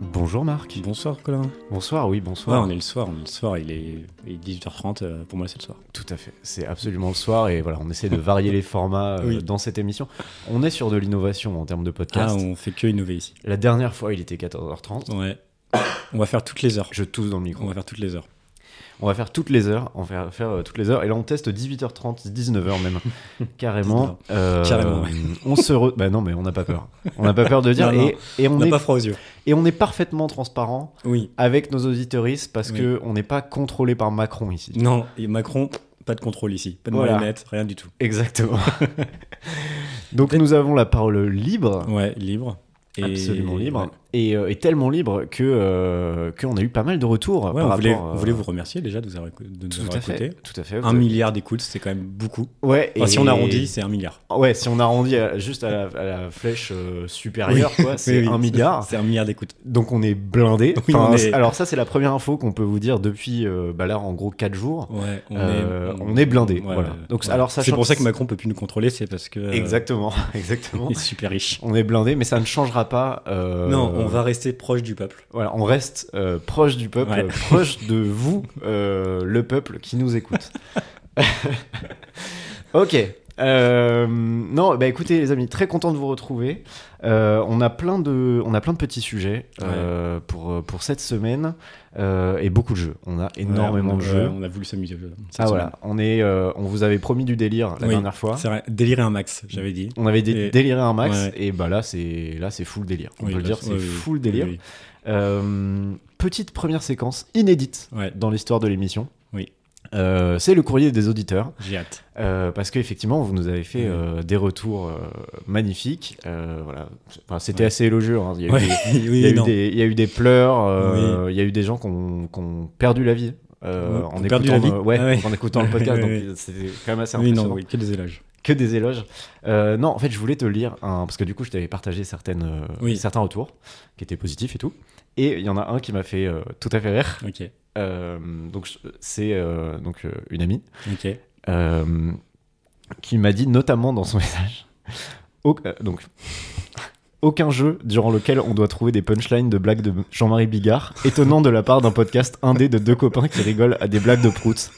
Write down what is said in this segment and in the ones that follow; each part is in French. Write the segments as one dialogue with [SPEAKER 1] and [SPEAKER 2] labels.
[SPEAKER 1] Bonjour Marc.
[SPEAKER 2] Bonsoir Colin.
[SPEAKER 1] Bonsoir, oui,
[SPEAKER 2] Ouais,
[SPEAKER 1] bonsoir.
[SPEAKER 2] on est le soir, on est le soir, il est, il est 18h30, euh, pour moi c'est le soir.
[SPEAKER 1] Tout à fait. C'est absolument le soir et voilà, on essaie de varier les formats euh,
[SPEAKER 2] Oui.
[SPEAKER 1] dans cette émission. On est sur de l'innovation en termes de podcast.
[SPEAKER 2] Ah, on fait que innover ici.
[SPEAKER 1] La dernière fois, il était 14h30.
[SPEAKER 2] Ouais. on va faire toutes les heures.
[SPEAKER 1] Je tousse dans le micro.
[SPEAKER 2] On va faire toutes les heures.
[SPEAKER 1] On va faire toutes les heures. On va faire euh, toutes les heures. Et là, on teste 18h30, 19h même. Carrément. Euh,
[SPEAKER 2] Carrément, ouais.
[SPEAKER 1] On se. re- Bah non, mais on n'a pas peur. On n'a pas peur de dire.
[SPEAKER 2] Non, non.
[SPEAKER 1] et, et
[SPEAKER 2] On
[SPEAKER 1] on
[SPEAKER 2] n'a
[SPEAKER 1] est,
[SPEAKER 2] pas froid aux yeux.
[SPEAKER 1] et on est parfaitement transparent
[SPEAKER 2] Oui.
[SPEAKER 1] avec nos auditoristes parce
[SPEAKER 2] Oui.
[SPEAKER 1] que on n'est pas contrôlé par Macron ici.
[SPEAKER 2] Non, et Macron, pas de contrôle ici. Pas de
[SPEAKER 1] Voilà.
[SPEAKER 2] marionnette, rien du tout.
[SPEAKER 1] Exactement. Donc nous avons la parole libre,
[SPEAKER 2] Ouais, libre. Et-
[SPEAKER 1] absolument libre,
[SPEAKER 2] Ouais.
[SPEAKER 1] et, euh, et tellement libre que euh, qu'on a eu pas mal de retours
[SPEAKER 2] Ouais,
[SPEAKER 1] par
[SPEAKER 2] on, voulait,
[SPEAKER 1] rapport. euh,
[SPEAKER 2] on voulait vous remercier déjà de nous avoir, écou- de nous
[SPEAKER 1] tout
[SPEAKER 2] avoir
[SPEAKER 1] à
[SPEAKER 2] écoutés.
[SPEAKER 1] fait, tout à fait.
[SPEAKER 2] Un milliard d'écoutes, c'est quand même beaucoup.
[SPEAKER 1] Ouais.
[SPEAKER 2] Enfin,
[SPEAKER 1] et-
[SPEAKER 2] Si on arrondit, c'est un milliard.
[SPEAKER 1] Ouais, si on arrondit à- juste à la, à la flèche euh, supérieure, quoi, c'est
[SPEAKER 2] Oui, oui,
[SPEAKER 1] un milliard.
[SPEAKER 2] C'est un milliard d'écoutes.
[SPEAKER 1] Donc on est blindé.
[SPEAKER 2] Oui, on
[SPEAKER 1] Enfin,
[SPEAKER 2] est-
[SPEAKER 1] Alors ça, c'est la première info qu'on peut vous dire depuis, euh, bah là, en gros, 4 jours.
[SPEAKER 2] Ouais, on
[SPEAKER 1] Euh,
[SPEAKER 2] est,
[SPEAKER 1] on est blindé, voilà. Donc, alors,
[SPEAKER 2] c'est
[SPEAKER 1] sachant
[SPEAKER 2] pour
[SPEAKER 1] que
[SPEAKER 2] ça que
[SPEAKER 1] c'est-
[SPEAKER 2] Macron peut plus nous contrôler, c'est parce que euh,
[SPEAKER 1] Exactement, exactement.
[SPEAKER 2] il est super riche.
[SPEAKER 1] on est blindé, mais ça ne changera pas. euh,
[SPEAKER 2] Non, on va rester proche du peuple.
[SPEAKER 1] Voilà, on reste euh, proche du peuple,
[SPEAKER 2] Ouais.
[SPEAKER 1] euh, proche de vous, euh, le peuple qui nous écoute. ok. Euh, non, bah écoutez les amis, très content de vous retrouver. Euh, on a plein de, on a plein de petits sujets euh, pour euh, pour cette semaine euh, et beaucoup de jeux. On a énormément
[SPEAKER 2] Ouais, on-
[SPEAKER 1] de
[SPEAKER 2] ouais,
[SPEAKER 1] jeux.
[SPEAKER 2] On a voulu s'amuser au jeu. cette
[SPEAKER 1] ah
[SPEAKER 2] semaine.
[SPEAKER 1] voilà, on est, euh, on vous avait promis du délire la
[SPEAKER 2] Oui,
[SPEAKER 1] dernière fois.
[SPEAKER 2] C'est vrai, délirer un max, j'avais dit.
[SPEAKER 1] On avait dé-
[SPEAKER 2] Et-
[SPEAKER 1] déliré un max
[SPEAKER 2] Ouais.
[SPEAKER 1] et bah là c'est là c'est full délire. On
[SPEAKER 2] Oui,
[SPEAKER 1] peut le
[SPEAKER 2] là,
[SPEAKER 1] dire, c'est
[SPEAKER 2] ouais, oui,
[SPEAKER 1] full
[SPEAKER 2] oui,
[SPEAKER 1] délire.
[SPEAKER 2] oui.
[SPEAKER 1] Euh, petite première séquence inédite
[SPEAKER 2] Ouais.
[SPEAKER 1] dans l'histoire de l'émission.
[SPEAKER 2] Oui.
[SPEAKER 1] Euh, c'est le courrier des auditeurs,
[SPEAKER 2] J'ai hâte.
[SPEAKER 1] euh, parce qu'effectivement, vous nous avez fait
[SPEAKER 2] Oui.
[SPEAKER 1] euh, des retours euh, magnifiques. euh, voilà. Enfin, C'était
[SPEAKER 2] Ouais.
[SPEAKER 1] assez élogieux. hein. Il, y a eu
[SPEAKER 2] Ouais,
[SPEAKER 1] des-
[SPEAKER 2] oui,
[SPEAKER 1] il y a eu
[SPEAKER 2] non.
[SPEAKER 1] des- il y a eu des pleurs, euh, il y a eu des gens qui ont, qui ont perdu la vie. euh,
[SPEAKER 2] Ouais,
[SPEAKER 1] en,
[SPEAKER 2] ont
[SPEAKER 1] écoutant,
[SPEAKER 2] perdu la vie.
[SPEAKER 1] euh, ouais,
[SPEAKER 2] Ah ouais.
[SPEAKER 1] en écoutant le podcast,
[SPEAKER 2] Ouais,
[SPEAKER 1] donc
[SPEAKER 2] ouais, ouais.
[SPEAKER 1] c'était quand même assez
[SPEAKER 2] Oui,
[SPEAKER 1] impressionnant.
[SPEAKER 2] non, oui, que des éloges.
[SPEAKER 1] Que des éloges. Euh, non, en fait, je voulais te lire un, parce que du coup, je t'avais partagé certaines, euh,
[SPEAKER 2] Oui.
[SPEAKER 1] certains retours qui étaient positifs et tout. Et il y en a un qui m'a fait euh, tout à fait rire.
[SPEAKER 2] Ok,
[SPEAKER 1] Euh, donc, je- c'est euh, donc euh, une amie
[SPEAKER 2] ok.
[SPEAKER 1] euh, qui m'a dit notamment dans son message. au- euh, donc. Aucun jeu durant lequel on doit trouver des punchlines de blagues de Jean-Marie Bigard, étonnant de la part d'un podcast indé de deux copains qui rigolent à des blagues de Prout.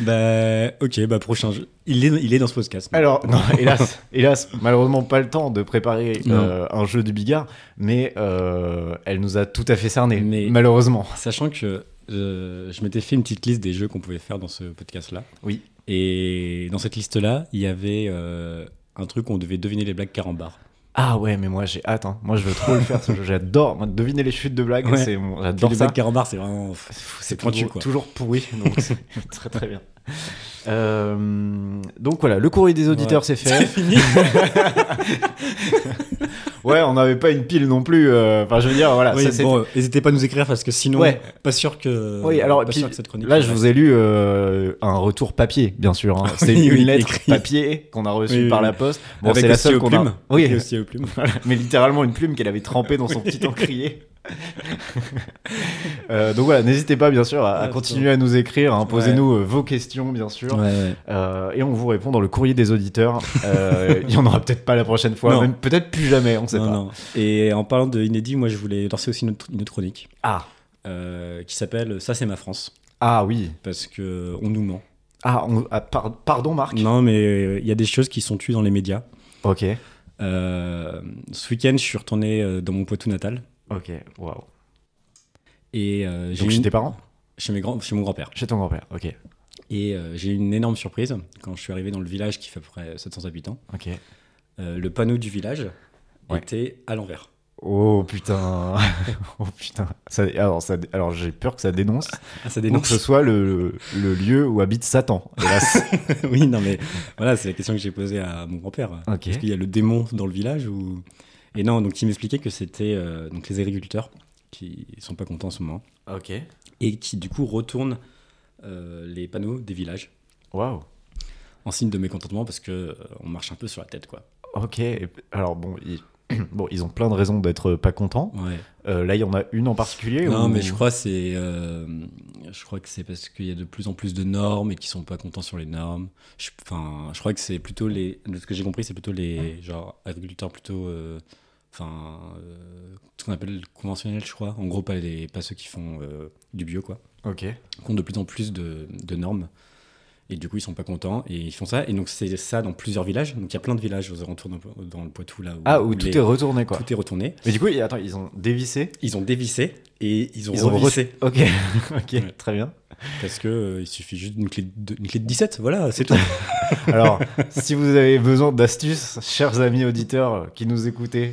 [SPEAKER 2] Bah, ok, bah, prochain jeu. Il est, il est dans ce podcast.
[SPEAKER 1] Alors, non, hélas, hélas, malheureusement pas le temps de préparer
[SPEAKER 2] Non.
[SPEAKER 1] euh, un jeu du Bigard, mais euh, elle nous a tout à fait cerné,
[SPEAKER 2] Mais-
[SPEAKER 1] malheureusement.
[SPEAKER 2] Sachant que euh, je m'étais fait une petite liste des jeux qu'on pouvait faire dans ce podcast-là.
[SPEAKER 1] Oui.
[SPEAKER 2] Et dans cette liste-là, il y avait euh, un truc où on devait deviner les blagues carambar.
[SPEAKER 1] Ah ouais, mais moi j'ai hâte, hein. moi je veux trop le faire ce jeu, j'adore, moi deviner les chutes de blagues,
[SPEAKER 2] Ouais.
[SPEAKER 1] c'est mon-
[SPEAKER 2] Puis
[SPEAKER 1] j'adore
[SPEAKER 2] les
[SPEAKER 1] ça.
[SPEAKER 2] blagues carambar, c'est vraiment. pff,
[SPEAKER 1] C'est
[SPEAKER 2] pointu,
[SPEAKER 1] toujours,
[SPEAKER 2] quoi.
[SPEAKER 1] toujours pourri, donc c'est très très bien. Euh, donc voilà, le courrier des auditeurs c'est
[SPEAKER 2] Ouais. C'est
[SPEAKER 1] fait.
[SPEAKER 2] fini
[SPEAKER 1] Ouais, on n'avait pas une pile non plus. euh, Enfin, je veux dire, voilà.
[SPEAKER 2] Oui,
[SPEAKER 1] ça, c'est-
[SPEAKER 2] bon, euh, n'hésitez pas à nous écrire parce que sinon,
[SPEAKER 1] Ouais.
[SPEAKER 2] pas sûr que.
[SPEAKER 1] Oui, alors,
[SPEAKER 2] pas
[SPEAKER 1] puis,
[SPEAKER 2] sûr que cette chronique.
[SPEAKER 1] Là, je vous ai lu euh, un retour papier, bien sûr. hein. C'est
[SPEAKER 2] oui,
[SPEAKER 1] une
[SPEAKER 2] oui,
[SPEAKER 1] lettre
[SPEAKER 2] écrit.
[SPEAKER 1] papier qu'on a reçue
[SPEAKER 2] Oui, oui,
[SPEAKER 1] par
[SPEAKER 2] oui.
[SPEAKER 1] la poste. Bon,
[SPEAKER 2] Avec
[SPEAKER 1] c'est la
[SPEAKER 2] aussi
[SPEAKER 1] seule
[SPEAKER 2] aux
[SPEAKER 1] qu'on
[SPEAKER 2] plumes.
[SPEAKER 1] a. Oui,
[SPEAKER 2] Et aussi aux plumes.
[SPEAKER 1] voilà, mais littéralement une plume qu'elle avait trempée dans son petit encrier. Euh, donc voilà, n'hésitez pas, bien sûr, à, à
[SPEAKER 2] Ouais,
[SPEAKER 1] continuer à nous écrire. hein. Posez-nous euh, vos questions, bien sûr. Euh, et on vous répond dans le courrier des auditeurs. Euh, Il y en aura peut-être pas la prochaine fois,
[SPEAKER 2] Non.
[SPEAKER 1] même peut-être plus jamais, on sait
[SPEAKER 2] Non,
[SPEAKER 1] pas.
[SPEAKER 2] non. Et en parlant de inédit, moi, je voulais lancer aussi une autre, une autre chronique
[SPEAKER 1] Ah,
[SPEAKER 2] euh, qui s'appelle Ça, c'est ma France.
[SPEAKER 1] ah oui.
[SPEAKER 2] Parce que euh, on nous ment.
[SPEAKER 1] Ah, on- ah, par- pardon, Marc.
[SPEAKER 2] Non, mais euh, il y a des choses qui sont tuées dans les médias.
[SPEAKER 1] Ok,
[SPEAKER 2] Euh, ce week-end, je suis retourné euh, dans mon Poitou natal.
[SPEAKER 1] ok, waouh.
[SPEAKER 2] Et euh, j'ai
[SPEAKER 1] Donc
[SPEAKER 2] eu
[SPEAKER 1] chez
[SPEAKER 2] une-
[SPEAKER 1] tes parents
[SPEAKER 2] chez, mes grands, chez mon grand-père.
[SPEAKER 1] Chez ton grand-père, ok.
[SPEAKER 2] Et euh, j'ai eu une énorme surprise quand je suis arrivé dans le village qui fait à peu près 700 habitants.
[SPEAKER 1] Ok.
[SPEAKER 2] Euh, le panneau du village
[SPEAKER 1] Ouais.
[SPEAKER 2] était à l'envers.
[SPEAKER 1] Oh putain. oh putain. Ça- alors ça- alors j'ai peur que ça dénonce. Ou
[SPEAKER 2] Ah, ça
[SPEAKER 1] que ce
[SPEAKER 2] dénonce.
[SPEAKER 1] soit le, le lieu où habite Satan. Hélas.
[SPEAKER 2] oui, non, mais voilà, c'est la question que j'ai posée à mon grand-père.
[SPEAKER 1] Ok.
[SPEAKER 2] Est-ce qu'il y a le démon dans le village ou... Et non, donc il m'expliquait que c'était euh, donc les agriculteurs qui sont pas contents en ce moment
[SPEAKER 1] ok.
[SPEAKER 2] et qui du coup retournent euh, les panneaux des villages
[SPEAKER 1] Waouh.
[SPEAKER 2] en signe de mécontentement parce que euh, on marche un peu sur la tête quoi.
[SPEAKER 1] Ok. Alors bon, ils, bon, ils ont plein de raisons d'être pas contents.
[SPEAKER 2] Ouais.
[SPEAKER 1] Euh, là, il y en a une en particulier.
[SPEAKER 2] Non,
[SPEAKER 1] ou-
[SPEAKER 2] mais je crois c'est, euh, je crois que c'est parce qu'il y a de plus en plus de normes et qu'ils sont pas contents sur les normes. Je- Enfin, je, crois que c'est plutôt les, de ce que j'ai compris, c'est plutôt les genre agriculteurs plutôt euh, enfin, euh, ce qu'on appelle conventionnels, je crois. En gros, pas, les, pas ceux qui font euh, du bio, quoi.
[SPEAKER 1] Ok.
[SPEAKER 2] Qui ont de plus en plus de, de normes. Et du coup, ils sont pas contents et ils font ça. Et donc, c'est ça dans plusieurs villages. Donc, il y a plein de villages aux alentours de- dans le Poitou, là. Où,
[SPEAKER 1] Ah, où
[SPEAKER 2] où
[SPEAKER 1] tout
[SPEAKER 2] les-
[SPEAKER 1] est retourné, quoi.
[SPEAKER 2] tout est retourné.
[SPEAKER 1] Mais du coup, ils- attends, ils ont dévissé.
[SPEAKER 2] Ils ont dévissé et ils ont
[SPEAKER 1] Ils ont
[SPEAKER 2] revissé.
[SPEAKER 1] Ok, ok,
[SPEAKER 2] Ouais.
[SPEAKER 1] très bien.
[SPEAKER 2] Parce que euh, il suffit juste d'une clé, de, une clé de 17, voilà, c'est tout.
[SPEAKER 1] Alors, si vous avez besoin d'astuces, chers amis auditeurs euh, qui nous écoutez,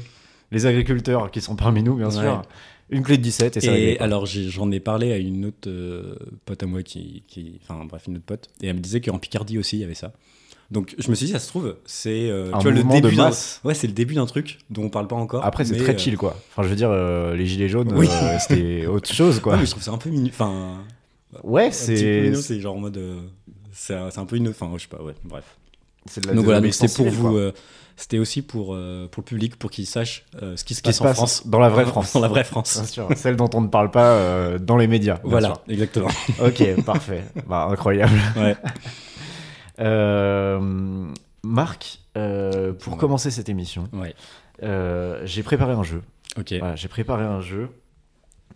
[SPEAKER 1] les agriculteurs qui sont parmi nous, bien sûr,
[SPEAKER 2] Ouais.
[SPEAKER 1] une clé de 17 et ça
[SPEAKER 2] Et
[SPEAKER 1] réglé.
[SPEAKER 2] alors j'ai- j'en ai parlé à une autre euh, pote à moi qui, qui- enfin bref une autre pote, et elle me disait qu'en Picardie aussi il y avait ça. Donc je me suis dit ça se trouve c'est euh,
[SPEAKER 1] Un
[SPEAKER 2] tu vois, le
[SPEAKER 1] mouvement
[SPEAKER 2] début
[SPEAKER 1] de
[SPEAKER 2] d'un-
[SPEAKER 1] masse.
[SPEAKER 2] ouais c'est le début d'un truc dont on parle pas encore.
[SPEAKER 1] Après, c'est
[SPEAKER 2] mais,
[SPEAKER 1] très
[SPEAKER 2] euh,
[SPEAKER 1] chill, quoi. Enfin, je veux dire, euh, les gilets jaunes,
[SPEAKER 2] Oui.
[SPEAKER 1] euh, c'était autre chose,
[SPEAKER 2] ouais,
[SPEAKER 1] quoi.
[SPEAKER 2] mais je trouve ça un peu mignon. Enfin
[SPEAKER 1] Ouais,
[SPEAKER 2] un petit peu
[SPEAKER 1] c'est.
[SPEAKER 2] mignon, c'est genre en mode euh, c'est un c'est un peu une enfin je sais pas ouais bref.
[SPEAKER 1] c'est de la
[SPEAKER 2] donc voilà donc c'était
[SPEAKER 1] désobéissance
[SPEAKER 2] pour
[SPEAKER 1] civile,
[SPEAKER 2] vous,
[SPEAKER 1] quoi.
[SPEAKER 2] euh, c'était aussi pour euh, pour le public pour qu'il sache euh, ce qui se
[SPEAKER 1] Ce qui
[SPEAKER 2] passe
[SPEAKER 1] se
[SPEAKER 2] en
[SPEAKER 1] passe
[SPEAKER 2] France.
[SPEAKER 1] dans la vraie France.
[SPEAKER 2] Dans la vraie France.
[SPEAKER 1] Bien sûr, celle dont on ne parle pas euh, dans les médias. bien
[SPEAKER 2] Voilà exactement.
[SPEAKER 1] sûr. Ok, parfait. Bah, incroyable.
[SPEAKER 2] Ouais.
[SPEAKER 1] Euh, Marc, euh, pour
[SPEAKER 2] Ouais.
[SPEAKER 1] commencer cette émission,
[SPEAKER 2] Ouais.
[SPEAKER 1] euh, j'ai préparé un jeu.
[SPEAKER 2] Ok.
[SPEAKER 1] Voilà, j'ai préparé un jeu.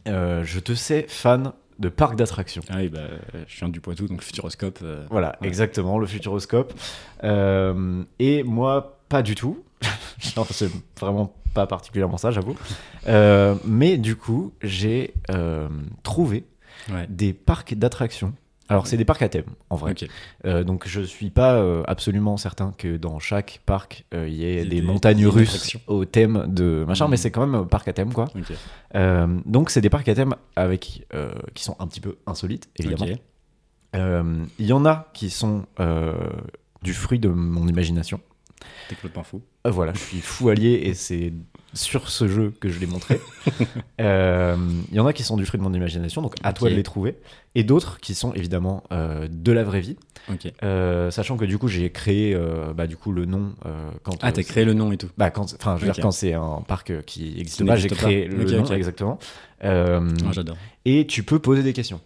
[SPEAKER 1] Euh, je te sais fan de parc d'attractions.
[SPEAKER 2] Ah oui, bah, euh, je viens du Poitou, donc Futuroscope. euh,
[SPEAKER 1] Voilà,
[SPEAKER 2] Ouais.
[SPEAKER 1] exactement, le futuroscope. Euh, et moi, pas du tout. non, c'est vraiment pas particulièrement ça, j'avoue. Euh, mais du coup, j'ai euh, trouvé
[SPEAKER 2] ouais.
[SPEAKER 1] des parcs d'attractions. Alors, c'est des parcs à thème, en vrai.
[SPEAKER 2] Ok.
[SPEAKER 1] Euh, donc je suis pas euh, absolument certain que dans chaque parc euh, il y ait
[SPEAKER 2] Il y a
[SPEAKER 1] des,
[SPEAKER 2] des-
[SPEAKER 1] montagnes
[SPEAKER 2] des
[SPEAKER 1] russes
[SPEAKER 2] attractions.
[SPEAKER 1] au thème de machin,
[SPEAKER 2] Mhm.
[SPEAKER 1] mais c'est quand même un parc à thème quoi.
[SPEAKER 2] Ok.
[SPEAKER 1] Euh, donc c'est des parcs à thème avec euh, qui sont un petit peu insolites évidemment.
[SPEAKER 2] Ok.
[SPEAKER 1] Euh, Il y en a qui sont euh, du fruit de mon imagination.
[SPEAKER 2] T'es complètement fou.
[SPEAKER 1] Euh, voilà, je suis fou allié et c'est sur ce jeu que je l'ai montré. Euh, Il y en a qui sont du fruit de mon imagination, donc à toi
[SPEAKER 2] Ok.
[SPEAKER 1] de les trouver, et d'autres qui sont évidemment euh, de la vraie vie.
[SPEAKER 2] Ok.
[SPEAKER 1] Euh, sachant que du coup j'ai créé euh, bah, du coup le nom euh, quand
[SPEAKER 2] Ah, t'as
[SPEAKER 1] euh,
[SPEAKER 2] créé le nom et tout.
[SPEAKER 1] bah, quand enfin je veux
[SPEAKER 2] Ok.
[SPEAKER 1] dire quand c'est un parc euh, qui
[SPEAKER 2] Qui
[SPEAKER 1] existe pas j'ai
[SPEAKER 2] n'existe
[SPEAKER 1] créé
[SPEAKER 2] pas.
[SPEAKER 1] le
[SPEAKER 2] Ok,
[SPEAKER 1] nom
[SPEAKER 2] ok.
[SPEAKER 1] exactement Euh,
[SPEAKER 2] Ah, J'adore.
[SPEAKER 1] et tu peux poser des questions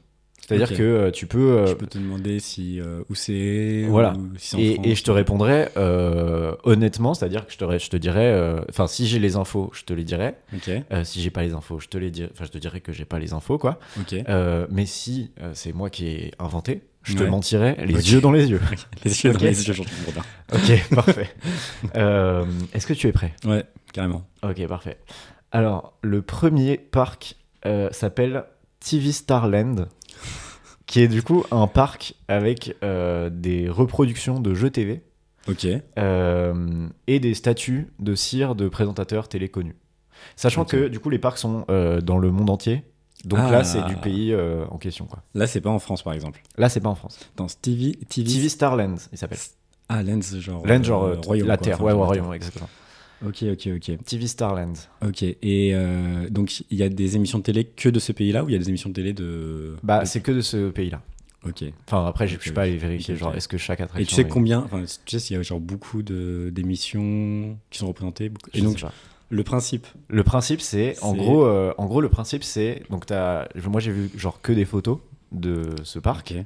[SPEAKER 1] c'est-à-dire
[SPEAKER 2] Ok.
[SPEAKER 1] que euh, tu peux, euh,
[SPEAKER 2] Je peux te demander si euh, où c'est.
[SPEAKER 1] Voilà.
[SPEAKER 2] ou si c'est en France.
[SPEAKER 1] et, et je te répondrai euh, honnêtement c'est-à-dire que je te ré- je te dirai euh, enfin si j'ai les infos je te les dirai
[SPEAKER 2] Ok.
[SPEAKER 1] Euh, si j'ai pas les infos je te les dirai enfin je te dirai que j'ai pas les infos quoi
[SPEAKER 2] Ok.
[SPEAKER 1] Euh, mais si euh, c'est moi qui ai inventé je te
[SPEAKER 2] Ouais.
[SPEAKER 1] mentirai les
[SPEAKER 2] Ok.
[SPEAKER 1] yeux dans les yeux
[SPEAKER 2] Les yeux dans
[SPEAKER 1] Ok.
[SPEAKER 2] les yeux, j'entends Bourdin.
[SPEAKER 1] ok parfait Euh, est-ce que tu es prêt
[SPEAKER 2] Ouais, carrément.
[SPEAKER 1] Ok, parfait. Alors, le premier parc euh, s'appelle TV Starland, qui est du coup un parc avec euh, des reproductions de jeux TV
[SPEAKER 2] Ok.
[SPEAKER 1] euh, et des statues de cire de présentateurs télé connus. Sachant
[SPEAKER 2] Ok.
[SPEAKER 1] que du coup, les parcs sont euh, dans le monde entier. Donc
[SPEAKER 2] Ah.
[SPEAKER 1] là, c'est du pays euh, en question. Quoi.
[SPEAKER 2] Là, c'est pas en France, par exemple.
[SPEAKER 1] Là, c'est pas en France.
[SPEAKER 2] Dans TV. TV.
[SPEAKER 1] TV Starland, il s'appelle.
[SPEAKER 2] Ah, Lens, genre.
[SPEAKER 1] Land, genre
[SPEAKER 2] euh,
[SPEAKER 1] euh,
[SPEAKER 2] royaume,
[SPEAKER 1] la
[SPEAKER 2] quoi.
[SPEAKER 1] Terre.
[SPEAKER 2] Enfin,
[SPEAKER 1] Ouais,
[SPEAKER 2] genre la
[SPEAKER 1] royaume, exactement.
[SPEAKER 2] Terre. Ok, ok, ok.
[SPEAKER 1] TV Starland.
[SPEAKER 2] Ok. Et euh, donc, il y a des émissions de télé que de ce pays-là ou il y a des émissions de télé de.
[SPEAKER 1] Bah,
[SPEAKER 2] de-
[SPEAKER 1] c'est que de ce pays-là.
[SPEAKER 2] Ok.
[SPEAKER 1] Enfin, après, je je suis
[SPEAKER 2] Ok,
[SPEAKER 1] pas allé vérifier.
[SPEAKER 2] ok,
[SPEAKER 1] Genre,
[SPEAKER 2] ok.
[SPEAKER 1] est-ce que chaque attraction.
[SPEAKER 2] Et tu sais
[SPEAKER 1] est-
[SPEAKER 2] combien, enfin, tu sais s'il y a genre beaucoup de- d'émissions qui sont représentées. beaucoup-
[SPEAKER 1] Je
[SPEAKER 2] et donc,
[SPEAKER 1] sais pas.
[SPEAKER 2] le principe.
[SPEAKER 1] le principe, c'est en
[SPEAKER 2] C'est-
[SPEAKER 1] gros, euh, en gros, le principe, c'est donc t'as, je- moi j'ai vu genre que des photos de ce parc,
[SPEAKER 2] Ok.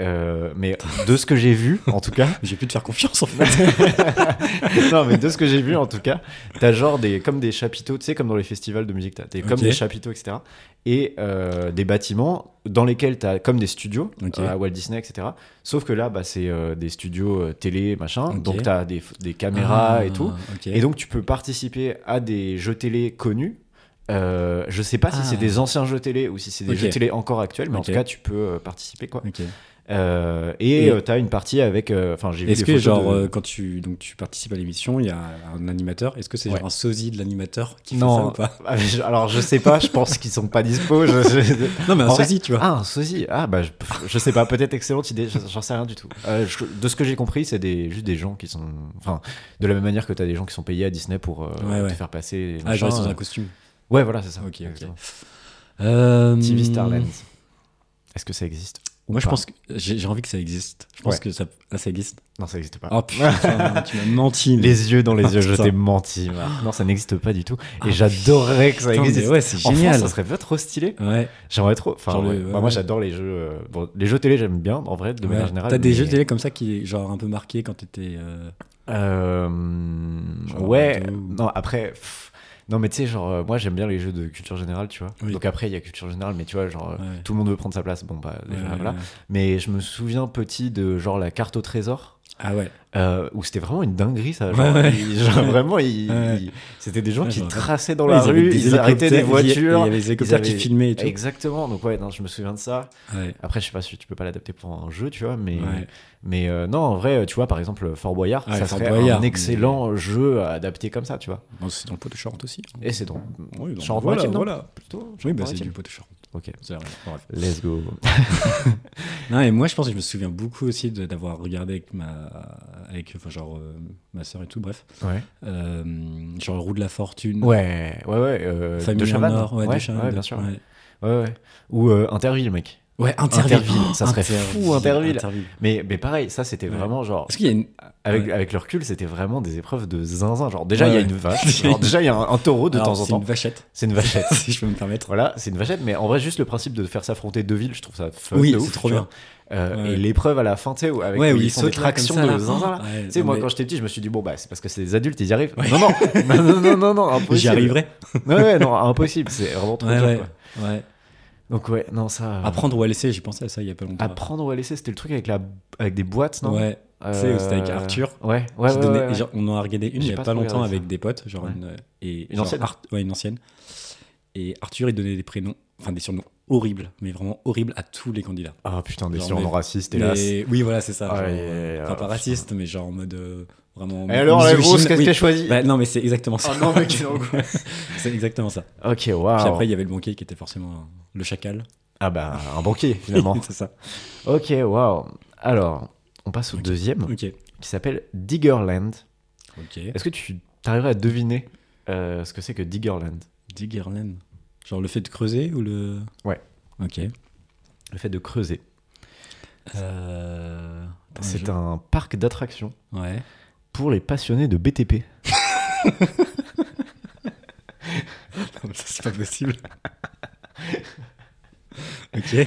[SPEAKER 1] euh, mais de ce que j'ai vu, en tout cas,
[SPEAKER 2] J'ai pu te faire confiance en fait.
[SPEAKER 1] non, mais de ce que j'ai vu, en tout cas, t'as genre des comme des chapiteaux, tu sais, comme dans les festivals de musique, t'as t'es comme
[SPEAKER 2] Ok.
[SPEAKER 1] des chapiteaux, etc. Et euh, des bâtiments dans lesquels t'as comme des studios
[SPEAKER 2] Ok.
[SPEAKER 1] euh, à Walt Disney, etc. Sauf que là, bah, c'est euh, des studios euh, télé, machin,
[SPEAKER 2] Ok.
[SPEAKER 1] donc t'as des, des caméras et tout.
[SPEAKER 2] Ah, Ok.
[SPEAKER 1] Et donc, tu peux participer à des jeux télé connus. Euh, je sais pas si
[SPEAKER 2] Ah.
[SPEAKER 1] c'est des anciens jeux télé ou si c'est des
[SPEAKER 2] Ok.
[SPEAKER 1] jeux télé encore actuels, mais en
[SPEAKER 2] Ok.
[SPEAKER 1] tout cas, tu peux euh, participer quoi.
[SPEAKER 2] Ok.
[SPEAKER 1] Euh, et
[SPEAKER 2] Et-
[SPEAKER 1] euh, t'as une partie avec. euh, Enfin, j'ai vu
[SPEAKER 2] Est-ce
[SPEAKER 1] des
[SPEAKER 2] que
[SPEAKER 1] photos
[SPEAKER 2] genre
[SPEAKER 1] de-
[SPEAKER 2] euh, quand tu donc tu participes à l'émission, il y a un animateur. Est-ce que c'est
[SPEAKER 1] Ouais.
[SPEAKER 2] genre un sosie de l'animateur qui
[SPEAKER 1] Non.
[SPEAKER 2] fait ça ou pas
[SPEAKER 1] Ah, mais je- Alors, je sais pas. Je pense qu'ils sont pas dispo. je- je-
[SPEAKER 2] Non, mais un
[SPEAKER 1] En vrai-
[SPEAKER 2] sosie, tu vois.
[SPEAKER 1] Ah, un sosie. Ah, bah, je, pff, je sais pas. Peut-être excellente idée. je- J'en sais rien du tout. Euh, je- de ce que j'ai compris, c'est des juste des gens qui sont. Enfin, de la même manière que t'as des gens qui sont payés à Disney pour euh,
[SPEAKER 2] Ouais, ouais.
[SPEAKER 1] te faire passer.
[SPEAKER 2] Ah, genre ils sont
[SPEAKER 1] machin.
[SPEAKER 2] dans un costume.
[SPEAKER 1] Ouais, voilà, c'est ça.
[SPEAKER 2] Ok, ok.
[SPEAKER 1] Exactement.
[SPEAKER 2] Euh,
[SPEAKER 1] TV Starland. Est-ce que ça existe ou
[SPEAKER 2] Moi, je
[SPEAKER 1] pas
[SPEAKER 2] pense que j'ai j'ai envie que ça existe. Je pense
[SPEAKER 1] Ouais.
[SPEAKER 2] que ça, ah, ça existe.
[SPEAKER 1] Non, ça n'existe pas.
[SPEAKER 2] Oh putain, tu m'as menti. mais-
[SPEAKER 1] Les yeux dans les yeux, je
[SPEAKER 2] Ah, Putain.
[SPEAKER 1] t'ai menti. Marc. Non, ça n'existe pas du tout.
[SPEAKER 2] Ah,
[SPEAKER 1] Et j'adorerais que ça
[SPEAKER 2] Putain, mais
[SPEAKER 1] existe.
[SPEAKER 2] Ouais, c'est
[SPEAKER 1] En France,
[SPEAKER 2] génial.
[SPEAKER 1] ça serait pas trop stylé.
[SPEAKER 2] Ouais.
[SPEAKER 1] J'aimerais trop. Enfin,
[SPEAKER 2] Genre le-
[SPEAKER 1] ouais.
[SPEAKER 2] ouais,
[SPEAKER 1] Bah,
[SPEAKER 2] ouais.
[SPEAKER 1] moi, j'adore les jeux. euh, bon, les jeux télé, j'aime bien, en vrai, de manière
[SPEAKER 2] Ouais.
[SPEAKER 1] générale.
[SPEAKER 2] T'as des
[SPEAKER 1] mais-
[SPEAKER 2] jeux télé comme ça qui est genre un peu marqué quand t'étais. euh,
[SPEAKER 1] Euh,
[SPEAKER 2] Genre
[SPEAKER 1] Ouais.
[SPEAKER 2] Ado.
[SPEAKER 1] Non, après. pff, Non, mais tu sais, genre, euh, moi j'aime bien les jeux de culture générale, tu vois.
[SPEAKER 2] Oui.
[SPEAKER 1] Donc après, il y a culture générale, mais tu vois, genre, euh,
[SPEAKER 2] Ouais.
[SPEAKER 1] tout le monde veut prendre sa place. Bon, bah, déjà,
[SPEAKER 2] Ouais, ouais,
[SPEAKER 1] voilà.
[SPEAKER 2] ouais.
[SPEAKER 1] Mais je me souviens petit de genre la carte au trésor,
[SPEAKER 2] Ah ouais.
[SPEAKER 1] euh, où c'était vraiment une dinguerie, ça. Genre,
[SPEAKER 2] Ouais, ouais.
[SPEAKER 1] ils- genre, vraiment, ils-
[SPEAKER 2] Ouais.
[SPEAKER 1] ils- c'était des gens
[SPEAKER 2] Ouais,
[SPEAKER 1] qui
[SPEAKER 2] genre,
[SPEAKER 1] traçaient dans
[SPEAKER 2] Ouais,
[SPEAKER 1] la
[SPEAKER 2] ils avaient
[SPEAKER 1] rue, ils arrêtaient des
[SPEAKER 2] hélicoptères, il y- Il y
[SPEAKER 1] voitures.
[SPEAKER 2] avait des hélicoptères qui
[SPEAKER 1] avaient-
[SPEAKER 2] filmaient et tout.
[SPEAKER 1] Exactement, donc ouais, non, je me souviens de ça.
[SPEAKER 2] Ouais.
[SPEAKER 1] Après, je sais pas si tu peux pas l'adapter pour un jeu, tu vois, mais,
[SPEAKER 2] Ouais.
[SPEAKER 1] mais euh, non, en vrai, tu vois, par exemple, Fort Boyard,
[SPEAKER 2] Ouais,
[SPEAKER 1] ça
[SPEAKER 2] Fort
[SPEAKER 1] serait
[SPEAKER 2] Boyard,
[SPEAKER 1] un
[SPEAKER 2] mais-
[SPEAKER 1] excellent jeu à adapter comme ça, tu vois.
[SPEAKER 2] Bon, c'est dans le pot de Charente aussi. hein.
[SPEAKER 1] Et c'est donc
[SPEAKER 2] Oui, donc
[SPEAKER 1] Charente
[SPEAKER 2] voilà,
[SPEAKER 1] maritime, non
[SPEAKER 2] voilà.
[SPEAKER 1] plutôt.
[SPEAKER 2] Oui, bah, c'est
[SPEAKER 1] Maritime.
[SPEAKER 2] du pot de Charente.
[SPEAKER 1] Ok.
[SPEAKER 2] C'est vrai, bref.
[SPEAKER 1] Let's go.
[SPEAKER 2] Non, et moi, je pense que je me souviens beaucoup aussi de- d'avoir regardé avec ma, avec, enfin, genre, euh, ma soeur et tout, bref.
[SPEAKER 1] Ouais.
[SPEAKER 2] Euh, genre, Roue de la Fortune.
[SPEAKER 1] Ouais, ouais, ouais. euh,
[SPEAKER 2] Famille
[SPEAKER 1] de
[SPEAKER 2] en
[SPEAKER 1] Chavannes.
[SPEAKER 2] or, ouais, de
[SPEAKER 1] ouais,
[SPEAKER 2] Chavannes,
[SPEAKER 1] ouais,
[SPEAKER 2] de-
[SPEAKER 1] bien sûr.
[SPEAKER 2] Ouais,
[SPEAKER 1] Ouais, ouais. Ou euh, Interville, mec.
[SPEAKER 2] Ouais, Interville. Ah,
[SPEAKER 1] Interville, ça serait fou, Interville. Ah, Mais, mais pareil, ça, c'était
[SPEAKER 2] Ouais.
[SPEAKER 1] vraiment genre.
[SPEAKER 2] Est-ce qu'il y a une.
[SPEAKER 1] Avec,
[SPEAKER 2] Ouais.
[SPEAKER 1] avec le recul, c'était vraiment des épreuves de zinzin. Genre, déjà, il y a
[SPEAKER 2] Ouais,
[SPEAKER 1] une
[SPEAKER 2] ouais.
[SPEAKER 1] vache. Genre, déjà, il y a un, un taureau de
[SPEAKER 2] Alors,
[SPEAKER 1] temps en
[SPEAKER 2] c'est
[SPEAKER 1] temps.
[SPEAKER 2] une vachette,
[SPEAKER 1] C'est une vachette.
[SPEAKER 2] si je peux me permettre.
[SPEAKER 1] Voilà, c'est une vachette, mais en vrai, juste le principe de faire s'affronter deux villes, je trouve ça fun
[SPEAKER 2] Oui,
[SPEAKER 1] de
[SPEAKER 2] c'est
[SPEAKER 1] ouf,
[SPEAKER 2] trop
[SPEAKER 1] tu
[SPEAKER 2] bien.
[SPEAKER 1] vois. Euh,
[SPEAKER 2] Ouais,
[SPEAKER 1] Et
[SPEAKER 2] ouais.
[SPEAKER 1] l'épreuve à la fin, tu sais, où- avec où
[SPEAKER 2] oui,
[SPEAKER 1] ils font des tractions de zinzin. là. Tu sais, moi, quand j'étais petit, je me suis dit, bon, bah, c'est parce que c'est des adultes, ils y arrivent.
[SPEAKER 2] Ouais.
[SPEAKER 1] Non, non, non, non, non, non, impossible.
[SPEAKER 2] J'y arriverai.
[SPEAKER 1] Ouais, ouais, non, impossible, c'est vraiment trop
[SPEAKER 2] Ouais,
[SPEAKER 1] dur,
[SPEAKER 2] ouais.
[SPEAKER 1] quoi.
[SPEAKER 2] ouais.
[SPEAKER 1] Donc, ouais, non, ça. euh,
[SPEAKER 2] Apprendre ou à laisser, j'ai pensé à ça il y a pas longtemps.
[SPEAKER 1] Apprendre ou à laisser, c'était le truc avec, la... avec des boîtes, non
[SPEAKER 2] Ouais.
[SPEAKER 1] Euh,
[SPEAKER 2] Tu sais, où c'était avec Arthur.
[SPEAKER 1] Ouais, ouais,
[SPEAKER 2] qui
[SPEAKER 1] ouais,
[SPEAKER 2] donnait-
[SPEAKER 1] ouais, ouais.
[SPEAKER 2] genre, on en a regardé une il
[SPEAKER 1] J'ai
[SPEAKER 2] n'y a
[SPEAKER 1] pas
[SPEAKER 2] pas,
[SPEAKER 1] trop
[SPEAKER 2] longtemps
[SPEAKER 1] regardé
[SPEAKER 2] avec des potes, genre
[SPEAKER 1] Ouais.
[SPEAKER 2] une, euh, et,
[SPEAKER 1] Une
[SPEAKER 2] genre
[SPEAKER 1] ancienne.
[SPEAKER 2] Art- ouais, une ancienne. Et Arthur, il donnait des prénoms, enfin des surnoms horribles, mais vraiment horribles à tous les candidats.
[SPEAKER 1] Ah putain, des
[SPEAKER 2] Genre,
[SPEAKER 1] surnoms
[SPEAKER 2] mais-
[SPEAKER 1] racistes,
[SPEAKER 2] Mais-
[SPEAKER 1] hélas.
[SPEAKER 2] oui, voilà, c'est ça.
[SPEAKER 1] Ah,
[SPEAKER 2] genre,
[SPEAKER 1] et-
[SPEAKER 2] euh, enfin,
[SPEAKER 1] alors,
[SPEAKER 2] pas raciste, mais genre en mode euh, vraiment.
[SPEAKER 1] Et alors, la
[SPEAKER 2] misogyne,
[SPEAKER 1] grosse, qu'est-ce
[SPEAKER 2] oui.
[SPEAKER 1] que t'as choisi
[SPEAKER 2] Bah, Non, mais c'est exactement ça.
[SPEAKER 1] Ah non, mais quelle angoisse. Ah,
[SPEAKER 2] c'est exactement ça.
[SPEAKER 1] Ok,
[SPEAKER 2] Puis
[SPEAKER 1] waouh.
[SPEAKER 2] après, il y avait le banquier qui était forcément un- le chacal.
[SPEAKER 1] Ah bah, un banquier, finalement.
[SPEAKER 2] c'est ça.
[SPEAKER 1] ok, waouh. Alors, on passe au
[SPEAKER 2] Ok.
[SPEAKER 1] deuxième,
[SPEAKER 2] Ok.
[SPEAKER 1] qui s'appelle Diggerland.
[SPEAKER 2] Ok.
[SPEAKER 1] Est-ce que tu t'arriverais à deviner euh, ce que c'est que Diggerland
[SPEAKER 2] Diggerland. Genre le fait de creuser ou le.
[SPEAKER 1] Ouais.
[SPEAKER 2] Ok.
[SPEAKER 1] Le fait de creuser.
[SPEAKER 2] Euh, attends,
[SPEAKER 1] C'est
[SPEAKER 2] je-
[SPEAKER 1] un parc d'attractions
[SPEAKER 2] Ouais.
[SPEAKER 1] pour les passionnés de BTP.
[SPEAKER 2] Non, mais ça, c'est pas possible. ok.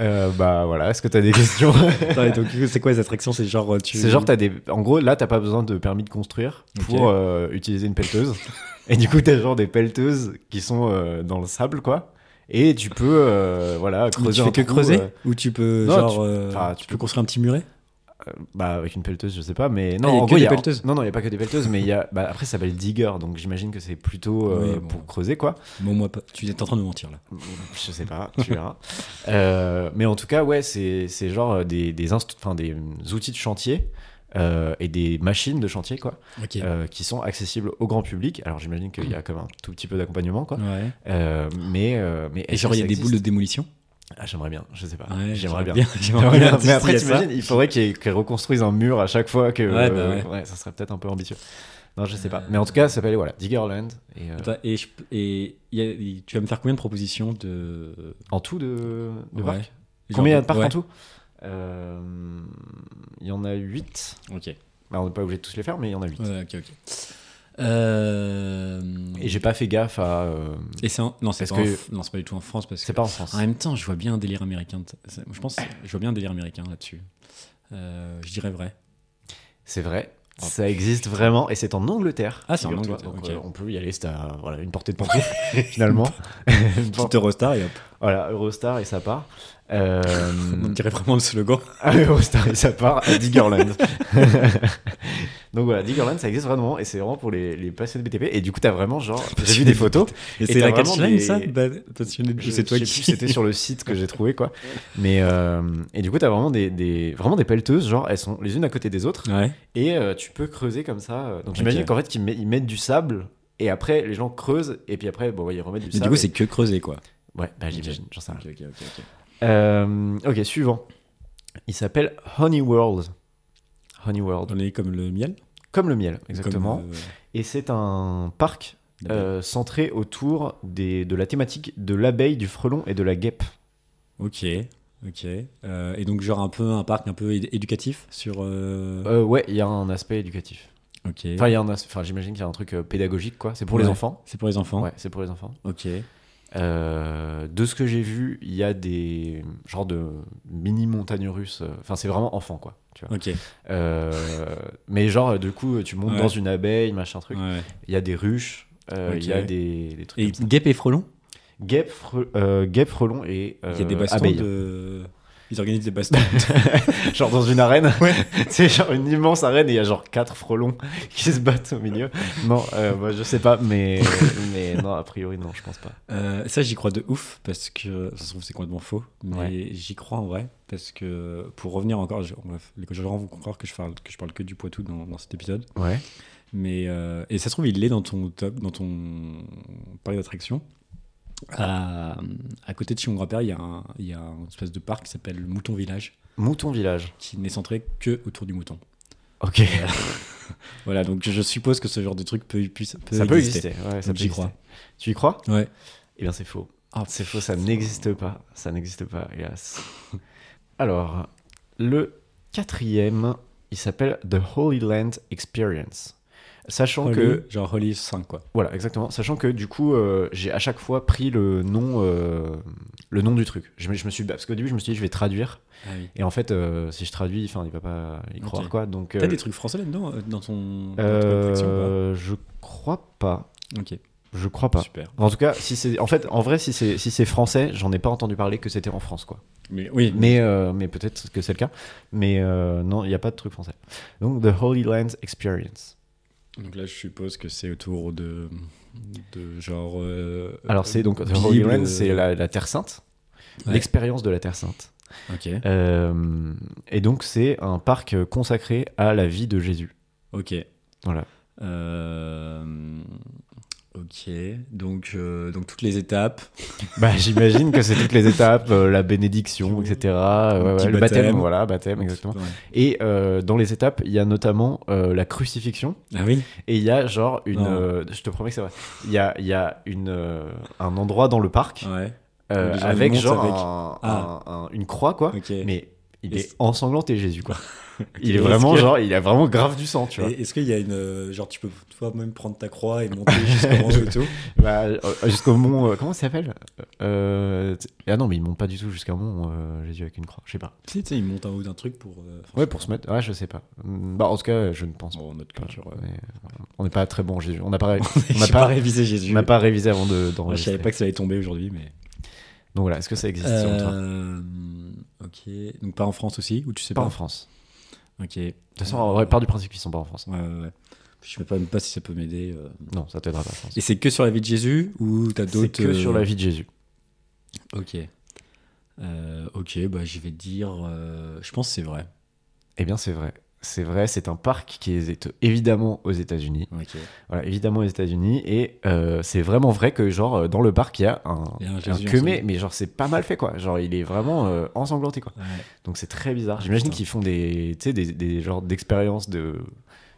[SPEAKER 1] Euh, bah voilà, est-ce que t'as des questions
[SPEAKER 2] Attends, et donc, du coup, c'est quoi les attractions C'est genre. euh, Tu...
[SPEAKER 1] C'est genre, t'as des... en gros, là, t'as pas besoin de permis de construire
[SPEAKER 2] Ok.
[SPEAKER 1] pour euh, utiliser une pelleteuse. et du coup, t'as genre des pelleteuses qui sont euh, dans le sable, quoi. Et tu peux, euh, voilà,
[SPEAKER 2] Ou
[SPEAKER 1] creuser
[SPEAKER 2] tu
[SPEAKER 1] un
[SPEAKER 2] fais que
[SPEAKER 1] trou,
[SPEAKER 2] creuser
[SPEAKER 1] euh,
[SPEAKER 2] Ou tu peux,
[SPEAKER 1] Non,
[SPEAKER 2] genre.
[SPEAKER 1] tu-
[SPEAKER 2] euh,
[SPEAKER 1] enfin,
[SPEAKER 2] tu,
[SPEAKER 1] tu
[SPEAKER 2] peux
[SPEAKER 1] peux-
[SPEAKER 2] construire un petit muret
[SPEAKER 1] bah, avec une pelleteuse, je sais pas, mais non,
[SPEAKER 2] Ah, y a
[SPEAKER 1] en
[SPEAKER 2] que
[SPEAKER 1] gros,
[SPEAKER 2] des
[SPEAKER 1] y a-
[SPEAKER 2] pelleteuses
[SPEAKER 1] Non, non, il y a pas que des pelleteuses, mais il y a. Bah, après, ça s'appelle digger, donc j'imagine que c'est plutôt euh,
[SPEAKER 2] Oui, bon.
[SPEAKER 1] pour creuser, quoi.
[SPEAKER 2] Bon, moi, pas- tu es en train de me mentir là.
[SPEAKER 1] Je sais pas, tu verras. Euh, mais en tout cas, ouais, c'est c'est genre euh, des, des, inst- enfin, des outils de chantier euh, et des machines de chantier, quoi.
[SPEAKER 2] Ok.
[SPEAKER 1] euh, qui sont accessibles au grand public. Alors j'imagine qu'il y a comme un tout petit peu d'accompagnement, quoi.
[SPEAKER 2] ouais.
[SPEAKER 1] Euh, mais euh, mais
[SPEAKER 2] Et genre, il y a des boules de démolition
[SPEAKER 1] Ah, j'aimerais bien, je sais pas.
[SPEAKER 2] Ouais,
[SPEAKER 1] j'aimerais bien.
[SPEAKER 2] J'aimerais bien.
[SPEAKER 1] mais après,
[SPEAKER 2] s'il y a ça.
[SPEAKER 1] t'imagines, il faudrait qu'ils qu'ils reconstruisent un mur à chaque fois que.
[SPEAKER 2] Ouais, bah
[SPEAKER 1] euh,
[SPEAKER 2] ouais. Euh,
[SPEAKER 1] ouais, ça serait peut-être un peu ambitieux. Non, je sais pas. Mais en tout cas, ça s'appelle voilà, Diggerland. Et, euh,
[SPEAKER 2] Attends, et, je- et il y a- il- tu vas me faire combien de propositions de.
[SPEAKER 1] en tout de, de
[SPEAKER 2] Ouais.
[SPEAKER 1] parcs
[SPEAKER 2] Genre
[SPEAKER 1] Combien il y a de parcs
[SPEAKER 2] ouais.
[SPEAKER 1] en tout Euh, Il y en a 8.
[SPEAKER 2] Ok.
[SPEAKER 1] on n'est pas obligé de tous les faire, mais il y en a 8.
[SPEAKER 2] Ouais, ok, ok. Euh,
[SPEAKER 1] Et j'ai pas fait gaffe à. euh,
[SPEAKER 2] Et c'est en- non, c'est
[SPEAKER 1] Parce
[SPEAKER 2] pas,
[SPEAKER 1] que-
[SPEAKER 2] en F- non, c'est pas du tout en France parce que
[SPEAKER 1] C'est pas en France.
[SPEAKER 2] en même temps, je vois bien un délire américain. de- c'est- Je pense, je vois bien un délire américain là-dessus. Euh, je dirais vrai.
[SPEAKER 1] C'est vrai. Ça existe vraiment et c'est en Angleterre.
[SPEAKER 2] Ah, c'est en
[SPEAKER 1] figure-toi.
[SPEAKER 2] Angleterre,
[SPEAKER 1] Donc,
[SPEAKER 2] ok.
[SPEAKER 1] euh, on peut y aller, c'est à voilà, une portée de pantoufle, finalement. Bon,
[SPEAKER 2] Petit Eurostar et hop.
[SPEAKER 1] voilà, Eurostar et ça part. Euh,
[SPEAKER 2] On dirait vraiment le slogan.
[SPEAKER 1] ah, Eurostar et ça part à Diggerland. Donc voilà, Diggerland, ça existe vraiment et c'est vraiment pour les, les passionnés de BTP. Et du coup, t'as vraiment genre. J'ai vu des photos.
[SPEAKER 2] Et,
[SPEAKER 1] t'as
[SPEAKER 2] c'est la
[SPEAKER 1] vraiment
[SPEAKER 2] catchline
[SPEAKER 1] des-
[SPEAKER 2] ça Bah, passionné de-
[SPEAKER 1] Je
[SPEAKER 2] C'est toi
[SPEAKER 1] je sais
[SPEAKER 2] qui.
[SPEAKER 1] plus, C'était sur le site que j'ai trouvé quoi. Mais euh, et du coup, t'as vraiment des, des vraiment des pelleteuses, genre elles sont les unes à côté des autres.
[SPEAKER 2] Ouais.
[SPEAKER 1] Et euh, tu peux creuser comme ça. euh, Donc j'imagine
[SPEAKER 2] Ok.
[SPEAKER 1] qu'en fait qu'ils met- ils mettent du sable et après les gens creusent et puis après bon ouais, ils remettent du
[SPEAKER 2] Mais
[SPEAKER 1] sable.
[SPEAKER 2] du coup,
[SPEAKER 1] et-
[SPEAKER 2] c'est que creuser quoi.
[SPEAKER 1] ouais bah j'imagine j'en sais rien.
[SPEAKER 2] ok, ok, ok.
[SPEAKER 1] Euh, ok suivant. Il s'appelle Honey World. Honey World.
[SPEAKER 2] On est comme le miel.
[SPEAKER 1] Comme le miel exactement.
[SPEAKER 2] Comme, euh,
[SPEAKER 1] Et c'est un parc
[SPEAKER 2] la baie.
[SPEAKER 1] euh, centré autour des, de la thématique de l'abeille, du frelon et de la guêpe.
[SPEAKER 2] Ok, ok. Euh, et donc genre un peu un parc un peu éd- éducatif sur. euh,
[SPEAKER 1] Euh, ouais il y a un aspect éducatif.
[SPEAKER 2] ok.
[SPEAKER 1] Euh. Enfin il y a un as- enfin j'imagine qu'il y a un truc euh, pédagogique quoi. C'est pour les
[SPEAKER 2] Ouais.
[SPEAKER 1] enfants.
[SPEAKER 2] C'est pour les enfants.
[SPEAKER 1] Ouais c'est pour les enfants.
[SPEAKER 2] Ok.
[SPEAKER 1] Euh, de ce que j'ai vu, il y a des genres de mini montagnes russes. euh, Enfin, c'est vraiment enfant, quoi. Tu vois.
[SPEAKER 2] Ok.
[SPEAKER 1] Euh, mais genre, euh, du coup, tu montes
[SPEAKER 2] Ouais.
[SPEAKER 1] dans une abeille, machin truc.
[SPEAKER 2] Ouais.
[SPEAKER 1] Il y a des ruches. Euh,
[SPEAKER 2] Ok.
[SPEAKER 1] Il y a des, des trucs
[SPEAKER 2] Et
[SPEAKER 1] comme ça.
[SPEAKER 2] guêpes et frelons
[SPEAKER 1] Guêpes, fre- euh, guêpes, frelons et
[SPEAKER 2] Il y a des
[SPEAKER 1] euh,
[SPEAKER 2] bastons
[SPEAKER 1] abeilles.
[SPEAKER 2] de... Ils organisent des bastons.
[SPEAKER 1] genre dans une arène. c'est genre une immense arène et il y a genre quatre frelons qui se battent au milieu. Non, euh, moi je sais pas, mais, mais non, a priori, non, je pense pas.
[SPEAKER 2] Euh, ça, j'y crois de ouf parce que ça se trouve c'est complètement faux, mais
[SPEAKER 1] Ouais.
[SPEAKER 2] j'y crois en vrai parce que pour revenir encore, je, bref, les gens vont croire que je parle que je parle que du Poitou dans, dans cet épisode,
[SPEAKER 1] Ouais.
[SPEAKER 2] mais euh, et ça se trouve il est dans ton top, dans ton parc d'attraction. À, à côté de chez mon grand-père, il y a un, il y a un espèce de parc qui s'appelle Mouton Village,
[SPEAKER 1] Mouton village.
[SPEAKER 2] qui n'est centré que autour du mouton.
[SPEAKER 1] Ok.
[SPEAKER 2] Voilà, donc je, je suppose que ce genre de truc peut, puisse-
[SPEAKER 1] ça peut exister. Ouais, ça
[SPEAKER 2] Donc,
[SPEAKER 1] peut
[SPEAKER 2] j'y
[SPEAKER 1] exister.
[SPEAKER 2] crois.
[SPEAKER 1] Tu y crois
[SPEAKER 2] Ouais.
[SPEAKER 1] Eh bien, c'est faux.
[SPEAKER 2] Ah,
[SPEAKER 1] C'est faux, ça n'existe pas. Ça n'existe pas, hélas. Alors, le quatrième, il s'appelle The Holy Land Experience. Sachant
[SPEAKER 2] Holy-
[SPEAKER 1] que
[SPEAKER 2] genre Holy 5 quoi.
[SPEAKER 1] Voilà, exactement. Sachant que du coup, euh, j'ai à chaque fois pris le nom, euh, le nom du truc. Je me, je me suis, parce qu'au début, je me suis dit, je vais traduire.
[SPEAKER 2] Ah oui.
[SPEAKER 1] Et en fait, euh, si je traduis, enfin, il va pas y croire
[SPEAKER 2] Ok.
[SPEAKER 1] quoi. Donc,
[SPEAKER 2] T'as
[SPEAKER 1] euh,
[SPEAKER 2] des trucs français là-dedans euh, dans ton, dans ton attraction ou
[SPEAKER 1] euh, je crois pas.
[SPEAKER 2] pas Ok,
[SPEAKER 1] Je crois pas.
[SPEAKER 2] super.
[SPEAKER 1] En tout cas, si c'est, en fait, en vrai, si c'est, si c'est français, j'en ai pas entendu parler que c'était en France, quoi.
[SPEAKER 2] Mais oui,
[SPEAKER 1] Mais, euh, mais peut-être que c'est le cas. Mais euh, non, il n'y a pas de truc français. Donc, The Holy Land Experience.
[SPEAKER 2] donc là je suppose que c'est autour de, de genre. euh,
[SPEAKER 1] Alors, c'est donc The
[SPEAKER 2] Bible,
[SPEAKER 1] Holy Land,
[SPEAKER 2] euh,
[SPEAKER 1] c'est la, la Terre Sainte,
[SPEAKER 2] Ouais.
[SPEAKER 1] l'expérience de la Terre Sainte.
[SPEAKER 2] Ok,
[SPEAKER 1] Euh, et donc, c'est un parc euh, consacré à la vie de Jésus.
[SPEAKER 2] ok.
[SPEAKER 1] Voilà.
[SPEAKER 2] Euh, ok, donc, euh, donc toutes les étapes.
[SPEAKER 1] Bah, j'imagine que c'est toutes les étapes, euh, la bénédiction, etc. euh, ouais,
[SPEAKER 2] petit
[SPEAKER 1] ouais, le
[SPEAKER 2] baptême.
[SPEAKER 1] baptême, voilà, baptême, exactement.
[SPEAKER 2] Ouais.
[SPEAKER 1] Et euh, dans les étapes, il y a notamment euh, la crucifixion.
[SPEAKER 2] Ah oui
[SPEAKER 1] Et il y a genre une.
[SPEAKER 2] Non.
[SPEAKER 1] euh, je te promets que c'est vrai. Il y a, il y a une, euh, un endroit dans le parc
[SPEAKER 2] Ouais,
[SPEAKER 1] euh,
[SPEAKER 2] les gens
[SPEAKER 1] avec
[SPEAKER 2] montent
[SPEAKER 1] genre
[SPEAKER 2] avec-
[SPEAKER 1] un-
[SPEAKER 2] Ah.
[SPEAKER 1] un- un- une croix, quoi.
[SPEAKER 2] ok.
[SPEAKER 1] Mais il
[SPEAKER 2] Et
[SPEAKER 1] est
[SPEAKER 2] c'est-
[SPEAKER 1] ensanglanté, Jésus, quoi. Il est
[SPEAKER 2] Est-ce
[SPEAKER 1] vraiment
[SPEAKER 2] que-
[SPEAKER 1] genre. Il a vraiment grave du sang, tu vois.
[SPEAKER 2] Et Est-ce qu'il y a une. euh, Genre, tu peux toi-même prendre ta croix et monter jusqu'au rang et tout
[SPEAKER 1] Bah, euh, jusqu'au mont. euh, comment ça s'appelle Euh, t- Ah non, mais ils montent pas du tout jusqu'à un mont, euh, Jésus avec une croix. Je sais pas.
[SPEAKER 2] Tu sais, tu sais, ils montent en haut d'un truc pour. euh, enfin,
[SPEAKER 1] Ouais, pour se mettre. Ouais, je sais pas. Mm, Bah, en tout cas, euh, je ne pense
[SPEAKER 2] Bon, notre
[SPEAKER 1] pas.
[SPEAKER 2] culture.
[SPEAKER 1] Mais, euh, on n'est pas très bon, Jésus. On n'a pas, ré- on
[SPEAKER 2] On
[SPEAKER 1] n'a
[SPEAKER 2] n'a pas
[SPEAKER 1] pas,
[SPEAKER 2] révisé
[SPEAKER 1] on
[SPEAKER 2] Jésus.
[SPEAKER 1] n'a pas révisé avant de,
[SPEAKER 2] Moi, je
[SPEAKER 1] d'enregistrer.
[SPEAKER 2] savais pas que ça allait tomber aujourd'hui, mais.
[SPEAKER 1] Donc voilà, est-ce que ça existe selon toi
[SPEAKER 2] Euh, ok. Donc pas en France aussi, ou tu sais
[SPEAKER 1] Pas
[SPEAKER 2] pas,
[SPEAKER 1] en France.
[SPEAKER 2] Ok. De
[SPEAKER 1] De toute façon, on part du principe qu'ils sont pas en France.
[SPEAKER 2] Ouais, ouais, ouais. Je sais pas, même pas si ça peut m'aider. euh.
[SPEAKER 1] Non, ça t'aidera pas, je pense.
[SPEAKER 2] Et c'est que sur la vie de Jésus ou t'as
[SPEAKER 1] C'est
[SPEAKER 2] d'autres euh,
[SPEAKER 1] que sur la vie de Jésus.
[SPEAKER 2] Ok. Euh, ok, bah je vais dire. euh, je pense que c'est vrai.
[SPEAKER 1] Eh bien, c'est vrai. C'est vrai, c'est un parc qui est évidemment aux États-Unis.
[SPEAKER 2] Ok.
[SPEAKER 1] Voilà, évidemment aux États-Unis. Et euh, c'est vraiment vrai que, genre, euh, dans le parc, il y a un,
[SPEAKER 2] Il y a un
[SPEAKER 1] un
[SPEAKER 2] Jésus
[SPEAKER 1] queumé,
[SPEAKER 2] ensanglanté.
[SPEAKER 1] mais genre, c'est pas mal fait, quoi. Genre, il est vraiment euh, ensanglanté, quoi.
[SPEAKER 2] Ouais.
[SPEAKER 1] Donc, c'est très bizarre. J'imagine
[SPEAKER 2] Putain.
[SPEAKER 1] qu'ils font des, tu sais, des, des genres d'expériences de,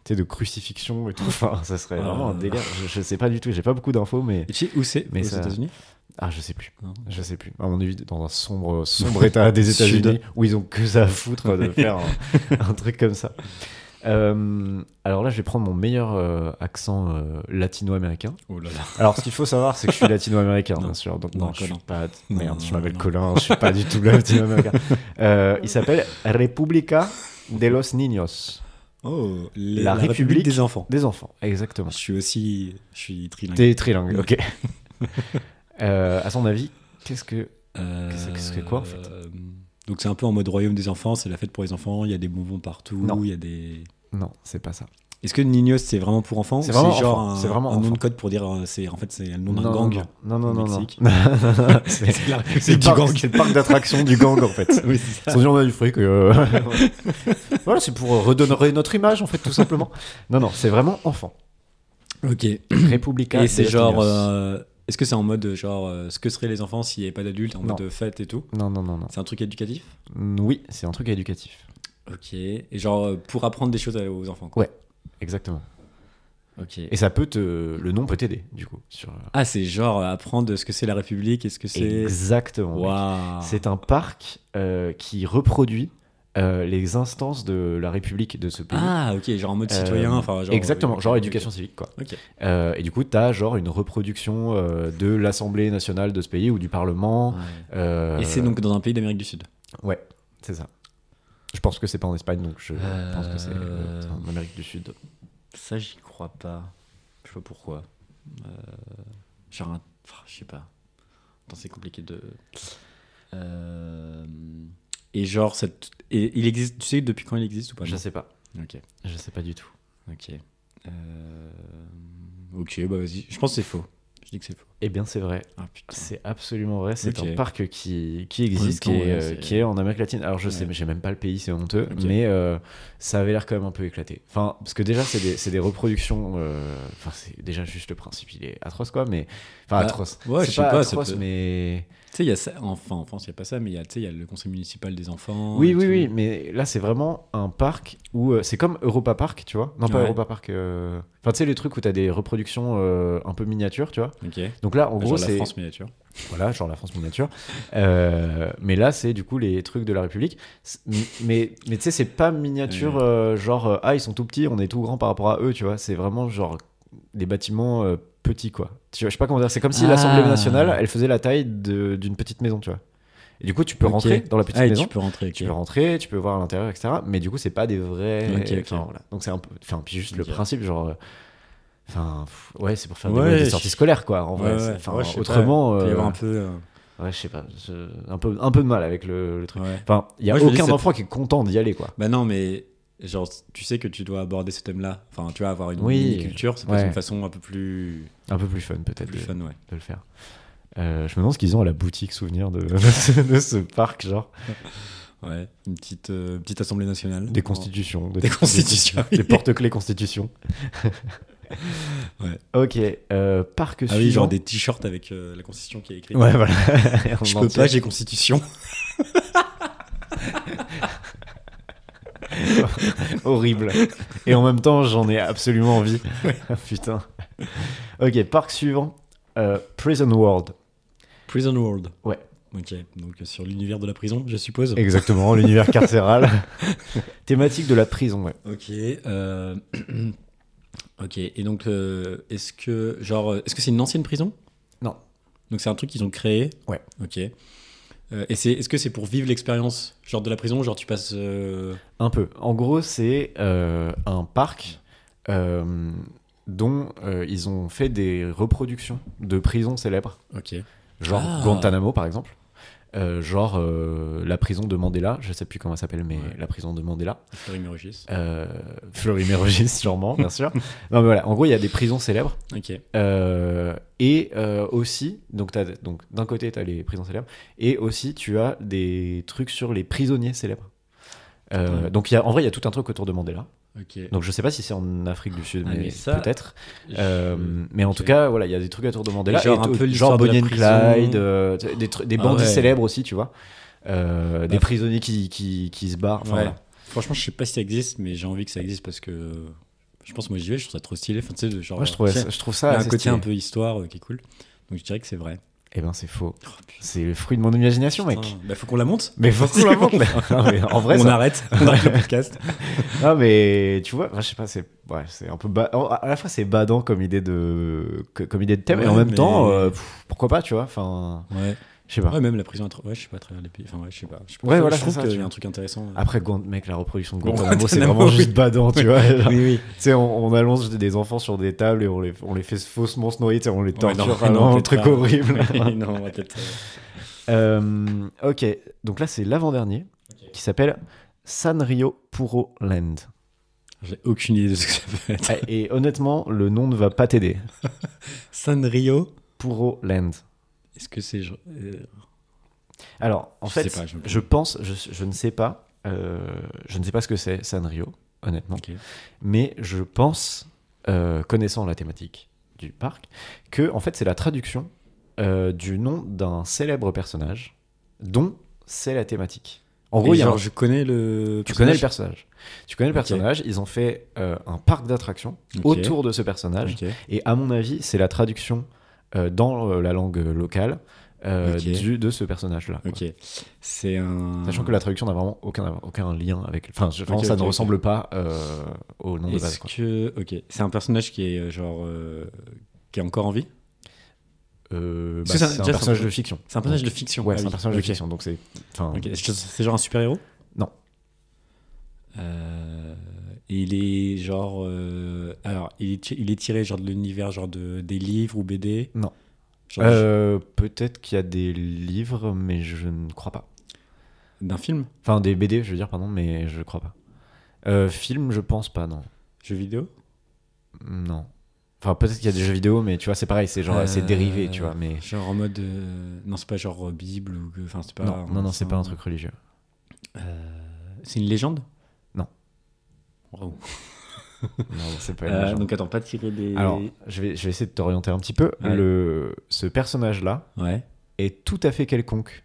[SPEAKER 1] tu sais, de crucifixion et tout. Enfin, ça serait
[SPEAKER 2] Ah.
[SPEAKER 1] vraiment un délire. Je, je sais pas du tout, j'ai pas beaucoup d'infos, mais.
[SPEAKER 2] Et tu sais où c'est
[SPEAKER 1] Mais
[SPEAKER 2] Aux
[SPEAKER 1] ça-
[SPEAKER 2] États-Unis
[SPEAKER 1] Ah, je sais plus.
[SPEAKER 2] Non.
[SPEAKER 1] Je sais plus. À mon avis, dans un sombre, sombre état des
[SPEAKER 2] Sud.
[SPEAKER 1] États-Unis où ils ont que ça à foutre de faire un, un truc comme ça. Euh, alors là, je vais prendre mon meilleur euh, accent euh, latino-américain.
[SPEAKER 2] Oh là là.
[SPEAKER 1] Alors, ce qu'il faut savoir, c'est que je suis latino-américain,
[SPEAKER 2] Non.
[SPEAKER 1] bien sûr. Donc,
[SPEAKER 2] Non,
[SPEAKER 1] non, je suis
[SPEAKER 2] Colin.
[SPEAKER 1] pas.
[SPEAKER 2] Non,
[SPEAKER 1] Merde,
[SPEAKER 2] non,
[SPEAKER 1] je m'appelle
[SPEAKER 2] non.
[SPEAKER 1] Colin, je suis pas du tout latino-américain. Euh, il s'appelle República de los Niños.
[SPEAKER 2] Oh, les-
[SPEAKER 1] La République-
[SPEAKER 2] des enfants.
[SPEAKER 1] Des enfants, exactement.
[SPEAKER 2] Je suis aussi. Je suis trilingue.
[SPEAKER 1] T'es trilingue, ok. Euh, à son avis, qu'est-ce que.
[SPEAKER 2] Euh,
[SPEAKER 1] Qu'est-ce que- qu'est-ce que quoi, en fait
[SPEAKER 2] euh, Donc c'est un peu en mode royaume des enfants, c'est la fête pour les enfants, il y a des bonbons partout,
[SPEAKER 1] Non.
[SPEAKER 2] il y a des...
[SPEAKER 1] Non, c'est pas ça.
[SPEAKER 2] Est-ce que Ninos c'est vraiment pour enfants
[SPEAKER 1] C'est
[SPEAKER 2] ou
[SPEAKER 1] vraiment
[SPEAKER 2] c'est genre
[SPEAKER 1] enfant,
[SPEAKER 2] un,
[SPEAKER 1] c'est vraiment
[SPEAKER 2] un nom
[SPEAKER 1] enfant.
[SPEAKER 2] de code pour dire euh, c'est en fait c'est le nom d'un
[SPEAKER 1] Non,
[SPEAKER 2] gang
[SPEAKER 1] Non, non,
[SPEAKER 2] au
[SPEAKER 1] non, non.
[SPEAKER 2] Mexique.
[SPEAKER 1] C'est-
[SPEAKER 2] C'est la-
[SPEAKER 1] C'est
[SPEAKER 2] c'est
[SPEAKER 1] le
[SPEAKER 2] du
[SPEAKER 1] parc-
[SPEAKER 2] gang.
[SPEAKER 1] c'est le parc d'attraction du gang, en fait.
[SPEAKER 2] Oui, c'est ça.
[SPEAKER 1] Sans dire on a du fric. euh, voilà, c'est pour euh, redonner notre image, en fait, tout simplement. Non, non, c'est vraiment enfant.
[SPEAKER 2] Ok. Et
[SPEAKER 1] Républicain.
[SPEAKER 2] c'est genre... euh, Est-ce que c'est en mode genre euh, ce que seraient les enfants s'il n'y avait pas d'adultes, en
[SPEAKER 1] Non.
[SPEAKER 2] mode euh, fête et tout
[SPEAKER 1] Non, non, non, non.
[SPEAKER 2] C'est un truc éducatif
[SPEAKER 1] Mm, Oui, c'est un truc éducatif.
[SPEAKER 2] Ok. Et genre euh, pour apprendre des choses à- aux enfants quoi.
[SPEAKER 1] Ouais. Exactement.
[SPEAKER 2] Ok.
[SPEAKER 1] Et ça peut te. Le nom peut t'aider, du coup. Sur...
[SPEAKER 2] Ah c'est genre euh, apprendre ce que c'est la République et ce que c'est...
[SPEAKER 1] Exactement. mec.
[SPEAKER 2] Waouh.
[SPEAKER 1] C'est un parc euh, qui reproduit euh, les instances de la République de ce pays.
[SPEAKER 2] Ah, ok, genre en mode
[SPEAKER 1] Euh,
[SPEAKER 2] citoyen, enfin genre. euh,
[SPEAKER 1] Exactement, genre
[SPEAKER 2] ok.
[SPEAKER 1] éducation civique, quoi.
[SPEAKER 2] Ok.
[SPEAKER 1] Euh, et du coup, t'as genre une reproduction euh, de l'Assemblée nationale de ce pays ou du Parlement. euh,
[SPEAKER 2] Et c'est donc dans un pays d'Amérique du Sud.
[SPEAKER 1] Ouais, c'est ça. Je pense que c'est pas en Espagne, donc je
[SPEAKER 2] Euh, bah
[SPEAKER 1] pense que c'est euh, en Amérique du Sud.
[SPEAKER 2] Ça, j'y crois pas. Je sais pas pourquoi. euh, genre, un- pff, je sais pas. Attends, c'est compliqué de. Euh, et genre, cette... et il existe. Tu sais depuis quand il existe ou pas
[SPEAKER 1] Je
[SPEAKER 2] non
[SPEAKER 1] sais pas.
[SPEAKER 2] Ok.
[SPEAKER 1] Je sais pas du tout.
[SPEAKER 2] Ok. Euh, Ok, bah vas-y. Je pense que c'est faux. Je dis que c'est faux.
[SPEAKER 1] Eh bien, c'est vrai.
[SPEAKER 2] Ah putain.
[SPEAKER 1] C'est absolument vrai. C'est
[SPEAKER 2] Ok.
[SPEAKER 1] un parc qui, qui existe,
[SPEAKER 2] En même temps,
[SPEAKER 1] qui, est,
[SPEAKER 2] ouais,
[SPEAKER 1] euh,
[SPEAKER 2] c'est-
[SPEAKER 1] qui est en Amérique latine. Alors, je sais,
[SPEAKER 2] Ouais.
[SPEAKER 1] mais j'ai même pas le pays, c'est honteux.
[SPEAKER 2] Ok.
[SPEAKER 1] Mais euh, ça avait l'air quand même un peu éclaté. Enfin, parce que déjà, c'est des, c'est des reproductions. euh, Enfin, c'est déjà juste le principe, il est atroce, quoi. Mais enfin,
[SPEAKER 2] Bah,
[SPEAKER 1] atroce.
[SPEAKER 2] ouais,
[SPEAKER 1] c'est
[SPEAKER 2] je sais pas, ça
[SPEAKER 1] atroce,
[SPEAKER 2] peut-
[SPEAKER 1] mais
[SPEAKER 2] Tu sais, il y a ça. Enfin, en France, il n'y a pas ça, mais il y a, tu sais, il y a le conseil municipal des enfants.
[SPEAKER 1] oui,
[SPEAKER 2] et
[SPEAKER 1] oui,
[SPEAKER 2] tout.
[SPEAKER 1] oui. Mais là, c'est vraiment un parc où euh, c'est comme Europa Park, tu vois. Non, pas
[SPEAKER 2] Ouais.
[SPEAKER 1] Europa Park. euh, Enfin, tu sais, les trucs où t'as des reproductions euh, un peu miniatures, tu vois.
[SPEAKER 2] Ok.
[SPEAKER 1] Donc là, en
[SPEAKER 2] Bah,
[SPEAKER 1] gros,
[SPEAKER 2] genre la
[SPEAKER 1] c'est
[SPEAKER 2] France miniature.
[SPEAKER 1] voilà, genre la France miniature. Euh, mais là, c'est du coup les trucs de la République. C'est- Mais, mais tu sais, c'est pas miniature
[SPEAKER 2] Ouais.
[SPEAKER 1] euh, genre euh, ah ils sont tout petits, on est tout grand par rapport à eux, tu vois. C'est vraiment genre des bâtiments euh, petits quoi. Tu vois, je sais pas comment dire. C'est comme si
[SPEAKER 2] Ah.
[SPEAKER 1] l'Assemblée nationale, elle faisait la taille de- d'une petite maison, tu vois. Et du coup, tu peux
[SPEAKER 2] Ok.
[SPEAKER 1] rentrer dans la petite
[SPEAKER 2] Ah, et
[SPEAKER 1] maison.
[SPEAKER 2] tu peux rentrer. ok.
[SPEAKER 1] Tu peux rentrer, tu peux voir à l'intérieur, etc. Mais du coup, c'est pas des vrais.
[SPEAKER 2] Ok, ok.
[SPEAKER 1] enfin, voilà. Donc c'est un peu. Enfin, puis juste
[SPEAKER 2] Ok.
[SPEAKER 1] le principe, genre. euh, Enfin, pff, ouais, c'est pour faire
[SPEAKER 2] Ouais,
[SPEAKER 1] des, des
[SPEAKER 2] je-
[SPEAKER 1] sorties scolaires, quoi. En vrai,
[SPEAKER 2] Ouais,
[SPEAKER 1] C'est-
[SPEAKER 2] ouais,
[SPEAKER 1] enfin,
[SPEAKER 2] ouais, je sais
[SPEAKER 1] autrement,
[SPEAKER 2] pas. Il peut y
[SPEAKER 1] euh,
[SPEAKER 2] avoir un peu. euh,
[SPEAKER 1] ouais, je sais pas, je- un peu, un peu de mal avec le, le truc.
[SPEAKER 2] ouais.
[SPEAKER 1] Enfin, il y a
[SPEAKER 2] Moi, je me dis,
[SPEAKER 1] aucun
[SPEAKER 2] c'est-
[SPEAKER 1] enfant qui est content d'y aller, quoi.
[SPEAKER 2] Bah non, mais genre, tu sais que tu dois aborder ce thème-là. Enfin, tu vas avoir une
[SPEAKER 1] Oui.
[SPEAKER 2] culture, c'est peut-être
[SPEAKER 1] Ouais.
[SPEAKER 2] une façon un peu plus,
[SPEAKER 1] Un peu plus fun, peut-être, de,
[SPEAKER 2] plus fun, ouais.
[SPEAKER 1] de le faire. Euh, je me demande ce qu'ils ont à la boutique souvenir de, de ce- de ce parc, genre
[SPEAKER 2] Ouais, une petite, euh, petite assemblée nationale.
[SPEAKER 1] des constitutions, des,
[SPEAKER 2] Des constitutions.
[SPEAKER 1] des porte-clés constitutions.
[SPEAKER 2] Ouais.
[SPEAKER 1] Ok, euh, parc
[SPEAKER 2] Ah oui,
[SPEAKER 1] suivant.
[SPEAKER 2] genre des t-shirts avec euh, la constitution qui est écrite.
[SPEAKER 1] Ouais, voilà.
[SPEAKER 2] Je
[SPEAKER 1] En
[SPEAKER 2] peux
[SPEAKER 1] entier.
[SPEAKER 2] pas, j'ai constitution.
[SPEAKER 1] horrible. Et en même temps, j'en ai absolument envie. Putain. Ok, parc suivant. Euh, Prison World.
[SPEAKER 2] Prison World.
[SPEAKER 1] Ouais.
[SPEAKER 2] Ok, donc euh, sur l'univers de la prison, je suppose.
[SPEAKER 1] Exactement, l'univers carcéral. Thématique de la prison, ouais.
[SPEAKER 2] Ok. euh, ok, et donc, euh, est-ce que genre, euh, est-ce que c'est une ancienne prison
[SPEAKER 1] Non.
[SPEAKER 2] Donc c'est un truc qu'ils ont créé
[SPEAKER 1] Ouais.
[SPEAKER 2] Ok. Euh, et c'est, est-ce que c'est pour vivre l'expérience genre de la prison Genre tu passes. euh,
[SPEAKER 1] Un peu. En gros, c'est euh, un parc euh, dont euh, ils ont fait des reproductions de prisons célèbres.
[SPEAKER 2] Ok.
[SPEAKER 1] Genre
[SPEAKER 2] Ah.
[SPEAKER 1] Guantanamo, par exemple. Euh, genre euh, la prison de Mandela, je sais plus comment elle s'appelle, mais
[SPEAKER 2] Ouais.
[SPEAKER 1] la prison de Mandela.
[SPEAKER 2] Fleury-Mérogis.
[SPEAKER 1] Euh, Fleury-Mérogis, sûrement, bien sûr. Non, mais voilà, en gros, il y a des prisons célèbres.
[SPEAKER 2] Ok.
[SPEAKER 1] Euh, et euh, aussi, donc, t'as- donc d'un côté, tu as les prisons célèbres, et aussi, tu as des trucs sur les prisonniers célèbres. Euh,
[SPEAKER 2] Ouais.
[SPEAKER 1] Donc, il y a, en vrai, il y a tout un truc autour de Mandela.
[SPEAKER 2] Ok.
[SPEAKER 1] Donc, je sais pas si c'est en Afrique du Sud,
[SPEAKER 2] Ah,
[SPEAKER 1] mais,
[SPEAKER 2] mais ça,
[SPEAKER 1] peut-être.
[SPEAKER 2] Je-
[SPEAKER 1] Euh, mais en
[SPEAKER 2] ok.
[SPEAKER 1] tout cas, voilà, il y a des trucs autour de Mandela.
[SPEAKER 2] Et genre
[SPEAKER 1] Et
[SPEAKER 2] un
[SPEAKER 1] tout-
[SPEAKER 2] peu l'histoire
[SPEAKER 1] genre
[SPEAKER 2] de la
[SPEAKER 1] Bonnie and
[SPEAKER 2] prison.
[SPEAKER 1] Clyde, euh, t- des, tr- des
[SPEAKER 2] Ah
[SPEAKER 1] bandits
[SPEAKER 2] ouais.
[SPEAKER 1] célèbres aussi, tu vois. Euh, des
[SPEAKER 2] Bah,
[SPEAKER 1] prisonniers qui, qui, qui se barrent. Enfin,
[SPEAKER 2] Ouais.
[SPEAKER 1] voilà.
[SPEAKER 2] Franchement, je sais pas si ça existe, mais j'ai envie que ça existe parce que je pense que moi j'y vais, je trouve ça trop stylé. Enfin, tu sais, de genre.
[SPEAKER 1] Moi, je, trouvais
[SPEAKER 2] tiens,
[SPEAKER 1] ça- je trouve
[SPEAKER 2] il
[SPEAKER 1] ça.
[SPEAKER 2] y a un
[SPEAKER 1] assez
[SPEAKER 2] côté
[SPEAKER 1] stylé.
[SPEAKER 2] un peu histoire euh, qui est cool. Donc je dirais que c'est vrai.
[SPEAKER 1] Eh ben, c'est faux.
[SPEAKER 2] Oh, putain,
[SPEAKER 1] C'est le fruit de mon imagination, mec.
[SPEAKER 2] Bah, faut qu'on la monte.
[SPEAKER 1] Mais faut qu'on la monte, là. Non, mais en vrai,
[SPEAKER 2] on
[SPEAKER 1] ça-
[SPEAKER 2] arrête, on arrête le podcast.
[SPEAKER 1] Ah, mais tu vois, enfin, je sais pas, c'est ouais, c'est un peu. ba- À la fois, c'est badant comme idée de, que- comme idée de thème, et en
[SPEAKER 2] Ouais,
[SPEAKER 1] même
[SPEAKER 2] mais-
[SPEAKER 1] temps, euh, pff, pourquoi pas, tu vois Enfin,
[SPEAKER 2] Ouais.
[SPEAKER 1] je sais pas.
[SPEAKER 2] ouais, même la prison à tra- ouais, je sais pas, à travers les pays. Enfin, ouais, je sais pas. Je,
[SPEAKER 1] Ouais,
[SPEAKER 2] je
[SPEAKER 1] voilà,
[SPEAKER 2] trouve
[SPEAKER 1] c'est ça,
[SPEAKER 2] qu'il
[SPEAKER 1] tu
[SPEAKER 2] y a un
[SPEAKER 1] vois.
[SPEAKER 2] truc intéressant. euh.
[SPEAKER 1] Après, Guant- mec, la reproduction de
[SPEAKER 2] Bon,
[SPEAKER 1] Guantanamo, c'est
[SPEAKER 2] Guantanamo,
[SPEAKER 1] vraiment
[SPEAKER 2] oui.
[SPEAKER 1] juste badant, tu vois. genre.
[SPEAKER 2] oui, oui.
[SPEAKER 1] Tu sais, on, on allonge des enfants sur des tables et on les, on les fait faussement se noyer, tu sais, on les
[SPEAKER 2] Ouais, non,
[SPEAKER 1] torture,
[SPEAKER 2] non,
[SPEAKER 1] vraiment, un
[SPEAKER 2] peut-être
[SPEAKER 1] truc
[SPEAKER 2] pas.
[SPEAKER 1] horrible.
[SPEAKER 2] Ouais, non, on va peut-être. euh,
[SPEAKER 1] Euh, ok, donc là, c'est l'avant-dernier,
[SPEAKER 2] Ok.
[SPEAKER 1] qui s'appelle Sanrio Puro Land.
[SPEAKER 2] J'ai aucune idée de ce que ça peut être.
[SPEAKER 1] Ah, Et honnêtement, le nom ne va pas t'aider.
[SPEAKER 2] Sanrio,
[SPEAKER 1] Puro Land.
[SPEAKER 2] est-ce que c'est. genre, euh,
[SPEAKER 1] Alors, en
[SPEAKER 2] Je
[SPEAKER 1] fait,
[SPEAKER 2] sais pas, je-
[SPEAKER 1] je pense, je, je ne sais pas, euh, je ne sais pas ce que c'est Sanrio, honnêtement,
[SPEAKER 2] Ok.
[SPEAKER 1] mais je pense, euh, connaissant la thématique du parc, que en fait c'est la traduction euh, du nom d'un célèbre personnage dont c'est la thématique. En gros,
[SPEAKER 2] Et
[SPEAKER 1] il y a
[SPEAKER 2] genre,
[SPEAKER 1] un-
[SPEAKER 2] je connais le.
[SPEAKER 1] tu connais le
[SPEAKER 2] personnage
[SPEAKER 1] personnage. Tu connais le
[SPEAKER 2] Ok.
[SPEAKER 1] personnage, ils ont fait euh, un parc d'attractions
[SPEAKER 2] Ok.
[SPEAKER 1] autour de ce personnage.
[SPEAKER 2] Ok.
[SPEAKER 1] Et à mon avis, c'est la traduction euh, dans euh, la langue locale euh,
[SPEAKER 2] Ok.
[SPEAKER 1] du- de ce personnage-là. quoi.
[SPEAKER 2] Ok. C'est un.
[SPEAKER 1] Sachant que la traduction n'a vraiment aucun, aucun lien avec. Enfin, je- vraiment,
[SPEAKER 2] Ok,
[SPEAKER 1] ça
[SPEAKER 2] ok,
[SPEAKER 1] ne
[SPEAKER 2] ok.
[SPEAKER 1] ressemble pas euh, au nom de base.
[SPEAKER 2] Est-ce
[SPEAKER 1] quoi.
[SPEAKER 2] que. Ok. C'est un personnage qui est euh, genre. euh, qui est encore en vie
[SPEAKER 1] Euh, bah,
[SPEAKER 2] Est-ce que
[SPEAKER 1] c'est
[SPEAKER 2] c'est
[SPEAKER 1] un,
[SPEAKER 2] un- déjà, c'est un
[SPEAKER 1] personnage
[SPEAKER 2] peu-
[SPEAKER 1] de fiction.
[SPEAKER 2] C'est un personnage de fiction.
[SPEAKER 1] Ouais,
[SPEAKER 2] Ah
[SPEAKER 1] c'est un
[SPEAKER 2] oui.
[SPEAKER 1] personnage
[SPEAKER 2] Ok.
[SPEAKER 1] de fiction. Donc c'est. Enfin,
[SPEAKER 2] Ok. C'est c'est genre un super-héros
[SPEAKER 1] Non.
[SPEAKER 2] Euh, Et il est genre. euh, alors, il est, ti- il est tiré genre de l'univers, genre de, des livres ou BD
[SPEAKER 1] Non.
[SPEAKER 2] Genre
[SPEAKER 1] Euh, Peut-être qu'il y a des livres, mais je ne crois pas.
[SPEAKER 2] D'un film
[SPEAKER 1] Enfin, des BD, je veux dire, pardon, mais je crois pas. Euh, film, je pense pas, non.
[SPEAKER 2] Jeu vidéo
[SPEAKER 1] Non. Enfin, peut-être qu'il y a des jeux vidéo, mais tu vois, c'est pareil, c'est genre, c'est
[SPEAKER 2] Euh,
[SPEAKER 1] dérivé, tu vois, mais.
[SPEAKER 2] Genre en mode. euh, non, c'est pas genre euh, Bible ou. que- Enfin, c'est pas.
[SPEAKER 1] Non, non, non, c'est pas un truc religieux.
[SPEAKER 2] Euh, c'est une légende
[SPEAKER 1] Non.
[SPEAKER 2] Waouh.
[SPEAKER 1] Non, c'est pas une
[SPEAKER 2] Euh,
[SPEAKER 1] légende.
[SPEAKER 2] donc attends, pas tiré des.
[SPEAKER 1] Alors, je vais, je vais essayer de t'orienter un petit peu.
[SPEAKER 2] Ouais.
[SPEAKER 1] Le, ce personnage-là
[SPEAKER 2] Ouais.
[SPEAKER 1] est tout à fait quelconque.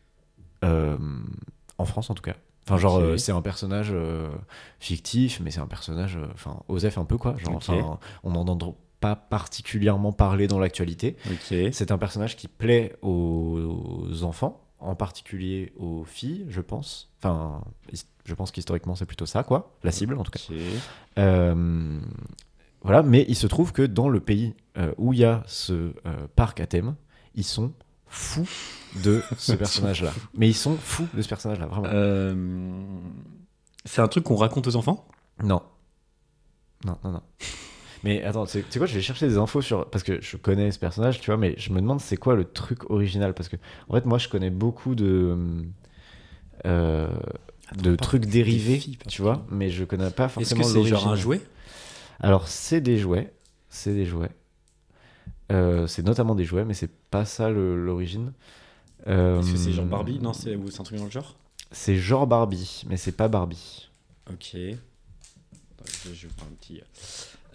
[SPEAKER 1] Euh, en France, en tout cas. Enfin, genre,
[SPEAKER 2] Ok.
[SPEAKER 1] euh, c'est un personnage euh, fictif, mais c'est un personnage, euh, enfin, Osef un peu, quoi. Genre,
[SPEAKER 2] Ok.
[SPEAKER 1] enfin, on n'en entend pas particulièrement parler dans l'actualité.
[SPEAKER 2] Ok.
[SPEAKER 1] C'est un personnage qui plaît aux, aux enfants, en particulier aux filles, je pense. Enfin, his- je pense qu'historiquement, c'est plutôt ça, quoi. La cible, en tout cas.
[SPEAKER 2] Ok.
[SPEAKER 1] Euh, voilà, mais il se trouve que dans le pays euh, où il y a ce euh, parc à thème, ils sont fous de ce personnage-là. mais ils sont fous de ce personnage-là, vraiment.
[SPEAKER 2] Euh, c'est un truc qu'on raconte aux enfants
[SPEAKER 1] Non. Non, non, non. Mais attends, tu sais- tu sais quoi, je vais chercher des infos sur. Parce que je connais ce personnage, tu vois, mais je me demande c'est quoi le truc original. Parce que, en fait, moi, je connais beaucoup de. euh, de
[SPEAKER 2] pas
[SPEAKER 1] trucs dérivés,
[SPEAKER 2] filles, pas
[SPEAKER 1] tu
[SPEAKER 2] des
[SPEAKER 1] vois, mais je connais pas
[SPEAKER 2] Est-ce
[SPEAKER 1] forcément
[SPEAKER 2] que c'est genre
[SPEAKER 1] l'original.
[SPEAKER 2] un jouet
[SPEAKER 1] Alors, c'est des jouets. C'est des jouets. Euh, c'est notamment des jouets, mais c'est pas ça le- l'origine. Euh,
[SPEAKER 2] Est-ce que c'est genre Barbie Non, c'est ou c'est un truc dans le genre
[SPEAKER 1] C'est genre Barbie, mais c'est pas Barbie.
[SPEAKER 2] Ok. Attends, Je, je prends un petit.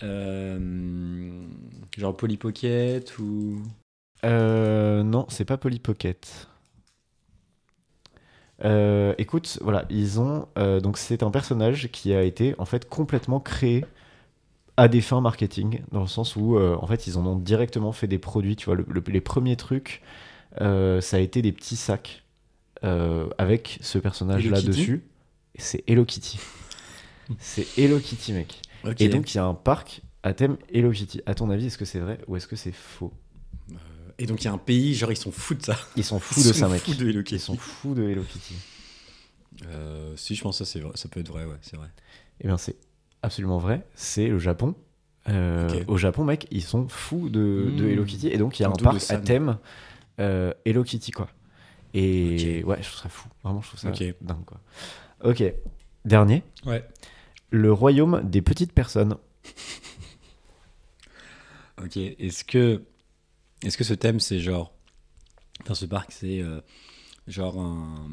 [SPEAKER 2] Euh, genre Polly Pocket ou.
[SPEAKER 1] Euh, non, c'est pas Polly Pocket. Euh, écoute, voilà, ils ont euh, donc c'est un personnage qui a été en fait complètement créé à des fins marketing, dans le sens où euh, en fait ils en ont directement fait des produits. Tu vois, le- le- les premiers trucs, euh, ça a été des petits sacs euh, avec ce personnage
[SPEAKER 2] Hello
[SPEAKER 1] là
[SPEAKER 2] Kitty
[SPEAKER 1] dessus. C'est Hello Kitty. c'est Hello Kitty, mec.
[SPEAKER 2] Ok.
[SPEAKER 1] Et donc il y a un parc à thème Hello Kitty. À ton avis, est-ce que c'est vrai ou est-ce que c'est faux
[SPEAKER 2] Et donc il y a un pays, genre ils sont fous de ça.
[SPEAKER 1] Ils sont fous de ça, mec.
[SPEAKER 2] Fous de Hello
[SPEAKER 1] Ils sont
[SPEAKER 2] Kitty.
[SPEAKER 1] fous de Hello Kitty.
[SPEAKER 2] Euh, si, je pense que ça, c'est vrai. ça peut être vrai, ouais, c'est vrai.
[SPEAKER 1] Eh bien, c'est absolument vrai. C'est le Japon. Euh,
[SPEAKER 2] Ok.
[SPEAKER 1] Au Japon, mec, ils sont fous de, de
[SPEAKER 2] Mmh.
[SPEAKER 1] Hello Kitty. Et donc, il y a
[SPEAKER 2] Un
[SPEAKER 1] un
[SPEAKER 2] double
[SPEAKER 1] parc à
[SPEAKER 2] Sam.
[SPEAKER 1] thème euh, Hello Kitty, quoi. Et ouais, je trouve ça fou. Vraiment, je trouve ça
[SPEAKER 2] Ok.
[SPEAKER 1] dingue, quoi. Ok. Dernier.
[SPEAKER 2] Ouais.
[SPEAKER 1] Le royaume des petites personnes.
[SPEAKER 2] Ok. Est-ce que, est-ce que ce thème, c'est genre. Dans ce parc, c'est euh, genre un,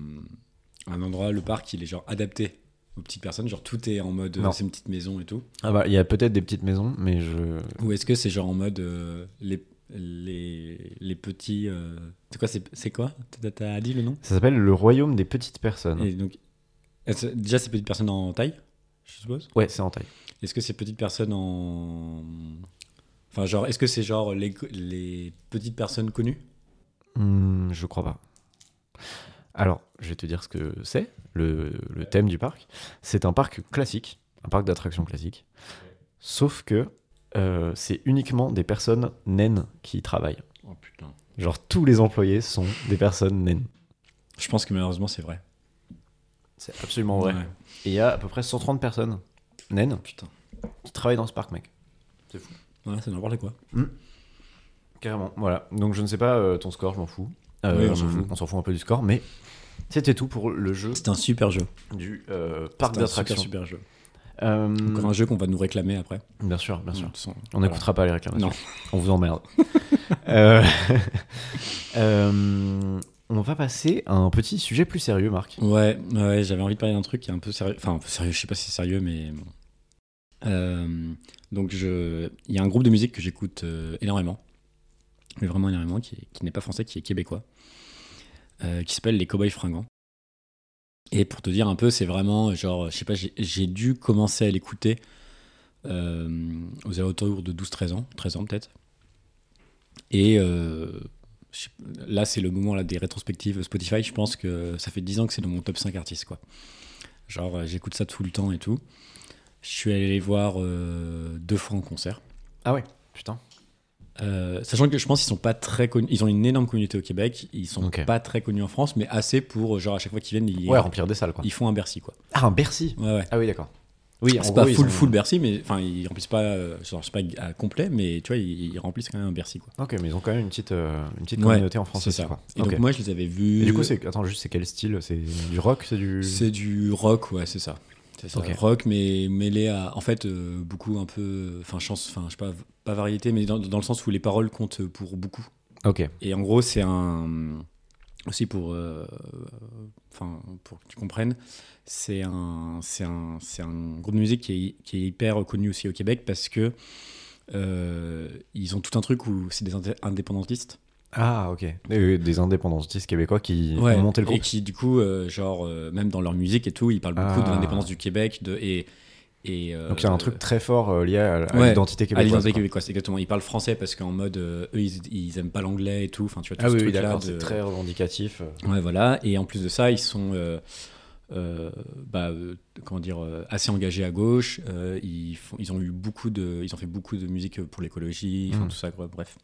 [SPEAKER 2] un endroit, le parc, il est genre adapté aux petites personnes. Genre tout est en mode.
[SPEAKER 1] Non.
[SPEAKER 2] euh, C'est une petite maison et tout.
[SPEAKER 1] Ah bah, il y a peut-être des petites maisons, mais je.
[SPEAKER 2] Ou est-ce que c'est genre en mode euh, les, les, les petits. euh, C'est quoi c'est- C'est quoi T'as- T'as dit le nom
[SPEAKER 1] Ça s'appelle le royaume des petites personnes.
[SPEAKER 2] Et donc, est-ce- Déjà, c'est petites personnes en taille, je suppose.
[SPEAKER 1] Ouais, c'est en taille.
[SPEAKER 2] Est-ce que c'est petites personnes en. Enfin, genre, est-ce que c'est genre les, co- les petites personnes connues
[SPEAKER 1] Hmm, je crois pas. Alors, je vais te dire ce que c'est, le, le thème du parc. C'est un parc classique, un parc d'attractions classique. Sauf que euh, c'est uniquement des personnes naines qui y travaillent.
[SPEAKER 2] Oh putain.
[SPEAKER 1] Genre, tous les employés sont des personnes naines.
[SPEAKER 2] Je pense que malheureusement, c'est vrai.
[SPEAKER 1] C'est absolument vrai. Et il y a à peu près 130 personnes naines
[SPEAKER 2] Putain.
[SPEAKER 1] qui travaillent dans ce parc, mec.
[SPEAKER 2] Ouais, c'est n'importe quoi.
[SPEAKER 1] Carrément, voilà. Donc, je ne sais pas euh, ton score, je m'en fous. Euh,
[SPEAKER 2] Oui, on s'en fout.
[SPEAKER 1] on s'en fout un peu du score, mais c'était tout pour le jeu
[SPEAKER 2] C'est un super jeu.
[SPEAKER 1] du euh, parc
[SPEAKER 2] C'est un super,
[SPEAKER 1] d'attractions.
[SPEAKER 2] super jeu.
[SPEAKER 1] Euh,
[SPEAKER 2] Encore un jeu qu'on va nous réclamer après.
[SPEAKER 1] Bien sûr, bien sûr.
[SPEAKER 2] De toute façon,
[SPEAKER 1] On
[SPEAKER 2] voilà.
[SPEAKER 1] n'écoutera pas les réclamations.
[SPEAKER 2] Non.
[SPEAKER 1] On vous emmerde. Euh, euh, on va passer à un petit sujet plus sérieux, Marc.
[SPEAKER 2] Ouais, ouais j'avais envie de parler d'un truc qui est un peu sérieux. Enfin, un peu sérieux, je sais pas si c'est sérieux, mais. bon. Euh, donc, je... il y a un groupe de musique que j'écoute euh, énormément, mais vraiment énormément, qui, est- qui n'est pas français, qui est québécois, euh, qui s'appelle Les Cowboys Fringants. Et pour te dire un peu, c'est vraiment genre, je sais pas, j'ai- j'ai dû commencer à l'écouter euh, aux alentours de 12-13 ans, 13 ans peut-être. Et euh, je sais- là, c'est le moment là, des rétrospectives Spotify. Je pense que ça fait 10 ans que c'est dans mon top 5 artistes. Quoi. Genre, euh, j'écoute ça tout le temps et tout. Je suis allé les voir euh, deux fois en concert.
[SPEAKER 1] Ah ouais, putain.
[SPEAKER 2] Euh, sachant que je pense qu'ils sont pas très connus. Ils ont une énorme communauté au Québec. Ils sont
[SPEAKER 1] Ok.
[SPEAKER 2] pas très connus en France, mais assez pour, euh, genre, à chaque fois qu'ils viennent, ils,
[SPEAKER 1] Ouais, remplir des salles, quoi.
[SPEAKER 2] ils font un Bercy. Quoi.
[SPEAKER 1] Ah, un Bercy
[SPEAKER 2] Ouais, ouais.
[SPEAKER 1] Ah oui, d'accord. Oui, en
[SPEAKER 2] C'est pas
[SPEAKER 1] gros, ils
[SPEAKER 2] full
[SPEAKER 1] ont-
[SPEAKER 2] full Bercy, mais enfin ils remplissent pas, euh, genre, c'est pas à complet, mais tu vois ils, ils remplissent quand même un Bercy quoi.
[SPEAKER 1] Ok, mais ils ont quand même une petite, euh, une petite
[SPEAKER 2] Ouais,
[SPEAKER 1] communauté en France
[SPEAKER 2] C'est
[SPEAKER 1] aussi,
[SPEAKER 2] ça.
[SPEAKER 1] quoi.
[SPEAKER 2] Et
[SPEAKER 1] Ok.
[SPEAKER 2] donc moi je les avais vus.
[SPEAKER 1] Et du coup, c'est attends, juste c'est quel style C'est du rock, c'est du
[SPEAKER 2] C'est du rock, ouais, c'est ça. C'est ça.
[SPEAKER 1] Mhm. Ok.
[SPEAKER 2] Rock, mais mêlé à. En fait, euh, beaucoup un peu. Enfin, chance. Enfin, je sais pas, pas variété, mais dans, dans le sens où les paroles comptent pour beaucoup.
[SPEAKER 1] Ok.
[SPEAKER 2] Et en gros, c'est un. Aussi pour. euh, Enfin, pour que tu comprennes, c'est un, c'est un, c'est un groupe de musique qui est, qui est hyper connu aussi au Québec parce que. euh, ils ont tout un truc où c'est des indé- indépendantistes.
[SPEAKER 1] Ah, ok. Des, des indépendantistes québécois qui
[SPEAKER 2] Ouais,
[SPEAKER 1] ont monté le
[SPEAKER 2] Et
[SPEAKER 1] groupe.
[SPEAKER 2] qui, du coup, euh, genre, euh, même dans leur musique et tout, ils parlent beaucoup de
[SPEAKER 1] Ah.
[SPEAKER 2] l'indépendance du Québec. De, et, et, euh,
[SPEAKER 1] Donc il y a un truc très fort euh, lié à, à
[SPEAKER 2] ouais,
[SPEAKER 1] l'identité
[SPEAKER 2] à
[SPEAKER 1] québécoise.
[SPEAKER 2] l'identité
[SPEAKER 1] quoi.
[SPEAKER 2] québécoise, exactement. Ils parlent français parce qu'en mode, euh, eux, ils, ils aiment pas l'anglais et tout. Enfin, tu vois, tout
[SPEAKER 1] Ah
[SPEAKER 2] ce
[SPEAKER 1] oui, oui,
[SPEAKER 2] truc-là.
[SPEAKER 1] d'accord,
[SPEAKER 2] de-
[SPEAKER 1] c'est très revendicatif. euh.
[SPEAKER 2] Ouais, voilà. Et en plus de ça, ils sont. euh, euh, bah, euh, comment dire euh, assez engagés à gauche Euh, ils, font- ils ont eu beaucoup de ils ont fait beaucoup de musique pour l'écologie enfin
[SPEAKER 1] Mm.
[SPEAKER 2] tout ça quoi, bref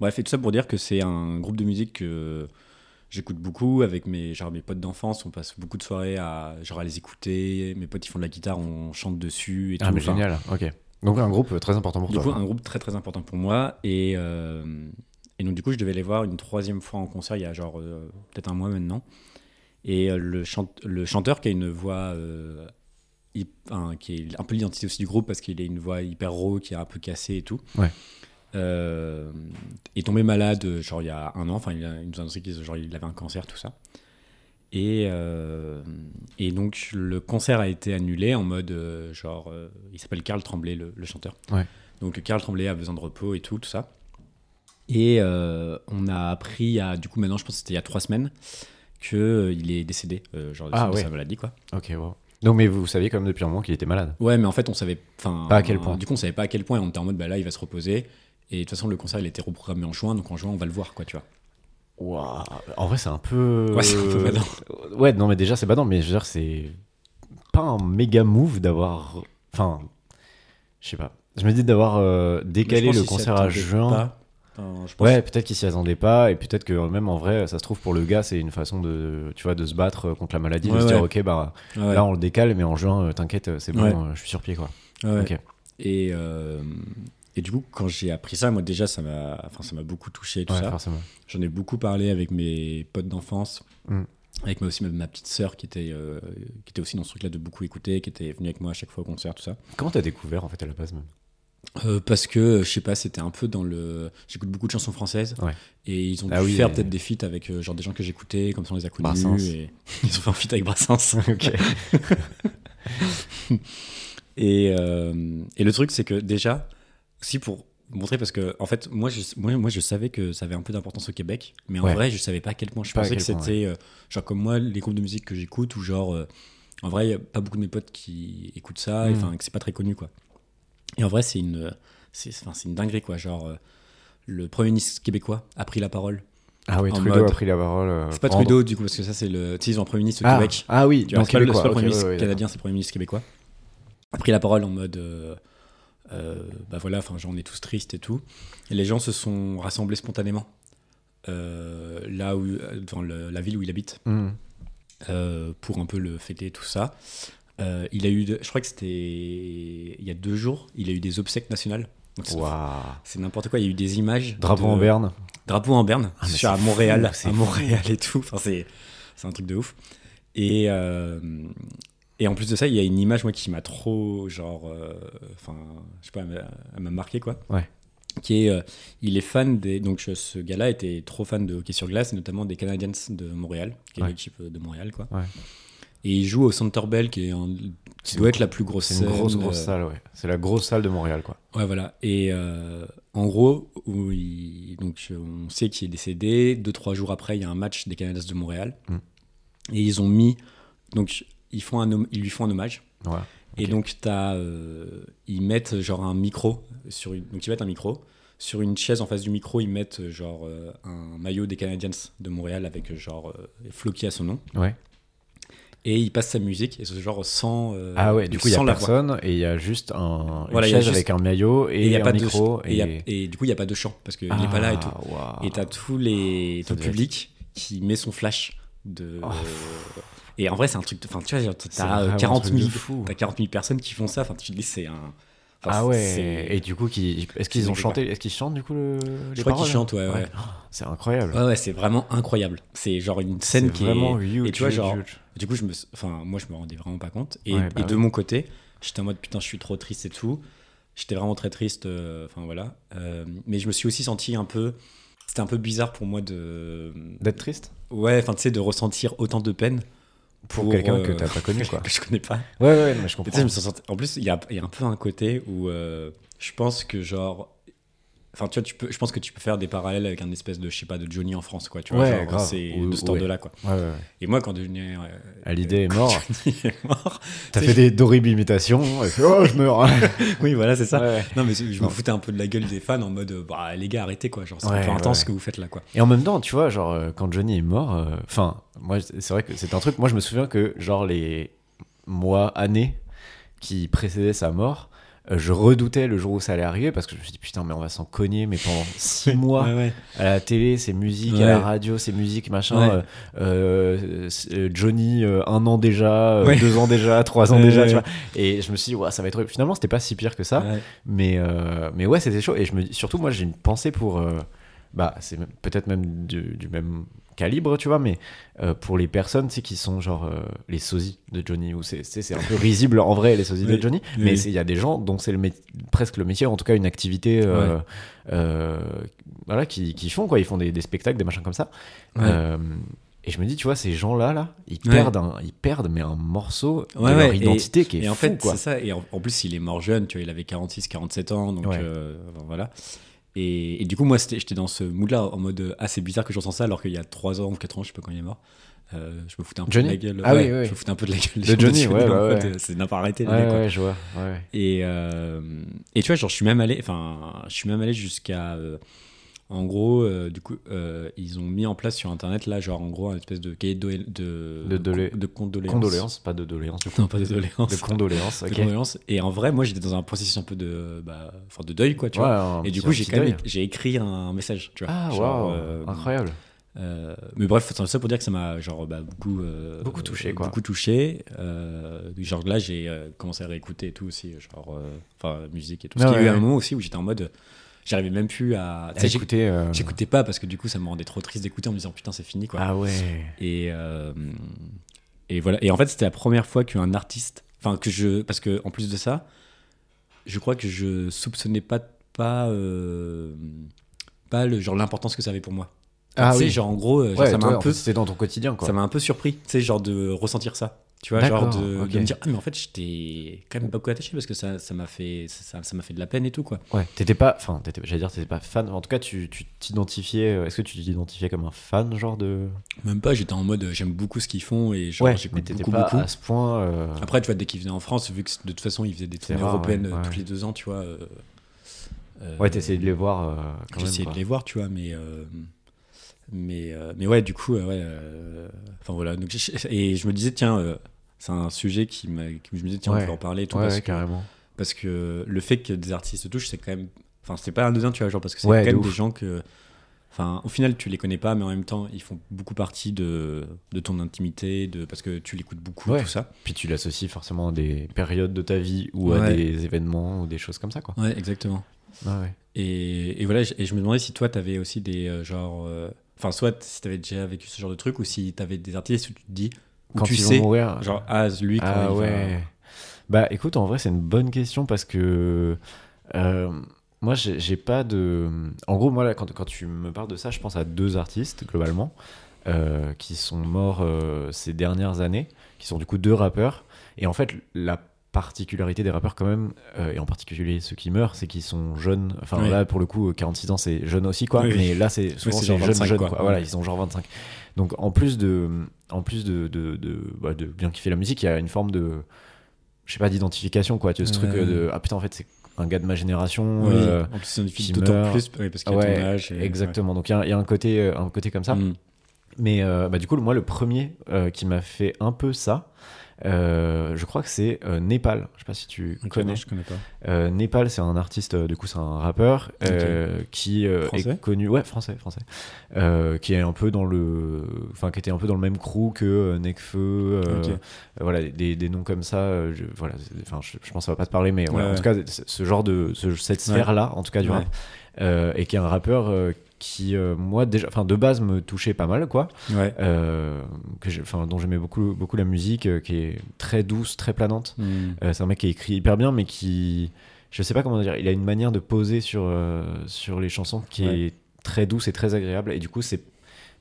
[SPEAKER 2] bref et tout ça pour dire que c'est un groupe de musique que j'écoute beaucoup avec mes genre mes potes d'enfance on passe beaucoup de soirées à genre à les écouter mes potes ils font de la guitare on chante dessus et
[SPEAKER 1] Ah,
[SPEAKER 2] tout
[SPEAKER 1] mais
[SPEAKER 2] Enfin,
[SPEAKER 1] génial, ok. Donc un groupe euh, très important pour
[SPEAKER 2] du
[SPEAKER 1] toi.
[SPEAKER 2] coup,
[SPEAKER 1] quoi.
[SPEAKER 2] un groupe très très important pour moi. Et, euh, et donc, du coup, je devais les voir une troisième fois en concert il y a genre euh, peut-être un mois maintenant. Et euh, le, chante- le chanteur qui a une voix. euh, hyp- enfin, qui est un peu l'identité aussi du groupe parce qu'il a une voix hyper rauque, qui est un peu cassée et tout.
[SPEAKER 1] Ouais.
[SPEAKER 2] Euh, est tombé malade euh, genre il y a un an. Enfin, il, a- il nous a annoncé qu'il genre, il avait un cancer, tout ça. Et, euh, et donc le concert a été annulé en mode euh, genre euh, il s'appelle Karl Tremblay le, le chanteur.
[SPEAKER 1] Ouais.
[SPEAKER 2] Donc Karl Tremblay a besoin de repos et tout tout ça. Et euh, on a appris il y a- du coup maintenant je pense que c'était il y a trois semaines que euh, il est décédé euh, genre de
[SPEAKER 1] Ah,
[SPEAKER 2] sa- de
[SPEAKER 1] ouais.
[SPEAKER 2] sa maladie quoi.
[SPEAKER 1] Ok, wow. Donc, mais vous saviez quand même depuis un moment qu'il était malade.
[SPEAKER 2] Ouais, mais en fait, on savait. Enfin,
[SPEAKER 1] Pas à quel point.
[SPEAKER 2] Du coup, on savait pas à quel point. et On était en mode, bah là, il va se reposer. Et de toute façon, le concert, il était reprogrammé en juin. Donc en juin, on va le voir, quoi, tu vois.
[SPEAKER 1] Waouh. En vrai, c'est un peu. euh,
[SPEAKER 2] Ouais, c'est un peu badant.
[SPEAKER 1] Ouais, non, mais déjà, c'est badant, mais je veux dire, c'est pas un méga move d'avoir. Enfin, je sais pas. Je me dis d'avoir euh, décalé
[SPEAKER 2] Mais je pense
[SPEAKER 1] le
[SPEAKER 2] qu'il s'y
[SPEAKER 1] concert à
[SPEAKER 2] attendait
[SPEAKER 1] juin.
[SPEAKER 2] pas. Enfin, je pense-
[SPEAKER 1] Ouais, peut-être qu'ils s'y attendaient pas, et peut-être que même en vrai, ça se trouve pour le gars, c'est une façon de, tu vois, de se battre euh, contre la maladie, de
[SPEAKER 2] Ouais,
[SPEAKER 1] se dire,
[SPEAKER 2] ouais.
[SPEAKER 1] ok, bah
[SPEAKER 2] Ouais,
[SPEAKER 1] là on le décale, mais en juin, euh, t'inquiète, euh, c'est bon,
[SPEAKER 2] Ouais.
[SPEAKER 1] euh, je suis sur pied quoi.
[SPEAKER 2] ouais.
[SPEAKER 1] Ok.
[SPEAKER 2] Et, euh, et du coup, quand j'ai appris ça, moi, déjà, ça m'a enfin, ça m'a beaucoup touché, et tout
[SPEAKER 1] Ouais,
[SPEAKER 2] ça.
[SPEAKER 1] forcément.
[SPEAKER 2] J'en ai beaucoup parlé avec mes potes d'enfance,
[SPEAKER 1] Mm.
[SPEAKER 2] avec moi aussi ma, ma petite sœur qui était euh, qui était aussi dans ce truc-là de beaucoup écouter, qui était venue avec moi à chaque fois au concert, tout ça.
[SPEAKER 1] Comment t'as découvert en fait à la base même
[SPEAKER 2] Euh, parce que euh, je sais pas, c'était un peu dans le. J'écoute beaucoup de chansons françaises
[SPEAKER 1] Ouais.
[SPEAKER 2] et ils ont
[SPEAKER 1] Ah
[SPEAKER 2] dû
[SPEAKER 1] oui,
[SPEAKER 2] faire
[SPEAKER 1] et-
[SPEAKER 2] peut-être des feats avec euh, genre des gens que j'écoutais, comme ça on les a connus
[SPEAKER 1] Brassens.
[SPEAKER 2] et ils ont fait un feat avec Brassens.
[SPEAKER 1] Ok.
[SPEAKER 2] et, euh, et le truc c'est que déjà aussi pour montrer parce que en fait moi je moi, moi, je savais que ça avait un peu d'importance au Québec, mais en
[SPEAKER 1] Ouais.
[SPEAKER 2] vrai je savais pas à quel point. Je
[SPEAKER 1] Pas à
[SPEAKER 2] pensais
[SPEAKER 1] quel
[SPEAKER 2] que
[SPEAKER 1] point,
[SPEAKER 2] c'était euh, genre comme moi les groupes de musique que j'écoute ou genre euh, en vrai y a pas beaucoup de mes potes qui écoutent ça, et,
[SPEAKER 1] Mm.
[SPEAKER 2] enfin que c'est pas très connu quoi. Et en vrai c'est une c'est enfin, c'est une dinguerie quoi genre euh, le premier ministre québécois a pris la parole
[SPEAKER 1] Ah oui,
[SPEAKER 2] En
[SPEAKER 1] Trudeau
[SPEAKER 2] mode-
[SPEAKER 1] a pris la parole. euh,
[SPEAKER 2] c'est pas
[SPEAKER 1] pour rendre-
[SPEAKER 2] Trudeau du coup parce que ça c'est le tu sais, ils ont un premier ministre au
[SPEAKER 1] Ah,
[SPEAKER 2] Québec
[SPEAKER 1] ah oui,
[SPEAKER 2] Tu vois,
[SPEAKER 1] donc
[SPEAKER 2] c'est pas, le- c'est
[SPEAKER 1] québécois.
[SPEAKER 2] pas le premier
[SPEAKER 1] ok,
[SPEAKER 2] ministre
[SPEAKER 1] ouais, ouais,
[SPEAKER 2] canadien c'est le premier ministre québécois a pris la parole en mode euh, euh, bah voilà enfin genre on est tous tristes et tout et les gens se sont rassemblés spontanément euh, là où dans le- la ville où il habite
[SPEAKER 1] d'accord. Hmm.
[SPEAKER 2] euh, pour un peu le fêter tout ça Euh, il a eu de- je crois que c'était il y a deux jours il a eu des obsèques nationales Donc, c'est-
[SPEAKER 1] Waouh.
[SPEAKER 2] c'est n'importe quoi il y a eu des images
[SPEAKER 1] Drapeau
[SPEAKER 2] de-
[SPEAKER 1] en berne.
[SPEAKER 2] Drapeau en Berne,
[SPEAKER 1] Ah, mais
[SPEAKER 2] sur- à
[SPEAKER 1] c'est
[SPEAKER 2] Montréal,
[SPEAKER 1] fou, c'est
[SPEAKER 2] à Montréal et tout. Enfin, c'est c'est un truc de ouf. Et euh, et en plus de ça, il y a une image moi qui m'a trop genre, euh, enfin, je sais pas, elle m'a- elle m'a marqué quoi.
[SPEAKER 1] Ouais.
[SPEAKER 2] Qui est, euh, il est fan des, donc je- ce gars-là était trop fan de hockey sur glace et notamment des Canadiens de Montréal, qui est
[SPEAKER 1] Ouais.
[SPEAKER 2] l'équipe de Montréal quoi.
[SPEAKER 1] Ouais.
[SPEAKER 2] Et il joue au Centre Bell, qui est un- qui
[SPEAKER 1] C'est
[SPEAKER 2] doit
[SPEAKER 1] une
[SPEAKER 2] être la plus grosse.
[SPEAKER 1] C'est une grosse
[SPEAKER 2] scène,
[SPEAKER 1] grosse
[SPEAKER 2] euh,
[SPEAKER 1] salle, ouais. C'est la grosse salle de Montréal quoi.
[SPEAKER 2] Ouais, voilà. Et euh, en gros, où il- donc, euh, on sait qu'il est décédé. Deux, trois jours après, il y a un match des Canadiens de Montréal.
[SPEAKER 1] Mm.
[SPEAKER 2] Et ils ont mis. Donc, ils, font un, hom- ils lui font un hommage.
[SPEAKER 1] Ouais.
[SPEAKER 2] Et donc, t'as, euh, ils mettent genre un micro. Sur une, donc, ils mettent un micro. Sur une chaise en face du micro, ils mettent euh, genre euh, un maillot des Canadiens de Montréal avec euh, genre euh, Floki à son nom.
[SPEAKER 1] Ouais.
[SPEAKER 2] Et ils passent sa musique. Et c'est genre sans. euh,
[SPEAKER 1] Ah ouais, du coup il y a
[SPEAKER 2] sans la voix.
[SPEAKER 1] personne et il y a juste un une
[SPEAKER 2] Voilà, il y a
[SPEAKER 1] chaise
[SPEAKER 2] juste-
[SPEAKER 1] avec un maillot
[SPEAKER 2] Et il
[SPEAKER 1] et,
[SPEAKER 2] y a
[SPEAKER 1] un
[SPEAKER 2] pas de-
[SPEAKER 1] micro Ah.
[SPEAKER 2] et il y a- et du coup, il n'y a pas de chant parce qu'il n'est pas là et tout. Et t'as tous les
[SPEAKER 1] Bah, ça
[SPEAKER 2] tout le
[SPEAKER 1] devait être-
[SPEAKER 2] public qui met son flash de
[SPEAKER 1] Oh.
[SPEAKER 2] Et en vrai, c'est un truc. de- Enfin, tu vois,
[SPEAKER 1] C'est
[SPEAKER 2] t'as
[SPEAKER 1] vraiment
[SPEAKER 2] euh,
[SPEAKER 1] un
[SPEAKER 2] 40
[SPEAKER 1] truc de
[SPEAKER 2] 000,
[SPEAKER 1] fou.
[SPEAKER 2] t'as 40 000 personnes qui font ça. Enfin, tu te dis, c'est un. enfin,
[SPEAKER 1] Ah ouais.
[SPEAKER 2] c'est-
[SPEAKER 1] Et du coup, qui... est-ce qu'ils ont chanté Est-ce qu'ils chantent du coup le... les
[SPEAKER 2] Je crois
[SPEAKER 1] paroles
[SPEAKER 2] qu'ils chantent, ouais, ouais.
[SPEAKER 1] Ouais. C'est incroyable.
[SPEAKER 2] Ouais, ouais, c'est vraiment incroyable. C'est genre une scène
[SPEAKER 1] C'est
[SPEAKER 2] qui
[SPEAKER 1] vraiment
[SPEAKER 2] est.
[SPEAKER 1] huge.
[SPEAKER 2] et tu vois,
[SPEAKER 1] huge,
[SPEAKER 2] genre-
[SPEAKER 1] huge.
[SPEAKER 2] Du coup, je me, enfin, moi, je me rendais vraiment pas compte. Et,
[SPEAKER 1] Ouais, bah
[SPEAKER 2] et de
[SPEAKER 1] ouais.
[SPEAKER 2] mon côté, j'étais en mode putain, je suis trop triste et tout. J'étais vraiment très triste. euh, Enfin voilà. Euh, mais je me suis aussi senti un peu. C'était un peu bizarre pour moi de.
[SPEAKER 1] D'être triste
[SPEAKER 2] Ouais, enfin tu sais, de ressentir autant de peine
[SPEAKER 1] pour, quelqu'un que
[SPEAKER 2] euh,
[SPEAKER 1] t'as pas connu, quoi.
[SPEAKER 2] que je connais pas.
[SPEAKER 1] ouais, ouais, mais je
[SPEAKER 2] Et tu
[SPEAKER 1] comprends.
[SPEAKER 2] sais, je me suis senti- En plus, il y a, il y a un peu un côté où euh, je pense que genre. Enfin, tu vois, tu peux, je pense que tu peux faire des parallèles avec un espèce de, je sais pas, de Johnny en France, quoi. Tu vois,
[SPEAKER 1] Ouais,
[SPEAKER 2] genre,
[SPEAKER 1] grave.
[SPEAKER 2] c'est
[SPEAKER 1] Ou-
[SPEAKER 2] de ce
[SPEAKER 1] ouais.
[SPEAKER 2] ordre-là, quoi.
[SPEAKER 1] Ouais, ouais, ouais.
[SPEAKER 2] Et moi, quand Johnny, euh,
[SPEAKER 1] Hallyday est mort.
[SPEAKER 2] Johnny est mort,
[SPEAKER 1] T'as
[SPEAKER 2] tu
[SPEAKER 1] fait
[SPEAKER 2] sais,
[SPEAKER 1] des d'horribles imitations. et puis, oh, je meurs. Ouais,
[SPEAKER 2] Oui, voilà, c'est ça.
[SPEAKER 1] ouais.
[SPEAKER 2] Non, mais je
[SPEAKER 1] Non.
[SPEAKER 2] me foutais un peu de la gueule des fans en mode, euh, bah, les gars, arrêtez quoi. Genre, c'est
[SPEAKER 1] Ouais,
[SPEAKER 2] un peu intense
[SPEAKER 1] ouais.
[SPEAKER 2] ce que vous faites là, quoi.
[SPEAKER 1] Et en même temps, tu vois, genre, euh, quand Johnny est mort, euh, enfin, moi, c'est c'est vrai que c'est un truc. Moi, je me souviens que, genre, les mois, années qui précédaient sa mort, euh, je redoutais le jour où ça allait arriver parce que je me suis dit, putain, mais on va s'en cogner, mais pendant six mois,
[SPEAKER 2] Ouais, ouais.
[SPEAKER 1] à la télé, c'est musique,
[SPEAKER 2] Ouais.
[SPEAKER 1] à la radio, c'est musique, machin.
[SPEAKER 2] Ouais.
[SPEAKER 1] euh, euh, c'est- euh, Johnny, euh, un an déjà, euh,
[SPEAKER 2] Ouais.
[SPEAKER 1] deux ans déjà, trois ans
[SPEAKER 2] Ouais,
[SPEAKER 1] déjà,
[SPEAKER 2] ouais.
[SPEAKER 1] tu vois. Et je me suis dit, Ouah, ça va être. horrible. Finalement, c'était pas si pire que ça.
[SPEAKER 2] Ouais.
[SPEAKER 1] Mais, euh, mais ouais, c'était chaud. Et je me dis, surtout, moi, j'ai une pensée pour. euh, bah, c'est même- peut-être même du, du même calibre, tu vois, mais euh, pour les personnes, tu sais, qui sont genre euh, les sosies de Johnny, ou c'est, c'est, c'est un peu risible en vrai, les sosies de
[SPEAKER 2] Oui,
[SPEAKER 1] Johnny,
[SPEAKER 2] oui,
[SPEAKER 1] mais
[SPEAKER 2] oui.
[SPEAKER 1] c'est- il y a des gens dont c'est le mét- presque le métier, en tout cas une activité euh,
[SPEAKER 2] Ouais.
[SPEAKER 1] euh, voilà, qui, qui font, quoi. Ils font des, des spectacles, des machins comme ça.
[SPEAKER 2] Ouais.
[SPEAKER 1] Euh, et je me dis, tu vois, ces gens-là, là, ils,
[SPEAKER 2] Ouais.
[SPEAKER 1] perdent un, ils perdent, mais un morceau
[SPEAKER 2] Ouais,
[SPEAKER 1] de leur
[SPEAKER 2] ouais, et-
[SPEAKER 1] identité qui est
[SPEAKER 2] Et en
[SPEAKER 1] fou,
[SPEAKER 2] fait,
[SPEAKER 1] quoi.
[SPEAKER 2] c'est ça. Et en, en plus, il est mort jeune, tu vois, il avait 46, 47 ans, donc
[SPEAKER 1] Ouais.
[SPEAKER 2] euh, enfin, voilà. Et, et du coup, moi, c'était- j'étais dans ce mood-là, en mode, euh, ah, c'est bizarre que j'entends ça, alors qu'il y a 3 ans ou 4 ans, je sais pas quand il est mort. euh, je me foutais un peu
[SPEAKER 1] Johnny
[SPEAKER 2] de la gueule.
[SPEAKER 1] Ah oui,
[SPEAKER 2] Ouais,
[SPEAKER 1] oui, oui.
[SPEAKER 2] Je me foutais un peu de la gueule.
[SPEAKER 1] De
[SPEAKER 2] des gens
[SPEAKER 1] Johnny, ouais, bah
[SPEAKER 2] en
[SPEAKER 1] ouais,
[SPEAKER 2] mode,
[SPEAKER 1] ouais.
[SPEAKER 2] euh, C'est n'a pas arrêté, les gars,
[SPEAKER 1] Ouais,
[SPEAKER 2] quoi.
[SPEAKER 1] ouais, je vois. ouais, ouais.
[SPEAKER 2] Et, euh, et tu vois, genre, je suis même allé, enfin, je suis même allé jusqu'à, euh, en gros, euh, du coup, euh, ils ont mis en place sur Internet là, genre, en gros, un espèce de cahier de doé- de
[SPEAKER 1] De dolé-
[SPEAKER 2] de condoléances.
[SPEAKER 1] Condoléances, pas de doléances. du coup.
[SPEAKER 2] Non, pas de doléances.
[SPEAKER 1] De condoléances,
[SPEAKER 2] De
[SPEAKER 1] ok.
[SPEAKER 2] condoléances. Et en vrai, moi, j'étais dans un processus un peu de, bah, enfin, de deuil, quoi, tu vois.
[SPEAKER 1] Ouais, un
[SPEAKER 2] Et du
[SPEAKER 1] petit-
[SPEAKER 2] coup,
[SPEAKER 1] un
[SPEAKER 2] j'ai
[SPEAKER 1] petit
[SPEAKER 2] quand même,
[SPEAKER 1] deuil.
[SPEAKER 2] j'ai écrit un message, tu vois.
[SPEAKER 1] Ah,
[SPEAKER 2] Genre,
[SPEAKER 1] waouh,
[SPEAKER 2] euh,
[SPEAKER 1] incroyable.
[SPEAKER 2] euh, mais bref, c'est ça pour dire que ça m'a genre bah, beaucoup euh,
[SPEAKER 1] Beaucoup touché,
[SPEAKER 2] euh,
[SPEAKER 1] quoi.
[SPEAKER 2] Beaucoup touché. Euh, genre là, j'ai euh, commencé à réécouter et tout aussi, genre euh, enfin musique et tout. Parce
[SPEAKER 1] Ah
[SPEAKER 2] qu'il y
[SPEAKER 1] ouais,
[SPEAKER 2] a eu un
[SPEAKER 1] ouais.
[SPEAKER 2] moment aussi où j'étais en mode, j'arrivais même plus à. tu sais, j'éc-
[SPEAKER 1] Écoutez, euh,
[SPEAKER 2] J'écoutais pas parce que du coup, ça me rendait trop triste d'écouter en me disant putain, c'est fini quoi.
[SPEAKER 1] Ah ouais.
[SPEAKER 2] Et euh, et voilà. Et en fait, c'était la première fois qu'un artiste, enfin que je, parce que en plus de ça, je crois que je soupçonnais pas pas euh, pas le genre l'importance que ça avait pour moi.
[SPEAKER 1] Ah
[SPEAKER 2] tu sais,
[SPEAKER 1] oui.
[SPEAKER 2] genre en gros, euh, genre,
[SPEAKER 1] Ouais,
[SPEAKER 2] ça m'a
[SPEAKER 1] toi,
[SPEAKER 2] un
[SPEAKER 1] en
[SPEAKER 2] peu
[SPEAKER 1] fait, C'était dans ton quotidien, quoi.
[SPEAKER 2] ça m'a un peu surpris, tu sais, genre de ressentir ça. Tu vois, genre
[SPEAKER 1] D'accord,
[SPEAKER 2] de,
[SPEAKER 1] ok.
[SPEAKER 2] de me dire, ah, mais en fait, j'étais quand même beaucoup attaché parce que ça ça m'a fait, ça, ça m'a fait de la peine et tout, quoi.
[SPEAKER 1] Ouais. T'étais pas. Enfin, t'étais- j'allais dire, t'étais pas fan. En tout cas, tu tu t'identifiais. euh, Est-ce que tu t'identifiais comme un fan, genre de.
[SPEAKER 2] Même pas, j'étais en mode, euh, j'aime beaucoup ce qu'ils font et genre,
[SPEAKER 1] mais
[SPEAKER 2] j'écoute
[SPEAKER 1] t'étais
[SPEAKER 2] beaucoup,
[SPEAKER 1] pas
[SPEAKER 2] beaucoup.
[SPEAKER 1] à ce point. euh,
[SPEAKER 2] Après, tu vois, dès qu'ils venaient en France, vu que de toute façon, ils faisaient des tournées
[SPEAKER 1] rare,
[SPEAKER 2] européennes
[SPEAKER 1] ouais,
[SPEAKER 2] euh,
[SPEAKER 1] ouais.
[SPEAKER 2] toutes les deux ans, tu vois. euh, euh,
[SPEAKER 1] Ouais, t'essayais de les voir euh, quand même.
[SPEAKER 2] J'essayais
[SPEAKER 1] quoi.
[SPEAKER 2] de les voir, tu vois, mais. euh, mais, euh, mais ouais, du coup, euh, ouais. euh, Enfin voilà. Donc, j'ai- et je me disais, tiens, euh, c'est un sujet qui m'a. qui- Je me disais, tiens,
[SPEAKER 1] Ouais.
[SPEAKER 2] on peut en parler et tout.
[SPEAKER 1] Ouais,
[SPEAKER 2] parce
[SPEAKER 1] ouais,
[SPEAKER 2] que-
[SPEAKER 1] carrément.
[SPEAKER 2] parce que le fait que des artistes se touchent, c'est quand même. Enfin, c'est pas anodin, tu vois, genre, parce que c'est
[SPEAKER 1] Ouais,
[SPEAKER 2] quand
[SPEAKER 1] de
[SPEAKER 2] même
[SPEAKER 1] ouf.
[SPEAKER 2] des gens que. Enfin, au final, tu les connais pas, mais en même temps, ils font beaucoup partie de, de ton intimité, de, parce que tu l'écoutes beaucoup,
[SPEAKER 1] Ouais.
[SPEAKER 2] tout ça.
[SPEAKER 1] Puis tu l'associes forcément à des périodes de ta vie ou à
[SPEAKER 2] Ouais.
[SPEAKER 1] des événements ou des choses comme ça, quoi.
[SPEAKER 2] Ouais, exactement.
[SPEAKER 1] Ouais, ouais.
[SPEAKER 2] Et, et voilà, je- et je me demandais si toi, t'avais aussi des. euh, genre. euh, Enfin, soit si t'avais déjà vécu ce genre de truc, ou si t'avais des artistes où tu te dis. Où
[SPEAKER 1] Quand
[SPEAKER 2] tu
[SPEAKER 1] ils
[SPEAKER 2] sais,
[SPEAKER 1] vont mourir.
[SPEAKER 2] Genre, ah, lui, quand
[SPEAKER 1] Ah
[SPEAKER 2] il va-
[SPEAKER 1] ouais. Bah écoute, en vrai, c'est une bonne question parce que euh, moi, j'ai j'ai pas de. En gros, moi, là, quand, quand tu me parles de ça, je pense à deux artistes globalement euh, qui sont morts euh, ces dernières années, qui sont du coup deux rappeurs. Et en fait, la particularité des rappeurs quand même, euh, et en particulier ceux qui meurent, c'est qu'ils sont jeunes. Enfin
[SPEAKER 2] Ouais.
[SPEAKER 1] là, pour le coup, 46 ans, c'est jeune aussi, quoi.
[SPEAKER 2] Oui, oui.
[SPEAKER 1] Mais là, c'est souvent
[SPEAKER 2] c'est
[SPEAKER 1] c'est
[SPEAKER 2] genre
[SPEAKER 1] jeune,
[SPEAKER 2] 25,
[SPEAKER 1] jeune,
[SPEAKER 2] quoi.
[SPEAKER 1] quoi. Voilà, ils ont genre 25. Donc en plus de, en plus de, de, de, bah, de bien kiffer la musique, il y a une forme de, je sais pas, d'identification quoi. Tu vois, ce
[SPEAKER 2] Ouais.
[SPEAKER 1] truc euh, de ah putain en fait c'est un gars de ma génération.
[SPEAKER 2] Oui,
[SPEAKER 1] euh,
[SPEAKER 2] en plus, c'est un
[SPEAKER 1] qui
[SPEAKER 2] film d'autant
[SPEAKER 1] meurt.
[SPEAKER 2] plus, ouais, parce qu'il a
[SPEAKER 1] ouais,
[SPEAKER 2] ton âge. euh, et-
[SPEAKER 1] exactement. Donc il y a, il y a un côté, euh, un côté comme ça.
[SPEAKER 2] ouais. Mm.
[SPEAKER 1] Mais euh, bah, du coup moi le premier euh, qui m'a fait un peu ça, Euh, je crois que c'est euh, Népal. Je sais pas si tu
[SPEAKER 2] Ok,
[SPEAKER 1] connais.
[SPEAKER 2] non, je connais pas.
[SPEAKER 1] Euh, Népal, c'est un artiste, euh, du coup, c'est un rappeur euh, qui euh,
[SPEAKER 2] Français
[SPEAKER 1] est connu, ouais, français, français, Euh, qui est un peu dans le, enfin, qui était un peu dans le même crew que euh, Nekfeu, euh,
[SPEAKER 2] Ok.
[SPEAKER 1] euh, voilà, des, des noms comme ça. euh, je, voilà, c'est- enfin, je, je pense que ça va pas te parler, mais voilà,
[SPEAKER 2] Ouais,
[SPEAKER 1] en tout cas, c- ce genre de, ce- cette sphère-là, en tout cas du
[SPEAKER 2] Ouais.
[SPEAKER 1] rap, euh, et qui est un rappeur. euh, qui euh, moi déjà enfin de base me touchait pas mal quoi
[SPEAKER 2] Ouais.
[SPEAKER 1] euh, que j'ai- enfin dont j'aimais beaucoup beaucoup la musique euh, qui est très douce très planante
[SPEAKER 2] Hmm.
[SPEAKER 1] euh, c'est un mec qui écrit hyper bien, mais qui. Je sais pas comment dire. Il a une manière de poser sur, euh, sur les chansons qui
[SPEAKER 2] Ouais.
[SPEAKER 1] est très douce et très agréable. Et du coup, c'est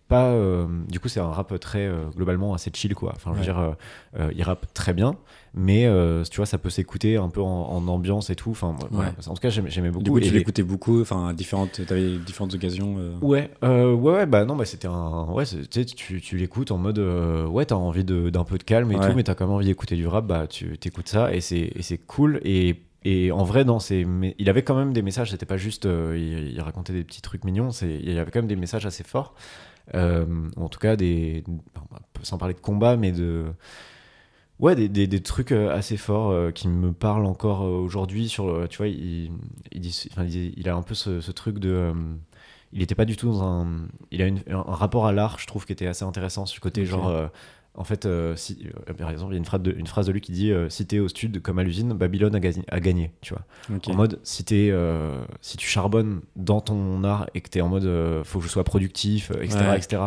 [SPEAKER 1] pas. euh, du coup, c'est un rap très. euh, globalement, assez chill, quoi. Enfin, je veux
[SPEAKER 2] Ouais.
[SPEAKER 1] dire, euh, euh, il rappe très bien, mais euh, tu vois, ça peut s'écouter un peu en, en ambiance et tout. Enfin, moi, voilà. En tout cas, j'aimais j'aimais beaucoup.
[SPEAKER 2] Du coup,
[SPEAKER 1] Et
[SPEAKER 2] tu
[SPEAKER 1] les-
[SPEAKER 2] l'écoutais beaucoup, enfin, à différentes, t'avais différentes occasions. euh,
[SPEAKER 1] Ouais, euh, ouais, ouais, bah non, bah c'était un. Ouais, c'est- tu, sais, tu, tu l'écoutes en mode. euh, ouais, t'as envie de- d'un peu de calme et
[SPEAKER 2] Ouais.
[SPEAKER 1] tout, mais t'as quand même envie d'écouter du rap, bah tu t'écoutes ça et c'est et c'est cool. Et, et en vrai, non, c'est. mais il avait quand même des messages, c'était pas juste. euh, il, il racontait des petits trucs mignons, c'est- il y avait quand même des messages assez forts. Euh, en tout cas, des. bon, bah, Sans parler de combat, mais de. Ouais, des, des, des trucs euh, assez forts euh, qui me parlent encore euh, aujourd'hui. Sur, euh, tu vois, il, il, dit- enfin, il- il a un peu ce, ce truc de. euh, il n'était pas du tout dans un. Il a une- un un rapport à l'art, je trouve, qui était assez intéressant sur le côté
[SPEAKER 2] Ok.
[SPEAKER 1] genre. euh, en fait, euh, si, euh, par exemple, il y a une phrase de, une phrase de lui qui dit euh, Si t'es au stud comme à l'usine, Babylone a, gagné- a gagné. Tu vois.
[SPEAKER 2] ok.
[SPEAKER 1] En mode, si, t'es, euh, si tu charbonnes dans ton art et que t'es en mode euh, Faut que je sois productif, euh, etc.,
[SPEAKER 2] Ouais.
[SPEAKER 1] etc.,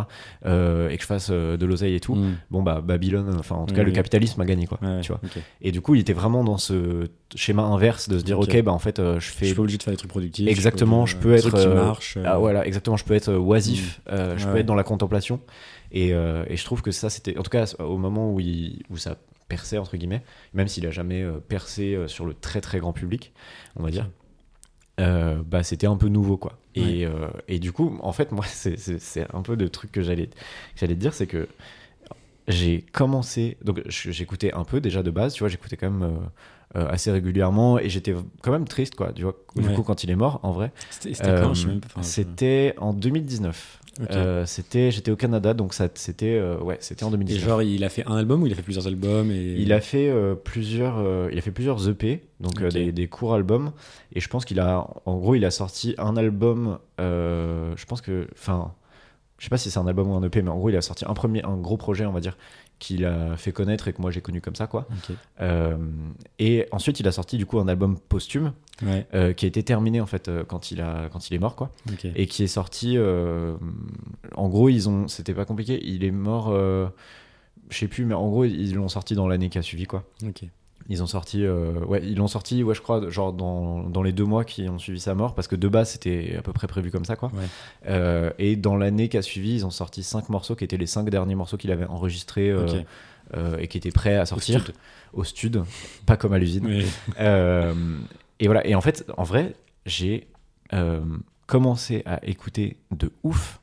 [SPEAKER 1] euh, et que je fasse euh, de l'oseille et tout,
[SPEAKER 2] Hmm.
[SPEAKER 1] bon, bah, Babylone, enfin, en tout cas,
[SPEAKER 2] Oui,
[SPEAKER 1] le
[SPEAKER 2] oui.
[SPEAKER 1] capitalisme a gagné, quoi.
[SPEAKER 2] Ouais,
[SPEAKER 1] tu vois.
[SPEAKER 2] ok.
[SPEAKER 1] Et du coup, il était vraiment dans ce schéma inverse de se dire
[SPEAKER 2] Ok.
[SPEAKER 1] Ok, bah, en fait, euh, je
[SPEAKER 2] Je
[SPEAKER 1] fais
[SPEAKER 2] suis pas obligé de faire des trucs productifs.
[SPEAKER 1] Exactement, je peux
[SPEAKER 2] des trucs
[SPEAKER 1] être,
[SPEAKER 2] qui
[SPEAKER 1] euh,
[SPEAKER 2] marchent. euh, Mm.
[SPEAKER 1] Ah, voilà, exactement. Je peux être euh, oisif, euh, je
[SPEAKER 2] Ouais,
[SPEAKER 1] peux
[SPEAKER 2] ouais.
[SPEAKER 1] être dans la contemplation. Et, euh, et je trouve que ça, c'était. En tout cas, au moment où, il- où ça perçait, entre guillemets, même s'il a jamais euh, percé euh, sur le très très grand public, on va dire, euh, bah, c'était un peu nouveau, quoi. Et, euh, et du coup, en fait, moi, c'est- c'est c'est un peu le truc que j'allais que j'allais te dire, c'est que j'ai commencé. Donc, je- j'écoutais un peu déjà de base, tu vois, j'écoutais quand même. euh, euh, assez régulièrement et j'étais quand même triste quoi tu vois du
[SPEAKER 2] Ouais.
[SPEAKER 1] coup quand il est mort en vrai
[SPEAKER 2] C'était c'était quand Je sais
[SPEAKER 1] euh,
[SPEAKER 2] même pas. enfin, je-
[SPEAKER 1] C'était en 2019.
[SPEAKER 2] Ok.
[SPEAKER 1] Euh, c'était, j'étais au Canada, donc ça, c'était, euh, ouais, c'était en
[SPEAKER 2] Et
[SPEAKER 1] 2019.
[SPEAKER 2] genre, il a fait un album ou il a fait plusieurs albums et...
[SPEAKER 1] il a fait euh, plusieurs, euh, il a fait plusieurs EP, donc euh,
[SPEAKER 2] Ok.
[SPEAKER 1] des, des courts albums, et je pense qu'il a, en gros, il a sorti un album. euh, je pense que, enfin, je sais pas si c'est un album ou un EP, mais en gros, il a sorti un premier, un gros projet, on va dire, qu'il a fait connaître et que moi j'ai connu comme ça, quoi.
[SPEAKER 2] Ok.
[SPEAKER 1] Euh, et ensuite, il a sorti du coup un album posthume
[SPEAKER 2] Ouais,
[SPEAKER 1] euh, qui a été terminé en fait euh, quand il a, quand il est mort, quoi.
[SPEAKER 2] ok.
[SPEAKER 1] et qui est sorti. euh, en gros, ils ont. C'était pas compliqué. Il est mort. euh, je sais plus, mais en gros, ils l'ont sorti dans l'année qui a suivi, quoi.
[SPEAKER 2] ok.
[SPEAKER 1] Ils ont sorti. euh, ouais, ils l'ont sorti, ouais, je crois, genre dans, dans les deux mois qui ont suivi sa mort, parce que de base, c'était à peu près prévu comme ça, quoi.
[SPEAKER 2] Ouais.
[SPEAKER 1] Euh, et dans l'année qui a suivi, ils ont sorti cinq morceaux qui étaient les cinq derniers morceaux qu'il avait enregistrés euh,
[SPEAKER 2] ok.
[SPEAKER 1] euh, et qui étaient prêts à sortir
[SPEAKER 2] stud.
[SPEAKER 1] au stud, pas comme à l'usine.
[SPEAKER 2] Mais-
[SPEAKER 1] Euh, et voilà. Et en fait, en vrai, j'ai euh, commencé à écouter de ouf